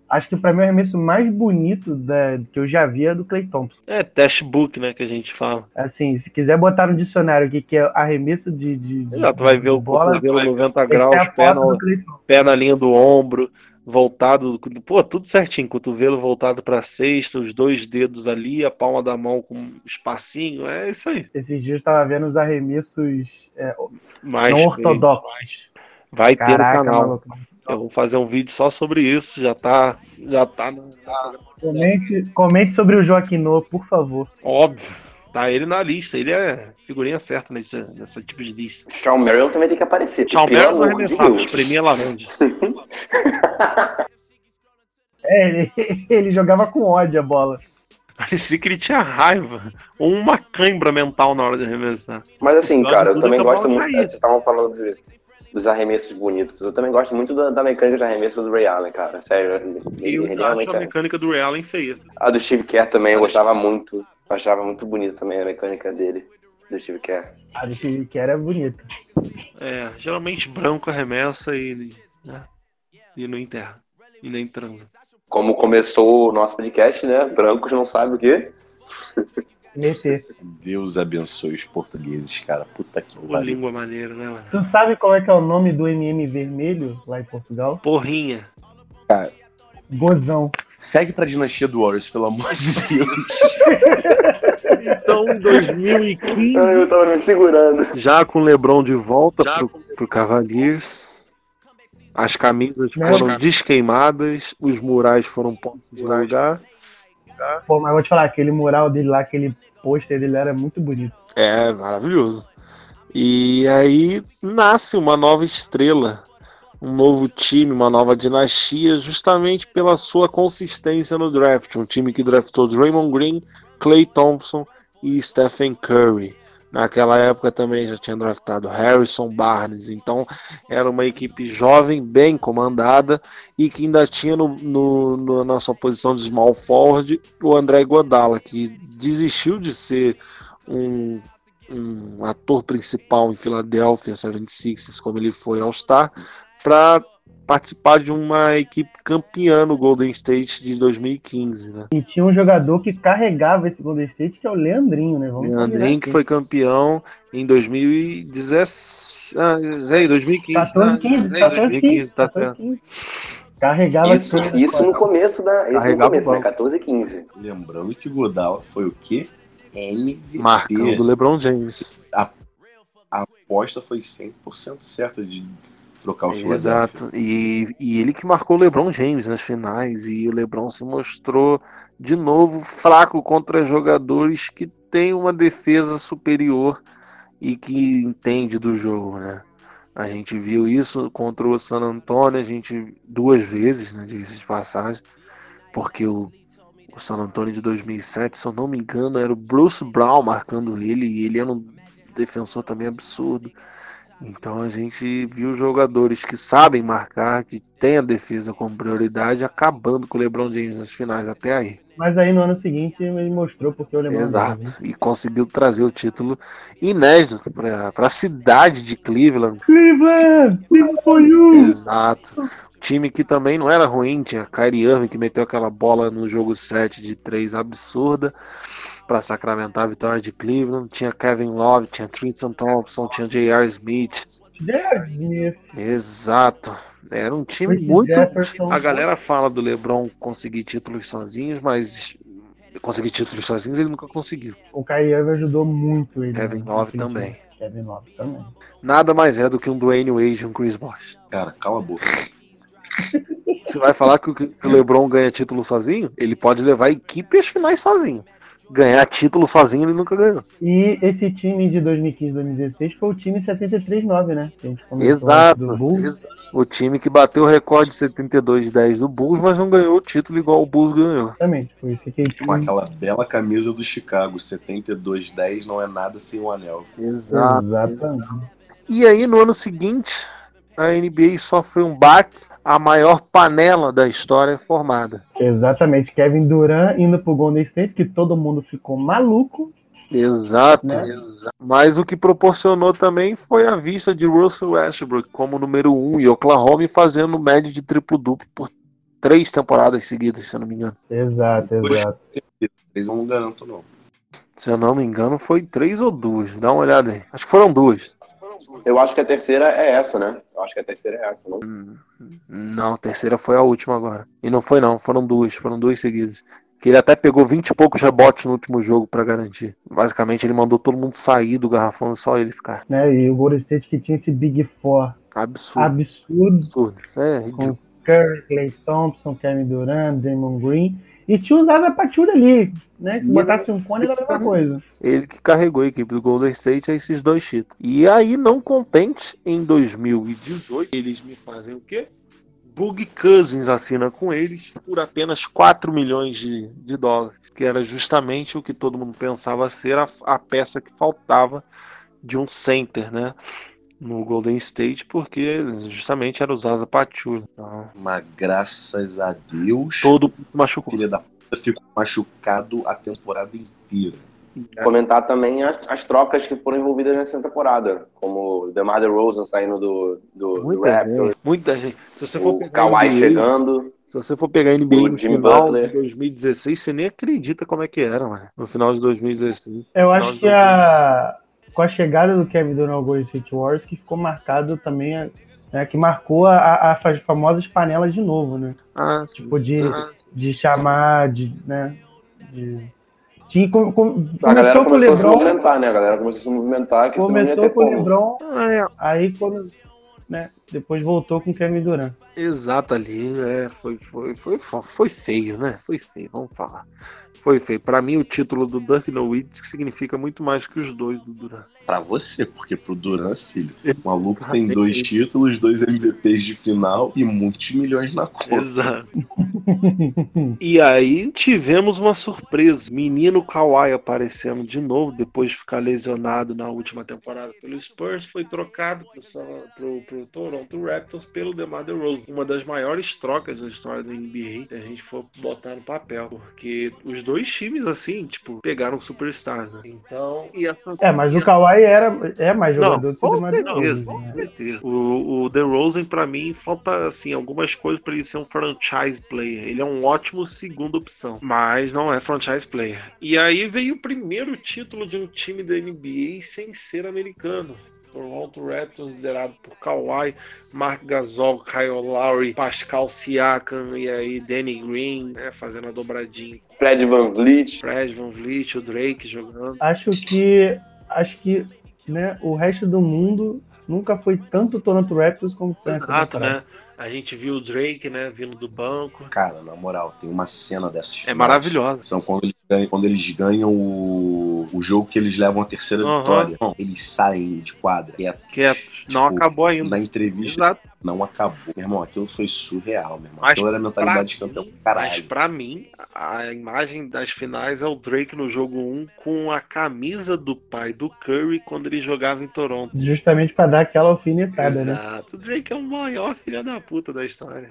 S1: Acho que pra mim o arremesso mais bonito da- que eu já vi é do Clay Thompson.
S2: É test book, né, que a gente fala.
S1: Assim, se quiser botar no dicionário o que, que é arremesso de, de, de
S2: Já tu vai ver o
S1: É, bola,
S2: cotovelo 90
S1: tem que ter
S2: graus,
S1: a
S2: pé
S1: foto
S2: na,
S1: do Clay Thompson.
S2: pé na linha do ombro, voltado, pô, tudo certinho, cotovelo voltado pra cesta, os dois dedos ali, a palma da mão com um espacinho, é isso aí.
S1: Esses dias eu tava vendo os arremessos é,
S2: Mas
S1: não ortodoxos.
S2: vai ter
S1: Caraca,
S2: no canal.
S1: maluco.
S2: Eu vou fazer um vídeo só sobre isso, já tá, já tá no-
S1: Comente, comente sobre o Joaquim Noah, por favor.
S2: óbvio. Tá ele na lista, ele é figurinha certa nessa, nessa tipo de lista.
S4: Shawn Merrill também tem que aparecer.
S2: Tchau,
S4: pelo
S2: Melo vai
S4: amor de
S2: arremessar,
S4: é Deus.
S2: espremia laranja.
S1: É, ele, ele jogava com ódio a bola.
S2: Parecia que ele tinha raiva, ou uma cãibra mental na hora de arremessar.
S4: Mas assim,
S2: Joga
S4: cara, eu
S2: tudo
S4: também
S2: com a
S4: gosto
S2: bola
S4: muito.
S2: pra é isso.
S4: Vocês estavam falando de- dos arremessos bonitos. Eu também gosto muito da, da mecânica de arremesso do Ray Allen, cara. Sério,
S2: E
S4: ele,
S2: eu
S4: ele
S2: acho
S4: realmente
S2: a
S4: é.
S2: mecânica do Ray Allen feia.
S4: A do Steve Kerr também eu gostava muito. Eu achava muito bonita também a mecânica dele, do Steve Kerr.
S1: Ah, esse que era bonito.
S2: É, geralmente branco arremessa e, né, e não enterra. E nem transa.
S4: Como começou o nosso podcast, né? Brancos não sabem o quê.
S1: Meter.
S3: Deus abençoe os portugueses, cara. Puta que
S2: Uma
S3: pariu.
S2: língua maneira, né, mano?
S1: Tu sabe qual é que é o nome do MM vermelho lá em Portugal?
S2: Porrinha.
S1: Gozão.
S3: Segue pra dinastia do Warriors, pelo amor de Deus.
S2: Então, em 2015,
S4: Eu tava me segurando.
S2: já com o LeBron de volta pro, pro Cavaliers, as camisas
S1: Não.
S2: foram desqueimadas, os murais foram postos no lugar.
S1: Pô, mas eu vou te falar, aquele mural dele lá, aquele pôster dele era muito bonito.
S2: É, maravilhoso. E aí nasce uma nova estrela, um novo time, uma nova dinastia, justamente pela sua consistência no draft. Um time que draftou Draymond Green, Clay Thompson e Stephen Curry. Naquela época também já tinha draftado Harrison Barnes, então era uma equipe jovem, bem comandada e que ainda tinha no, no- no- na sua posição de small forward o André Godala, que desistiu de ser um, um ator principal em Filadélfia, 76ers, como ele foi ao Star, para participar de uma equipe campeã no Golden State de 2015, né?
S1: E tinha um jogador que carregava esse Golden State, que é o Leandrinho, né? Vamos
S2: Leandrinho
S1: combinar
S2: que
S1: aqui.
S2: foi campeão em 2016, ah, 2015.
S1: 14, 15, 14, 15.
S2: tá certo.
S1: 14, 15. Carregava
S4: Isso,
S1: tudo.
S4: isso no começo da. Isso no
S2: Carregava
S4: começo,
S2: o
S4: né?
S2: banco.
S4: 14 e 15.
S3: Lembrando que o Godal foi o quê? MVP.
S2: Marcão do LeBron James.
S3: A aposta foi 100% certa de trocar o Philadelphia.
S2: É, Exato. E, e ele que marcou o LeBron James nas finais. E o LeBron se mostrou de novo fraco contra jogadores que têm uma defesa superior e que entende do jogo, né? A gente viu isso contra o San Antonio, a gente duas vezes, né, diga-se de passagem, porque o, o San Antonio de 2007, se eu não me engano, era o Bruce Brown marcando ele e ele era um defensor também absurdo. Então a gente viu jogadores que sabem marcar, que têm a defesa como prioridade, acabando com o LeBron James nas finais até aí.
S1: Mas aí no ano seguinte ele mostrou porque o LeBron
S2: Exato. E conseguiu trazer o título inédito para a cidade de Cleveland.
S1: Cleveland! Cleveland for you!
S2: Exato. Time que também não era ruim, tinha Kyrie Irving que meteu aquela bola no jogo 7 de 3 absurda para sacramentar a vitória de Cleveland. Tinha Kevin Love, tinha Tristan Thompson, tinha J.R. Smith.
S1: J.R. Smith.
S2: Exato. Era um time
S1: Richard
S2: muito.
S1: Jefferson.
S2: A galera fala do LeBron conseguir títulos sozinhos, mas conseguir títulos sozinhos ele nunca conseguiu.
S1: O Kyrie Irving ajudou muito ele.
S2: Kevin
S1: né?
S2: Love também.
S1: Kevin Love também.
S2: Nada mais é do que um Dwayne Wade e um Chris Bosh.
S3: Cara, cala a boca.
S2: Você vai falar que o que o LeBron ganha título sozinho? Ele pode levar a equipe às finais sozinho. Ganhar título sozinho ele nunca ganhou.
S1: E esse time de 2015 2016 foi o time 73-9, né? Que a gente comentou
S2: Exato.
S1: antes do Bulls.
S2: Exa- O time que bateu o recorde de 72 10 do Bulls, mas não ganhou o título igual o Bulls ganhou.
S1: Exatamente. Foi esse que
S3: Com aquela bela camisa do Chicago, 72-10 não é nada sem um anel.
S1: Exatamente.
S2: E aí, no ano seguinte, a NBA sofre um baque, a maior panela da história é formada.
S1: Exatamente. Kevin Durant indo pro Golden State, que todo mundo ficou maluco.
S2: Exato.
S1: Né?
S2: Mas o que proporcionou também foi a vista de Russell Westbrook como número um e Oklahoma fazendo média de triplo-duplo por três temporadas seguidas, se eu não me engano.
S1: Exato, exato.
S3: Eles não garanto, não.
S2: Se eu não me engano, foi três ou duas. Dá uma olhada aí. Acho que foram duas.
S4: Eu acho que a terceira é essa, né? Eu acho que a terceira é essa, não?
S2: Hum, Não, a terceira foi a última agora. E não foi não, foram duas, foram duas seguidas. Que ele até pegou 20 e poucos rebotes no último jogo pra garantir. Basicamente, ele mandou todo mundo sair do garrafão e só ele ficar.
S1: Né? E o Golden State que tinha esse Big Four
S2: Absurdo.
S1: absurdo.
S2: Absurdo. Isso é ridículo.
S1: Com Curry, Clay Thompson, Kevin Durant, Damon Green. E tinha usado a patrulha ali, né? Se
S2: E
S1: botasse um cone era a mesma coisa.
S2: Ele que carregou a equipe do Golden State a esses dois títulos. E aí, não contente, em 2018, eles me fazem o quê? Bug Cousins assina com eles por apenas 4 milhões de, de dólares, que era justamente o que todo mundo pensava ser a, a peça que faltava de um center, né? No Golden State, porque justamente era o Zaza Pachulia. Então,
S3: Mas graças a Deus, todo
S2: todo mundo machucou.
S3: filho da puta ficou machucado a temporada inteira.
S2: é.
S4: Comentar também as, as trocas que foram envolvidas nessa temporada, como o DeMar DeRozan saindo do, do, do
S2: Muita
S4: Raptors,
S2: gente, muita gente. Se você for
S4: o
S2: pegar
S4: Kawhi
S2: NBA,
S4: chegando.
S2: Se você for pegar a NBA
S4: O
S2: no
S4: Jimmy
S2: final
S4: Butler.
S2: de 2016, você nem acredita como é que era, mano. No final de 2016.
S1: É, Eu
S2: Final
S1: acho
S2: de
S1: que
S2: 2016.
S1: a, com a chegada do Kevin Durant ao Golden State Warriors, que ficou marcado também, a- né, que marcou a- a- a- as famosas panelas de novo, né?
S2: Ah,
S1: Tipo, de,
S2: ah,
S1: de chamar, de, né? De, de- com- com-
S4: A galera
S1: começou com o
S4: começou a se
S1: LeBron,
S4: movimentar, né? A galera começou a se movimentar. Que senão né? não ia
S1: começou
S4: ter
S1: com o
S4: como.
S1: LeBron,
S2: é,
S1: aí quando, né? Depois voltou com o Kevin Durant.
S2: exato ali. É, foi, foi, foi, foi feio, né? Foi feio, vamos falar. Foi feio. Pra mim, o título do Dirk Nowitzki significa muito mais que os dois do Durant.
S3: Pra você, porque pro Duran, filho, o maluco tem dois títulos, dois MVPs de final e muitos milhões na conta.
S2: Exato. e aí tivemos uma surpresa. Menino Kawhi aparecendo de novo, depois de ficar lesionado na última temporada pelo Spurs, foi trocado pro, San- pro, pro Toronto Raptors pelo DeMar DeRozan. Uma das maiores trocas da história da NBA, se a gente for botar no papel. Porque os dois times, assim, tipo, pegaram superstars, né? Então, e essa...
S1: É, mas o Kawhi era, é mais jogador
S2: Não,
S1: que o
S2: com
S1: DeMar
S2: certeza,
S1: DeRozan,
S2: com
S1: né?
S2: certeza. O, o The Rosen, pra mim, falta assim, algumas coisas pra ele ser um franchise player. Ele é um ótimo segunda opção, mas não é franchise player. E aí veio o primeiro título de um time da NBA sem ser americano. Toronto Raptors, liderado por Kawhi, Mark Gasol, Kyle Lowry, Pascal Siakam e aí Danny Green, né, fazendo a dobradinha.
S4: Fred Van Vliet.
S2: Fred Van Vliet, o Drake jogando.
S1: acho que acho que né, o resto do mundo nunca foi tanto Toronto Raptors como foi essa
S2: Exato,
S1: temporada.
S2: né? A gente viu o Drake, né, vindo do banco.
S3: Cara, na moral, tem uma cena dessas.
S2: É
S3: finais.
S2: maravilhosa.
S3: São quando eles ganham, quando eles ganham o, o jogo que eles levam a terceira
S2: Aham.
S3: vitória. Não, eles saem de quadra. E é,
S2: Quietos. Não
S3: Tipo,
S2: acabou ainda.
S3: na entrevista
S2: Exato.
S3: não acabou. Meu irmão, aquilo foi surreal, meu irmão.
S2: Mas
S3: aquilo era a mentalidade
S2: pra
S3: de campeão
S2: mim- Mas
S3: caralho.
S2: pra mim, a imagem das finais é o Drake no jogo 1 com a camisa do pai do Curry quando ele jogava em Toronto.
S1: Justamente pra dar aquela alfinetada, né?
S2: Exato. O Drake é o maior filho da puta da história.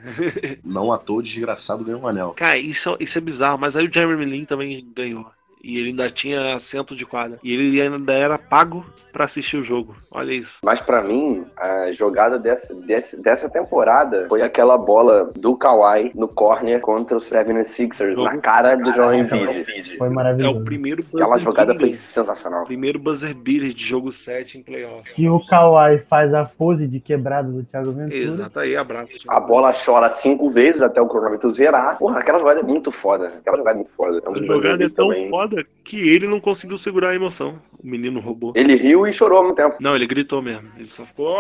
S3: Não à toa, o desgraçado ganhou um anel.
S2: Cara, isso, é- isso é bizarro, mas aí o Jeremy Lin também ganhou. E ele ainda tinha assento de quadra. E ele ainda era pago pra assistir o jogo. Olha isso.
S4: Mas pra mim, a jogada dessa, dessa, dessa temporada foi aquela bola do Kawhi no corner contra o 76ers, na
S2: Nossa,
S4: cara do João
S1: cara.
S4: Embiid.
S1: Foi
S2: É o
S1: maravilhoso.
S2: primeiro buzzer
S4: Aquela jogada foi
S2: beater.
S4: sensacional.
S2: Primeiro buzzer beater de jogo 7 em playoff.
S1: Que o Kawhi faz a pose de quebrado do Thiago Ventura.
S2: Exato, aí abraço.
S4: A bola chora cinco vezes até o cronômetro zerar. Porra, aquela jogada é muito foda. Aquela jogada é muito foda. É um
S2: A
S4: dos
S2: jogada é
S4: jogadores
S2: tão
S4: também.
S2: foda que ele não conseguiu segurar a emoção. O menino roubou.
S4: Ele riu e chorou ao mesmo tempo.
S2: Não, ele gritou mesmo. Ele só ficou.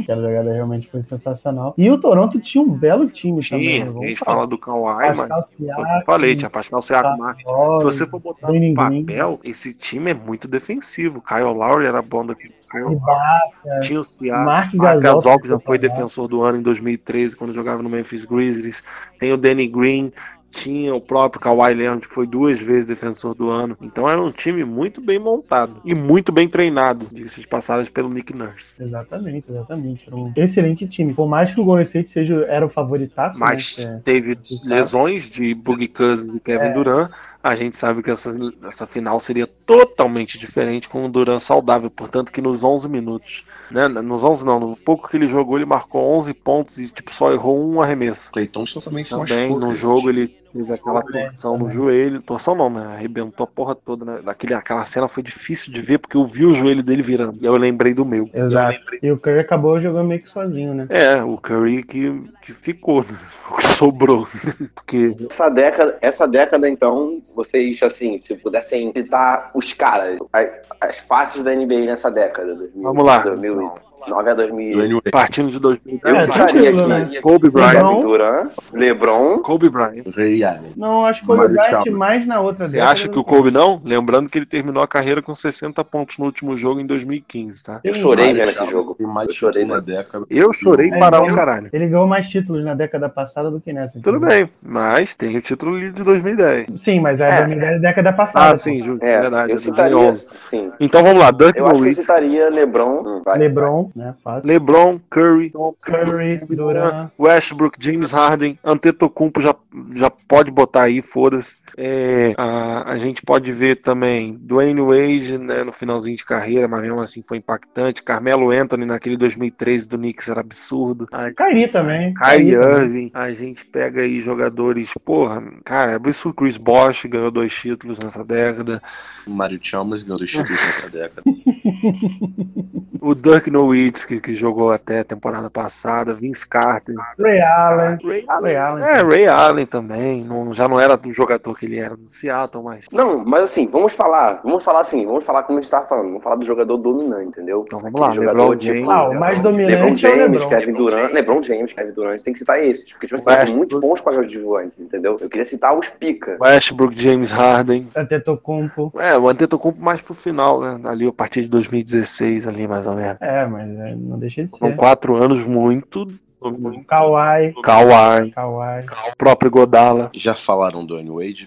S1: Aquela jogada realmente foi sensacional. E o Toronto tinha um belo time também.
S2: Tinha,
S1: né?
S2: a
S1: Vamos
S2: gente
S1: falar.
S2: fala do Kawhi, mas.
S1: Pascal
S2: Foi o que eu falei, tinha Pascal Siakam,
S1: Siakam,
S2: Mark.
S1: Lowry,
S2: Se você for botar
S1: Danny
S2: no
S1: Green.
S2: papel, esse time é muito defensivo. Kyle Lowry era bom da
S1: É,
S2: posição.
S1: Ibaka,
S2: Tinha o Siakam.
S1: Mark
S2: Markel
S1: Gasol.
S2: Dawson foi defensor do ano em 2013, quando jogava no Memphis Grizzlies. Tem o Danny Green. Tinha o próprio Kawhi Leonard, que foi duas vezes defensor do ano. Então era um time muito bem montado e muito bem treinado, diga-se de passagem, pelo Nick Nurse.
S1: Exatamente, exatamente. Era um excelente time. Por mais que o Golden State seja, era o favoritaço,
S2: Mas
S1: né? É.
S2: teve
S1: Sim, tá.
S2: lesões de Boogie Cousins e Kevin Durant. A gente sabe que essa, essa final seria totalmente diferente com o Durant saudável. Portanto, que nos 11 minutos, né? Nos 11 não, no pouco que ele jogou, ele marcou 11 pontos e tipo, só errou um arremesso.
S3: Clay Thompson também se
S2: Também
S3: machucou.
S2: no
S3: cara.
S2: jogo ele teve aquela
S1: Também,
S2: torção no
S1: também.
S2: joelho, torção não, né? Arrebentou a porra toda, né? Daquele, aquela cena foi difícil de ver porque eu vi o joelho dele virando. E eu lembrei do meu.
S1: Exato. E o Curry acabou jogando meio que sozinho, né?
S2: É, o Curry que, que ficou, né? o que sobrou. Porque
S4: Essa década, essa década, então, vocês, assim, se pudessem citar os caras, as, as faces da NBA nessa década. 2000,
S2: Vamos lá.
S4: 2009 a 2000.
S3: Dwayne Wade.
S2: Partindo de 2010,
S4: Eu
S1: É,
S4: estaria
S1: tranquilo,
S4: aqui.
S2: Kobe Bryant.
S4: Kevin Durant, LeBron.
S2: Kobe Bryant.
S3: Ray Allen.
S1: Não, acho que o
S3: Mas
S1: Bryant
S3: deixa-
S1: mais na outra
S2: Você
S1: década
S2: acha
S1: do
S2: que o Kobe não? Lembrando que ele terminou a carreira com 60 pontos no último jogo em 2015, tá?
S4: Eu chorei
S3: Vários
S4: vendo esse
S3: caras.
S4: jogo.
S3: Tem mais
S4: Eu
S3: de
S4: chorei,
S3: uma
S4: né?
S3: década.
S2: Eu chorei
S1: Ele
S2: para um
S1: ganhou-
S2: caralho.
S1: Ele ganhou mais títulos na década passada do que nessa.
S2: Tudo
S1: entendeu?
S2: bem, mas tem o título ali de 2010.
S1: Sim, mas a
S4: É.
S1: 2010 é década passada.
S2: Ah,
S1: pô.
S2: sim, Ju,
S4: É,
S2: verdade.
S4: eu
S2: é
S4: citaria,
S2: 2011.
S4: sim.
S2: Então vamos lá, Dirk
S4: Eu acho que eu
S2: Nowitzki,
S4: citaria LeBron. Hum, vai,
S1: LeBron, né? Fácil.
S2: LeBron, Curry,
S1: Curry, Durant.
S2: Westbrook, James Harden, Antetokounmpo já, já pode botar aí, foda-se. É, a, a gente pode ver também Dwayne Wade né, no finalzinho de carreira, mas mesmo assim foi impactante. Carmelo Anthony naquele 2013 do Knicks era absurdo. A-
S1: Kairi também.
S2: Kyrie
S4: né?
S1: também.
S2: Irving, a gente pega aí jogadores, porra, cara, é absurdo. Chris Bosh ganhou dois títulos nessa década.
S3: Mario Chalmers ganhou dois títulos nessa década.
S2: O Dirk Nowitzki, que jogou até a temporada passada. Vince Carter.
S1: Ray Allen.
S2: Ray
S1: Ray Allen.
S2: É, Ray Allen também. Não, já não era do jogador que ele era no Seattle, mas.
S4: Não, mas assim, vamos falar, vamos falar assim, vamos falar como a gente tava falando, vamos falar do jogador dominante, entendeu?
S2: Então vamos lá,
S4: Aquele jogador
S2: LeBron James.
S1: Ah, o mais dominante
S4: LeBron
S1: é o
S4: James,
S1: LeBron.
S4: Kevin Durant, LeBron James, Kevin Durant, tem que citar esses, porque tipo, assim,
S2: Westbrook.
S4: tem muito bons coadjuvantes, entendeu? Eu queria citar os pica.
S2: Westbrook, James Harden.
S1: Antetokounmpo.
S2: É, o Antetokounmpo mais pro final, né? Ali a partir de 2016, ali mais ou menos.
S1: É, mas é, não deixa de
S2: São
S1: ser.
S2: quatro anos muito.
S1: Kawhi.
S2: Kawhi,
S1: Kawhi.
S2: o próprio Godala,
S3: Já falaram do Dwayne Wade?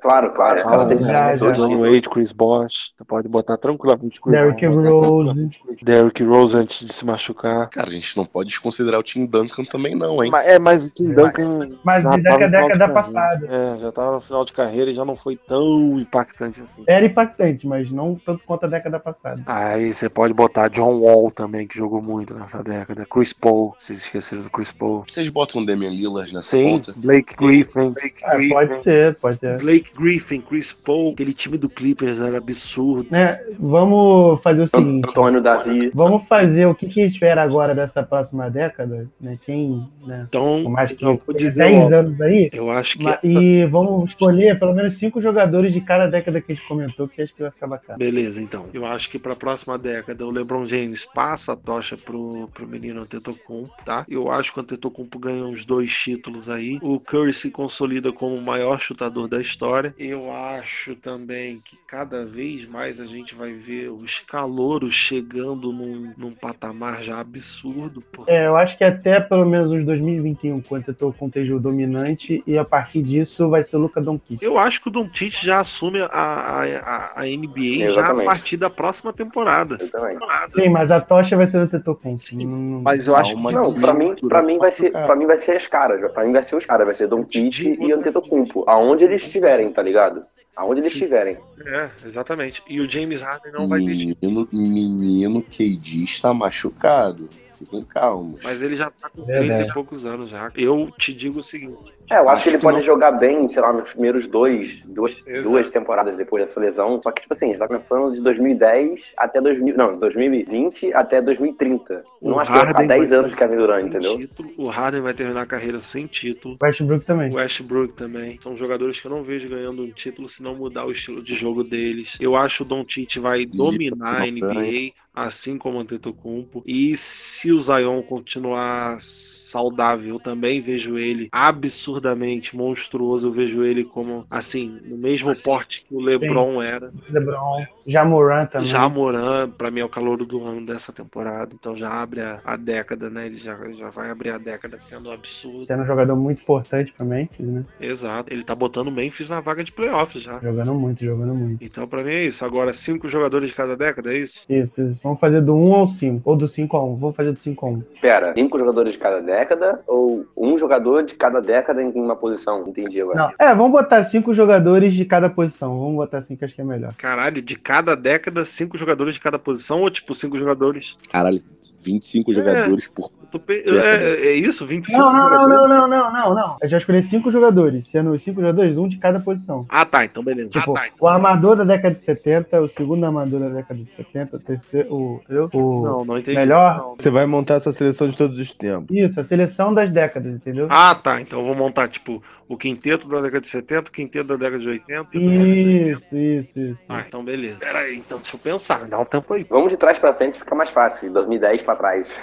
S4: Claro, claro, o cara
S2: Ah,
S4: teve
S1: já,
S4: dois
S1: já.
S2: John
S4: títulos.
S2: Wade, Chris Bosh. Você pode botar tranquilamente Chris
S1: né? Derrick
S2: Bosh.
S1: Rose.
S2: Derrick Rose antes de se machucar.
S3: Cara, a gente não pode desconsiderar o Tim Duncan também, não, hein?
S2: Ma- É, mas o Tim Duncan.
S1: Mas desde
S2: já tava
S1: a
S2: no final de
S1: década
S2: carreira.
S1: passada.
S2: É, já tava no final de carreira e já não foi tão impactante assim.
S1: Era impactante, mas não tanto quanto a década passada.
S2: Aí você pode botar John Wall também, que jogou muito nessa década. Chris Paul, vocês esqueceram do Chris Paul.
S3: Vocês botam o Damian Lillard nessa
S2: Sim,
S3: ponta?
S2: Blake Griffin. Blake
S1: É, pode ser, pode ser.
S2: Blake Griffin, Chris Paul, aquele time do Clippers era absurdo.
S1: Né, vamos fazer o
S2: é,
S1: seguinte.
S4: Antônio Davi.
S1: Vamos fazer o que, que espera agora dessa próxima década, né? Quem, né?
S2: Então,
S1: Por mais que
S2: eu vou
S1: tenha
S2: dizer
S1: 10
S2: logo,
S1: anos aí.
S2: eu acho que
S1: ma-
S2: essa-
S1: E vamos escolher pelo menos cinco jogadores de cada década que a gente comentou, que acho que vai ficar bacana.
S2: Beleza, então. Eu acho que para a próxima década o LeBron James passa a tocha pro, pro menino Antetokounmpo, tá? Eu eu acho que o Antetokounmpo ganhou uns dois títulos aí. O Curry se consolida como o maior chutador da história. Eu acho também que cada vez mais a gente vai ver os calouros chegando num, num patamar já absurdo, pô.
S1: É, eu acho que até pelo menos os 2021, quando eu tô com o Tejo dominante, e a partir disso vai ser o Luca Doncic.
S2: Eu acho que o Doncic já assume a, a, a- a NBA já a
S4: Exatamente.
S2: partir da próxima temporada.
S4: Eu também.
S1: Sim, mas a tocha vai ser o Antetokounmpo.
S2: Sim,
S1: Não-
S2: Mas eu acho que
S4: Não, pra mim, pra mim vai ser, para mim vai ser as caras, pra mim vai ser os caras, vai ser Don Kit e Antetokounmpo, aonde eles estiverem, tá ligado? Aonde eles
S2: Sim.
S4: estiverem.
S2: é, exatamente. E o James Harden não vai ter.
S3: menino, menino KD está machucado. Fiquem calmos.
S2: Mas ele já tá com
S1: Verdade.
S2: 30 e poucos anos já. Eu te digo o seguinte:
S4: É, eu acho que ele
S3: que
S4: pode
S3: não.
S4: jogar bem, sei lá, nos primeiros dois, duas,
S2: Exato.
S4: duas temporadas depois dessa lesão. Só que, tipo assim, a gente tá pensando de 2010 até 2000, não, 2020 até 2030. Não
S2: O
S4: acho que vai ficar
S2: Harden
S4: 10
S2: vai
S4: anos Kevin Durant,
S2: sem
S4: entendeu?
S2: título, o Harden vai terminar a carreira sem título.
S1: Westbrook também.
S2: O Westbrook também. São jogadores que eu não vejo ganhando um título se não mudar o estilo de jogo deles. Eu acho que o Don Tite vai dominar a NBA, assim como o Antetokounmpo. E se o Zion continuar saudável, eu também vejo ele absurdamente monstruoso. Eu vejo ele como, assim, no mesmo porte que o LeBron era.
S1: LeBron, Jamoran também.
S2: Já Moran, pra mim, é o calor do ano dessa temporada. Então já abre a, a década, né? Ele já, já vai abrir a década sendo um absurdo.
S1: Sendo um jogador muito importante pra Memphis, né?
S2: Exato. Ele tá botando o Memphis na vaga de playoffs já.
S1: Jogando muito, jogando muito.
S2: Então, pra mim é isso. Agora, cinco jogadores de cada década, é isso?
S1: Isso, isso. Vamos fazer do 1 ao 5. Ou do 5 a 1. Vamos fazer do 5 a 1.
S4: Pera, cinco jogadores de cada década ou um jogador de cada década em uma posição? Entendi agora.
S1: Não. É, vamos botar cinco jogadores de cada posição. Vamos botar assim que acho que é melhor.
S2: Caralho, de cada década, cinco jogadores de cada posição, ou tipo, cinco jogadores.
S3: Caralho,
S4: É.
S3: 25 jogadores por.
S2: Eu tô pe-
S3: Década.
S2: É, é isso? 25
S1: Não, não, não,
S2: jogadores?
S1: não, não, não, não, não. Eu já escolhi cinco jogadores, sendo os cinco jogadores, um de cada posição.
S2: Ah, tá. Então, beleza.
S1: Tipo,
S2: ah, tá.
S1: o armador da década de 70, o segundo armador da década de 70, o terceiro. O, entendeu? o
S2: Não, não entendi.
S1: melhor.
S5: Você vai montar a sua seleção de todos os tempos.
S1: Isso, a seleção das décadas, entendeu?
S2: Ah, tá. Então eu vou montar, tipo, o quinteto da década de 70, o quinteto da década de 80.
S1: Isso, isso, isso.
S2: Ah, então beleza. Pera aí, então deixa eu pensar. Dá um tempo aí.
S4: Vamos de trás pra frente, fica mais fácil. 2010 pra trás.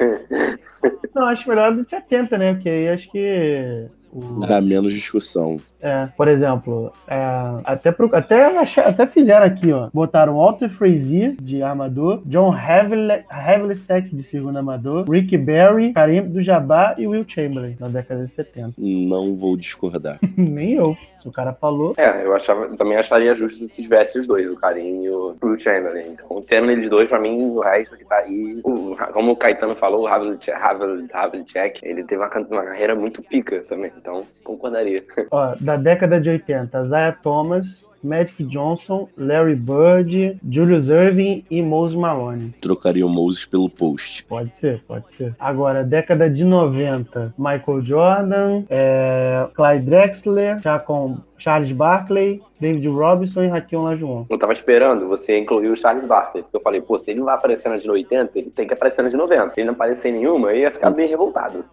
S1: Não, acho melhor do de 70, né? Porque aí acho que. o-
S3: Dá menos discussão.
S1: É, por exemplo, é, até, pro- até, acha- até fizeram aqui, ó. Botaram Walter Frazier de armador, John Havlicek Havlicek de segundo armador, Rick Barry, Karim do Jabá e Will Chamberlain na década de 70.
S3: Não vou discordar.
S1: Nem eu. Se o cara falou.
S4: É, eu achava, eu também acharia justo que tivesse os dois, o Karim e o Will Chamberlain. Então, tendo eles dois, pra mim, o resto que tá aí. o- como o Caetano falou, o Havlicek, Havlicek- Havlicek, ele teve uma, can- uma carreira muito pica também. Então, concordaria.
S1: Ó, da década de 80, Zaya Thomas, Magic Johnson, Larry Bird, Julius Irving e Mose Malone.
S3: Trocaria o Moses pelo post.
S1: Pode ser, pode ser. Agora, década de 90, Michael Jordan, é, Clyde Drexler, já com Charles Barkley, David Robinson e Raquel Lajuan.
S4: Eu tava esperando você incluir o Charles Barkley, porque eu falei, pô, se ele não vai aparecer na de 80, ele tem que aparecer na de 90. Se ele não aparecer em nenhuma, eu ia ficar bem revoltado.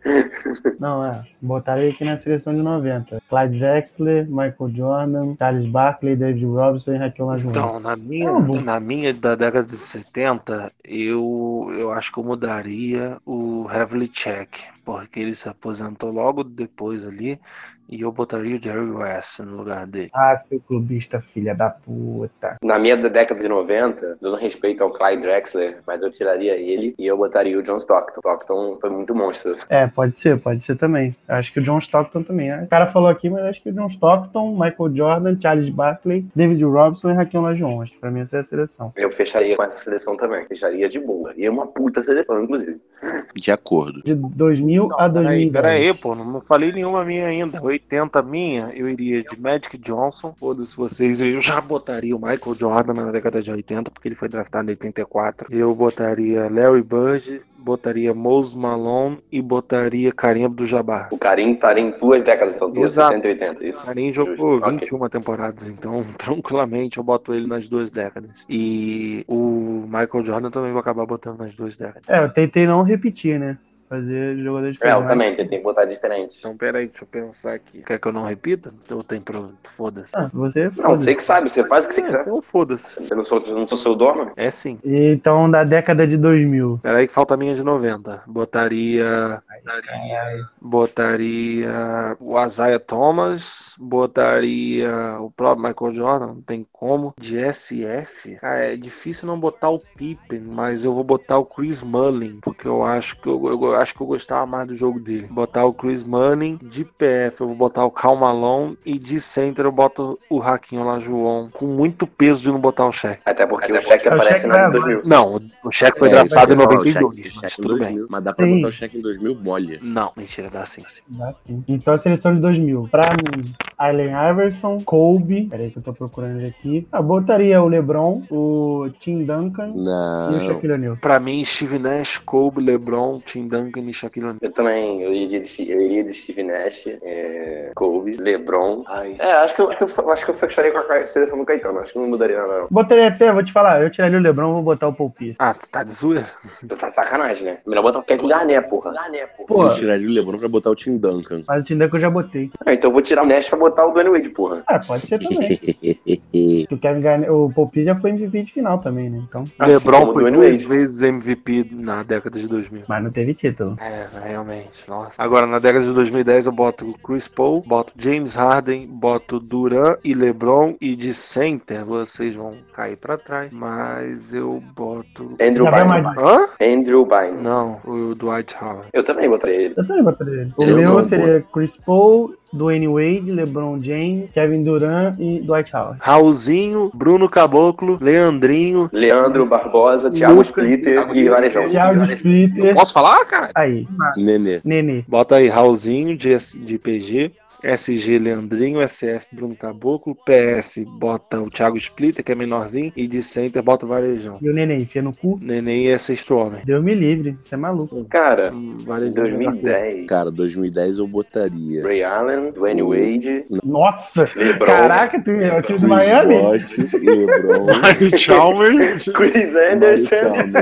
S1: Não, é. Botaram ele aqui na seleção de 90. Clyde Drexler, Michael Jordan, Charles Barkley, David Robinson e Raquel Lajuan.
S2: Então, na minha,
S1: um. Tá bom.
S2: na minha da década de 70, eu, eu acho que eu mudaria o Havlicek, porque ele se aposentou logo depois ali, e eu botaria o Jerry West no lugar dele.
S1: Ah, seu clubista, filha da puta.
S4: Na minha da década de 90, dando respeito ao Clyde Drexler, mas eu tiraria ele e eu botaria o John Stockton. Stockton foi muito monstro.
S1: É, pode ser, pode ser também. Acho que o John Stockton também. né? O cara falou aqui, mas acho que o John Stockton, Michael Jordan, Charles Barkley, David Robinson e Raquel Lajuan. Acho que pra mim essa é a seleção.
S4: Eu fecharia com essa seleção também. Fecharia de boa. E é uma puta seleção, inclusive.
S3: De acordo.
S1: De 2000 a
S2: Peraí,
S1: 2010.
S2: peraí, pô, não falei nenhuma minha ainda. 80 minha, eu iria de Magic Johnson, foda-se vocês, eu já botaria o Michael Jordan na década de 80, porque ele foi draftado em 84. Eu botaria Larry Bird, botaria Mose Malone e botaria Karim do Jabbar.
S4: O Karim tá em duas décadas, são duas,
S2: Exato.
S4: 70 e 80. Isso.
S2: Karim jogou
S4: Justo, ok.
S2: 21 temporadas, então tranquilamente eu boto ele nas duas décadas. E o Michael Jordan também vou acabar botando nas duas décadas.
S1: É, eu tentei não repetir, né? Fazer jogadores
S4: É, eu também, porque tem que botar diferente.
S2: Então, peraí, deixa eu pensar aqui. Quer que eu não repita? Ou tem pro. Foda-se.
S1: Ah, você
S4: Não,
S1: foda.
S4: você que sabe, você faz o que você quiser.
S2: Então, foda-se.
S4: Eu não sou, eu não sou seu dono.
S2: É sim.
S1: Então, da década de 2000.
S2: Peraí que falta a minha de 90. Botaria. Botaria. Botaria o Isaiah Thomas. Botaria o próprio Michael Jordan. Não tem como. De SF. Cara, é difícil não botar o Pippen, mas eu vou botar o Chris Mullin. Porque eu acho que eu, eu acho que eu gostava mais do jogo dele. Botar o Chris Mullin. De PF, eu vou botar o Cal Malone. E de center eu boto o Raquinho lá, João. Com muito peso de não botar o Shaq.
S4: Até porque o cheque
S1: o
S4: aparece
S1: cheque
S4: na
S1: vai-
S4: de 2000.
S2: Não, o Shaq foi
S3: É,
S2: draftado em
S3: isso que eu ia
S2: 92,
S3: falar, o
S2: mas
S3: Shaq em
S2: tudo bem.
S3: 2000, Mas dá pra
S1: Sim.
S3: botar o cheque em 2000 mole.
S2: Não, mentira, dá sim.
S1: Dá sim. Então, a seleção de 2000. Pra mim, Allen Iverson, Kobe. Peraí que eu tô procurando ele aqui. Ah, botaria o LeBron, o Tim Duncan e o
S3: Não.
S1: Shaquille O'Neal.
S2: Pra mim, Steve Nash, Kobe, LeBron, Tim Duncan e Shaquille O'Neal.
S4: Eu também, eu iria de, eu iria de Steve Nash, é, Kobe, LeBron. É, acho que, eu, acho, que eu, acho que eu fecharia com a seleção do Caetano, acho que não mudaria nada não.
S1: Botaria até, vou te falar, eu tiraria o LeBron, vou botar o Paul Pierce.
S2: Ah, tu tá de zoeira?
S4: Tu Tá de sacanagem, né? Melhor botar o Kevin Garnett, porra. Garnett, né, porra.
S1: Pô,
S3: Eu tiraria o LeBron pra botar o Tim Duncan.
S1: mas o Tim Duncan eu já botei.
S4: Ah, então eu vou tirar o Nash pra botar o Dwayne Wade, porra.
S1: Ah, pode ser também. Porque o Kevin Garnett, o Paul Pierce já foi MVP de final também, né? Então,
S4: Assim como
S2: LeBron
S4: o
S2: foi
S4: Dwayne
S2: duas
S4: Wade.
S2: vezes MVP na década de 2000.
S1: mas não teve título.
S2: É, realmente, nossa. Agora, na década de 2010, eu boto o Chris Paul, boto James Harden, boto Duran e LeBron. E de center, vocês vão cair pra trás. Mas eu boto...
S4: Andrew
S1: Já vai
S4: Bynum.
S1: mais-
S2: Hã?
S4: Andrew Bynum.
S2: Não, o Dwight Howard.
S4: Eu também botaria ele.
S1: Eu também botaria ele. O
S3: Eu
S1: meu
S3: não,
S1: seria Chris Paul, Dwayne Wade, LeBron James, Kevin Durant e Dwight Howard.
S2: Raulzinho, Bruno Caboclo, Leandrinho...
S4: Leandro Barbosa, Thiago
S1: Lucas,
S4: Splitter e Varejão.
S1: Thiago Splitter.
S2: Posso falar, cara?
S1: Aí,
S3: Nenê.
S1: Nenê.
S2: Bota aí Raulzinho de, S- de PG, SG Leandrinho, SF Bruno Caboclo, PF bota o Thiago Splitter, que é menorzinho, e de center bota o Varejão.
S1: E o Nenê, enfia no cu.
S2: Neném é sexto homem.
S1: Deus me livre, você é maluco.
S4: Cara,
S2: Hum,
S4: em
S2: Varejão é melhor
S4: 2010,
S3: Cara, 2010 eu botaria.
S4: Ray Allen, Dwayne Wade,
S1: Nossa!
S4: LeBron,
S1: Caraca, tu é o time do Miami?
S3: Bosch, LeBron.
S2: que o Chalmers.
S4: Chris
S1: é
S4: Anderson,
S3: Mario Chalmers.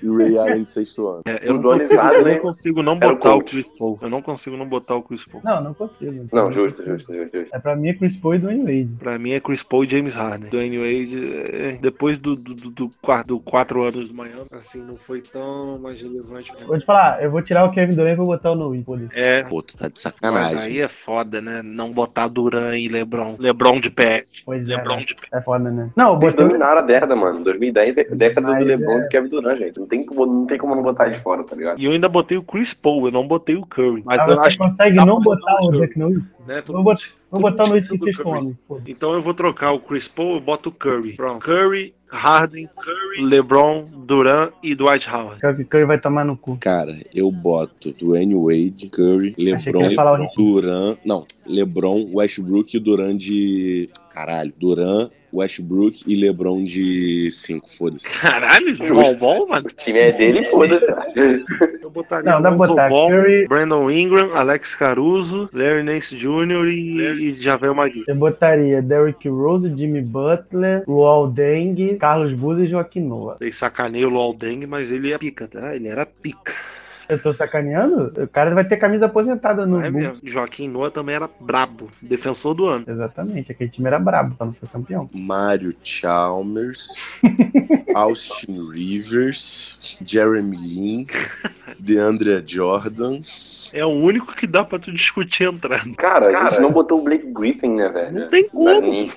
S3: E Ray Allen de sexto ano.
S2: É, eu, não
S4: O Donnie
S2: consigo, eu
S4: Wright,
S2: não
S4: né?
S2: consigo não
S4: Era o
S2: botar o
S4: coach.
S2: Chris Paul. Eu não consigo não botar o Chris Paul.
S1: Não, não consigo.
S4: Não, justo, justo, justo, justo.
S1: É pra mim é Chris Paul e Dwayne Wade.
S2: Pra mim é Chris Paul e James Harden. Dwayne Wade, é, depois do, do, do, do quar- do quatro anos do Miami, assim, não foi tão mais relevante. né?
S1: Vou te falar, eu vou tirar o Kevin Durant e vou botar o Noe. foda-se.
S2: É,
S3: Pô, tu tá de
S2: Mas
S3: sacanagem.
S2: aí é foda, né? Não botar Duran e Lebron. Lebron de pé.
S1: Pois é.
S2: Lebron
S1: né?
S2: de pé.
S1: É foda, né? Não, eu
S4: Eles
S1: botei o-
S4: dominaram a década, mano. 2010 é década do
S1: Mas,
S4: LeBron e do Kevin Durant, gente. Não tem, como, não tem como não botar eles fora, tá ligado?
S2: E eu ainda botei o Chris Paul, eu não botei o Curry. Mas
S1: Ah,
S2: eu
S1: você
S2: acho
S1: consegue
S2: dá
S1: não
S2: pra
S1: botar
S2: botar
S1: o
S2: o
S1: Jack Noe?
S2: que, né? todo
S1: vou
S2: mundo-
S1: Vou
S2: todo
S1: botar o
S2: mundo
S1: Noe sem
S2: esqueceu do
S1: vocês
S2: Curry.
S1: comem. foda-se.
S2: Então eu vou trocar o Chris Paul, eu boto o Curry. Pronto. Curry, Harden, Curry, LeBron, Duran e Dwight Howard.
S1: Curry- Curry vai tomar no cu.
S3: Cara, eu boto Dwayne Wade, Curry,
S1: Achei que
S3: LeBron,
S1: ia falar o Rick.
S3: Duran. Não, LeBron, Westbrook e Duran de. Caralho. Duran, Westbrook e LeBron de 5. Foda-se.
S2: Caralho,
S4: Justo.
S2: bom, mano.
S4: O time é dele e foda-se.
S2: Eu botaria
S1: Não, dá pra
S2: Lonzo
S1: botar
S2: Ball,
S1: Curry,
S2: Brandon Ingram, Alex Caruso, Larry Nance Jr. e, e Javel Magui.
S1: Eu botaria Derrick Rose, Jimmy Butler, Luol Deng, Carlos Buzzi e Joaquim Noah.
S2: Vocês sacaneiam o Aldeng, mas ele é pica, tá? Ele era pica.
S1: Eu tô sacaneando? O cara vai ter camisa aposentada no
S2: É
S1: Bulls.
S2: mesmo. Joaquim Noah também era brabo, defensor do ano.
S1: Exatamente, aquele time era brabo, só não foi campeão.
S3: Mário Chalmers, Austin Rivers, Jeremy Lin, DeAndre Jordan.
S2: É o único que dá pra tu discutir a entrada.
S4: Cara, a gente
S2: Cara.
S4: não botou o Blake Griffin, né, velho?
S2: Não tem
S4: Mas
S2: como.
S4: nem-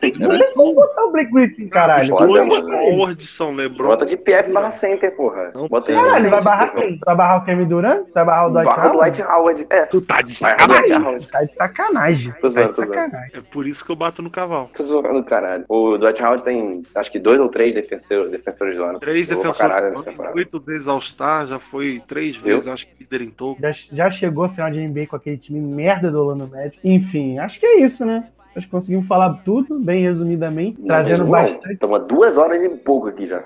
S1: Botar o Blake Griffin, caralho.
S4: Foda,
S1: Pô,
S4: mano.
S2: Dois
S1: botar ele.
S2: forwards são LeBron.
S4: Bota de PF barra center, porra.
S2: Não.
S4: Bota
S2: Caralho,
S1: Caralho,
S4: center,
S1: Ah, vai barrar
S4: porra.
S1: quem? Vai barrar o Kevin Durant? Vai barrar o Dwight
S4: Barra o
S1: Howard?
S4: Dwight Howard. É.
S2: Tu tá de
S4: Barra o Dwight
S2: sacanagem.
S4: Howard.
S1: Tá de sacanagem.
S4: Tô
S1: Tá
S4: zoando,
S1: de
S4: tô zoando.
S1: sacanagem.
S2: É por isso que eu bato no cavalo.
S4: Tô zoando, caralho. O Dwight Howard tem, acho que dois ou três defensor- defensores do ano.
S2: Três
S4: Jogou pra
S2: defensores
S4: caralho
S2: do
S4: nessa
S2: ano,
S4: temporada.
S2: oito vezes All-Star, já foi três
S4: Viu?
S2: vezes, acho que líder em topo.
S1: Já, já chegou a final de NBA com aquele time merda do Orlando Magic. Enfim, acho que é isso, né? Acho que conseguimos falar tudo, bem resumidamente,
S4: Não,
S1: trazendo
S4: não.
S1: bastante.
S4: Toma duas horas e pouco aqui já.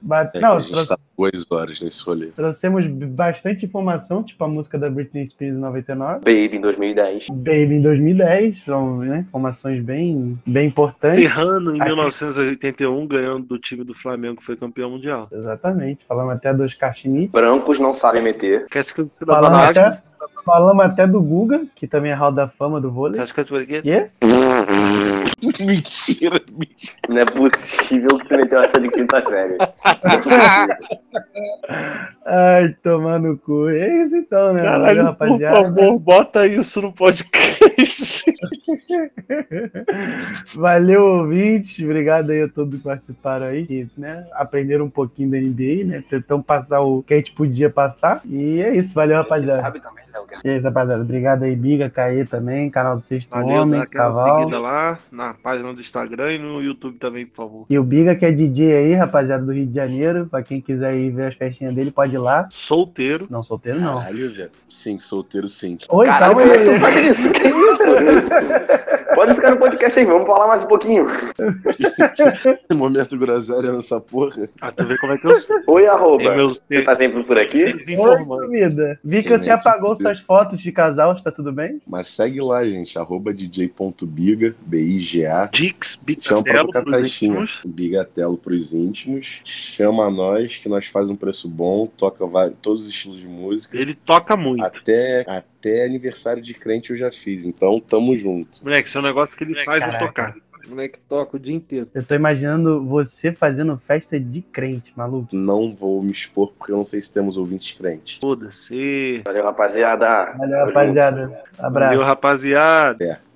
S1: Ba-
S3: É,
S1: não,
S3: a gente
S1: trouxe-
S3: tá boas horas nesse rolê.
S1: Trouxemos bastante informação, tipo a música da Britney Spears em 99,
S4: Baby em 2010.
S1: Baby em 2010, são né, informações bem, bem importantes.
S2: Ferrando em
S1: Aqui.
S2: 1981, ganhando do time do Flamengo, que foi campeão mundial.
S1: Exatamente, falamos até dos Carchinit,
S4: Brancos não sabem meter.
S2: Quer que você
S1: Falando
S2: dá
S1: até- falamos até do Guga, que também é Hall da Fama do vôlei.
S2: Quer que você
S1: Quê?
S3: mentira, mentira.
S4: Não é possível que tu meteu essa de quinta série.
S1: Ai, tomar no cu. É isso então, né? Valeu,
S2: Caralho, por
S1: rapaziada.
S2: favor, bota isso no podcast.
S1: Valeu, ouvintes. Obrigado aí a todos que participaram aí, que, né? Aprenderam um pouquinho da NBA, né? Tentam passar o que a gente podia passar. E é isso, valeu, rapaziada.
S4: sabe também, né, Léo,
S1: E é isso, rapaziada. Obrigado aí, Biga, Caê também, canal do Sexto
S2: Valeu, dá
S1: Homem,
S2: aquela
S1: Caval.
S2: seguida lá na página do Instagram e no YouTube também, por favor.
S1: E o Biga, que é DJ aí, rapaziada, do Rio de Janeiro. Pra quem quiser ir ver as festinhas dele, pode ir lá.
S2: Solteiro.
S1: Não, solteiro não.
S3: Caralho, velho. Sim, solteiro sim.
S1: Oi,
S4: Caralho,
S1: calma
S4: como é que
S1: aí.
S4: tu sabe disso? Que isso? Pode ficar no podcast aí, vamos falar mais um pouquinho.
S3: Momento groselha nessa porra.
S2: Ah, tu vê como é que eu sei.
S4: Oi, arroba.
S2: meus
S4: Você tá sempre por aqui?
S2: eles
S1: Oi,
S2: informando.
S1: comida. Vi que
S3: Sim,
S1: você
S3: né?
S1: apagou suas fotos de casal, tá tudo bem?
S3: Mas segue lá, gente. Arroba dj.biga, B-I-G-A.
S2: Dix,
S4: Então,
S3: Chama pra
S2: Bitelo,
S3: tocar
S2: pros
S3: festinha.
S2: íntimos.
S3: Bigatelo é pros íntimos. Chama a nós, que nós faz um preço bom. Toca vai- todos os estilos de música.
S2: Ele toca muito.
S4: Ah.
S3: Até, até aniversário de crente eu já fiz, então tamo junto.
S2: Moleque, isso é um negócio que ele faz
S1: caraca.
S2: é tocar. Moleque toca o dia inteiro.
S1: Eu tô imaginando você fazendo festa de crente, maluco.
S3: Não vou me expor porque eu não sei se temos ouvintes crentes.
S2: Foda-se.
S4: Valeu, rapaziada.
S1: Valeu, rapaziada. Abraço.
S2: Valeu, rapaziada.
S3: É.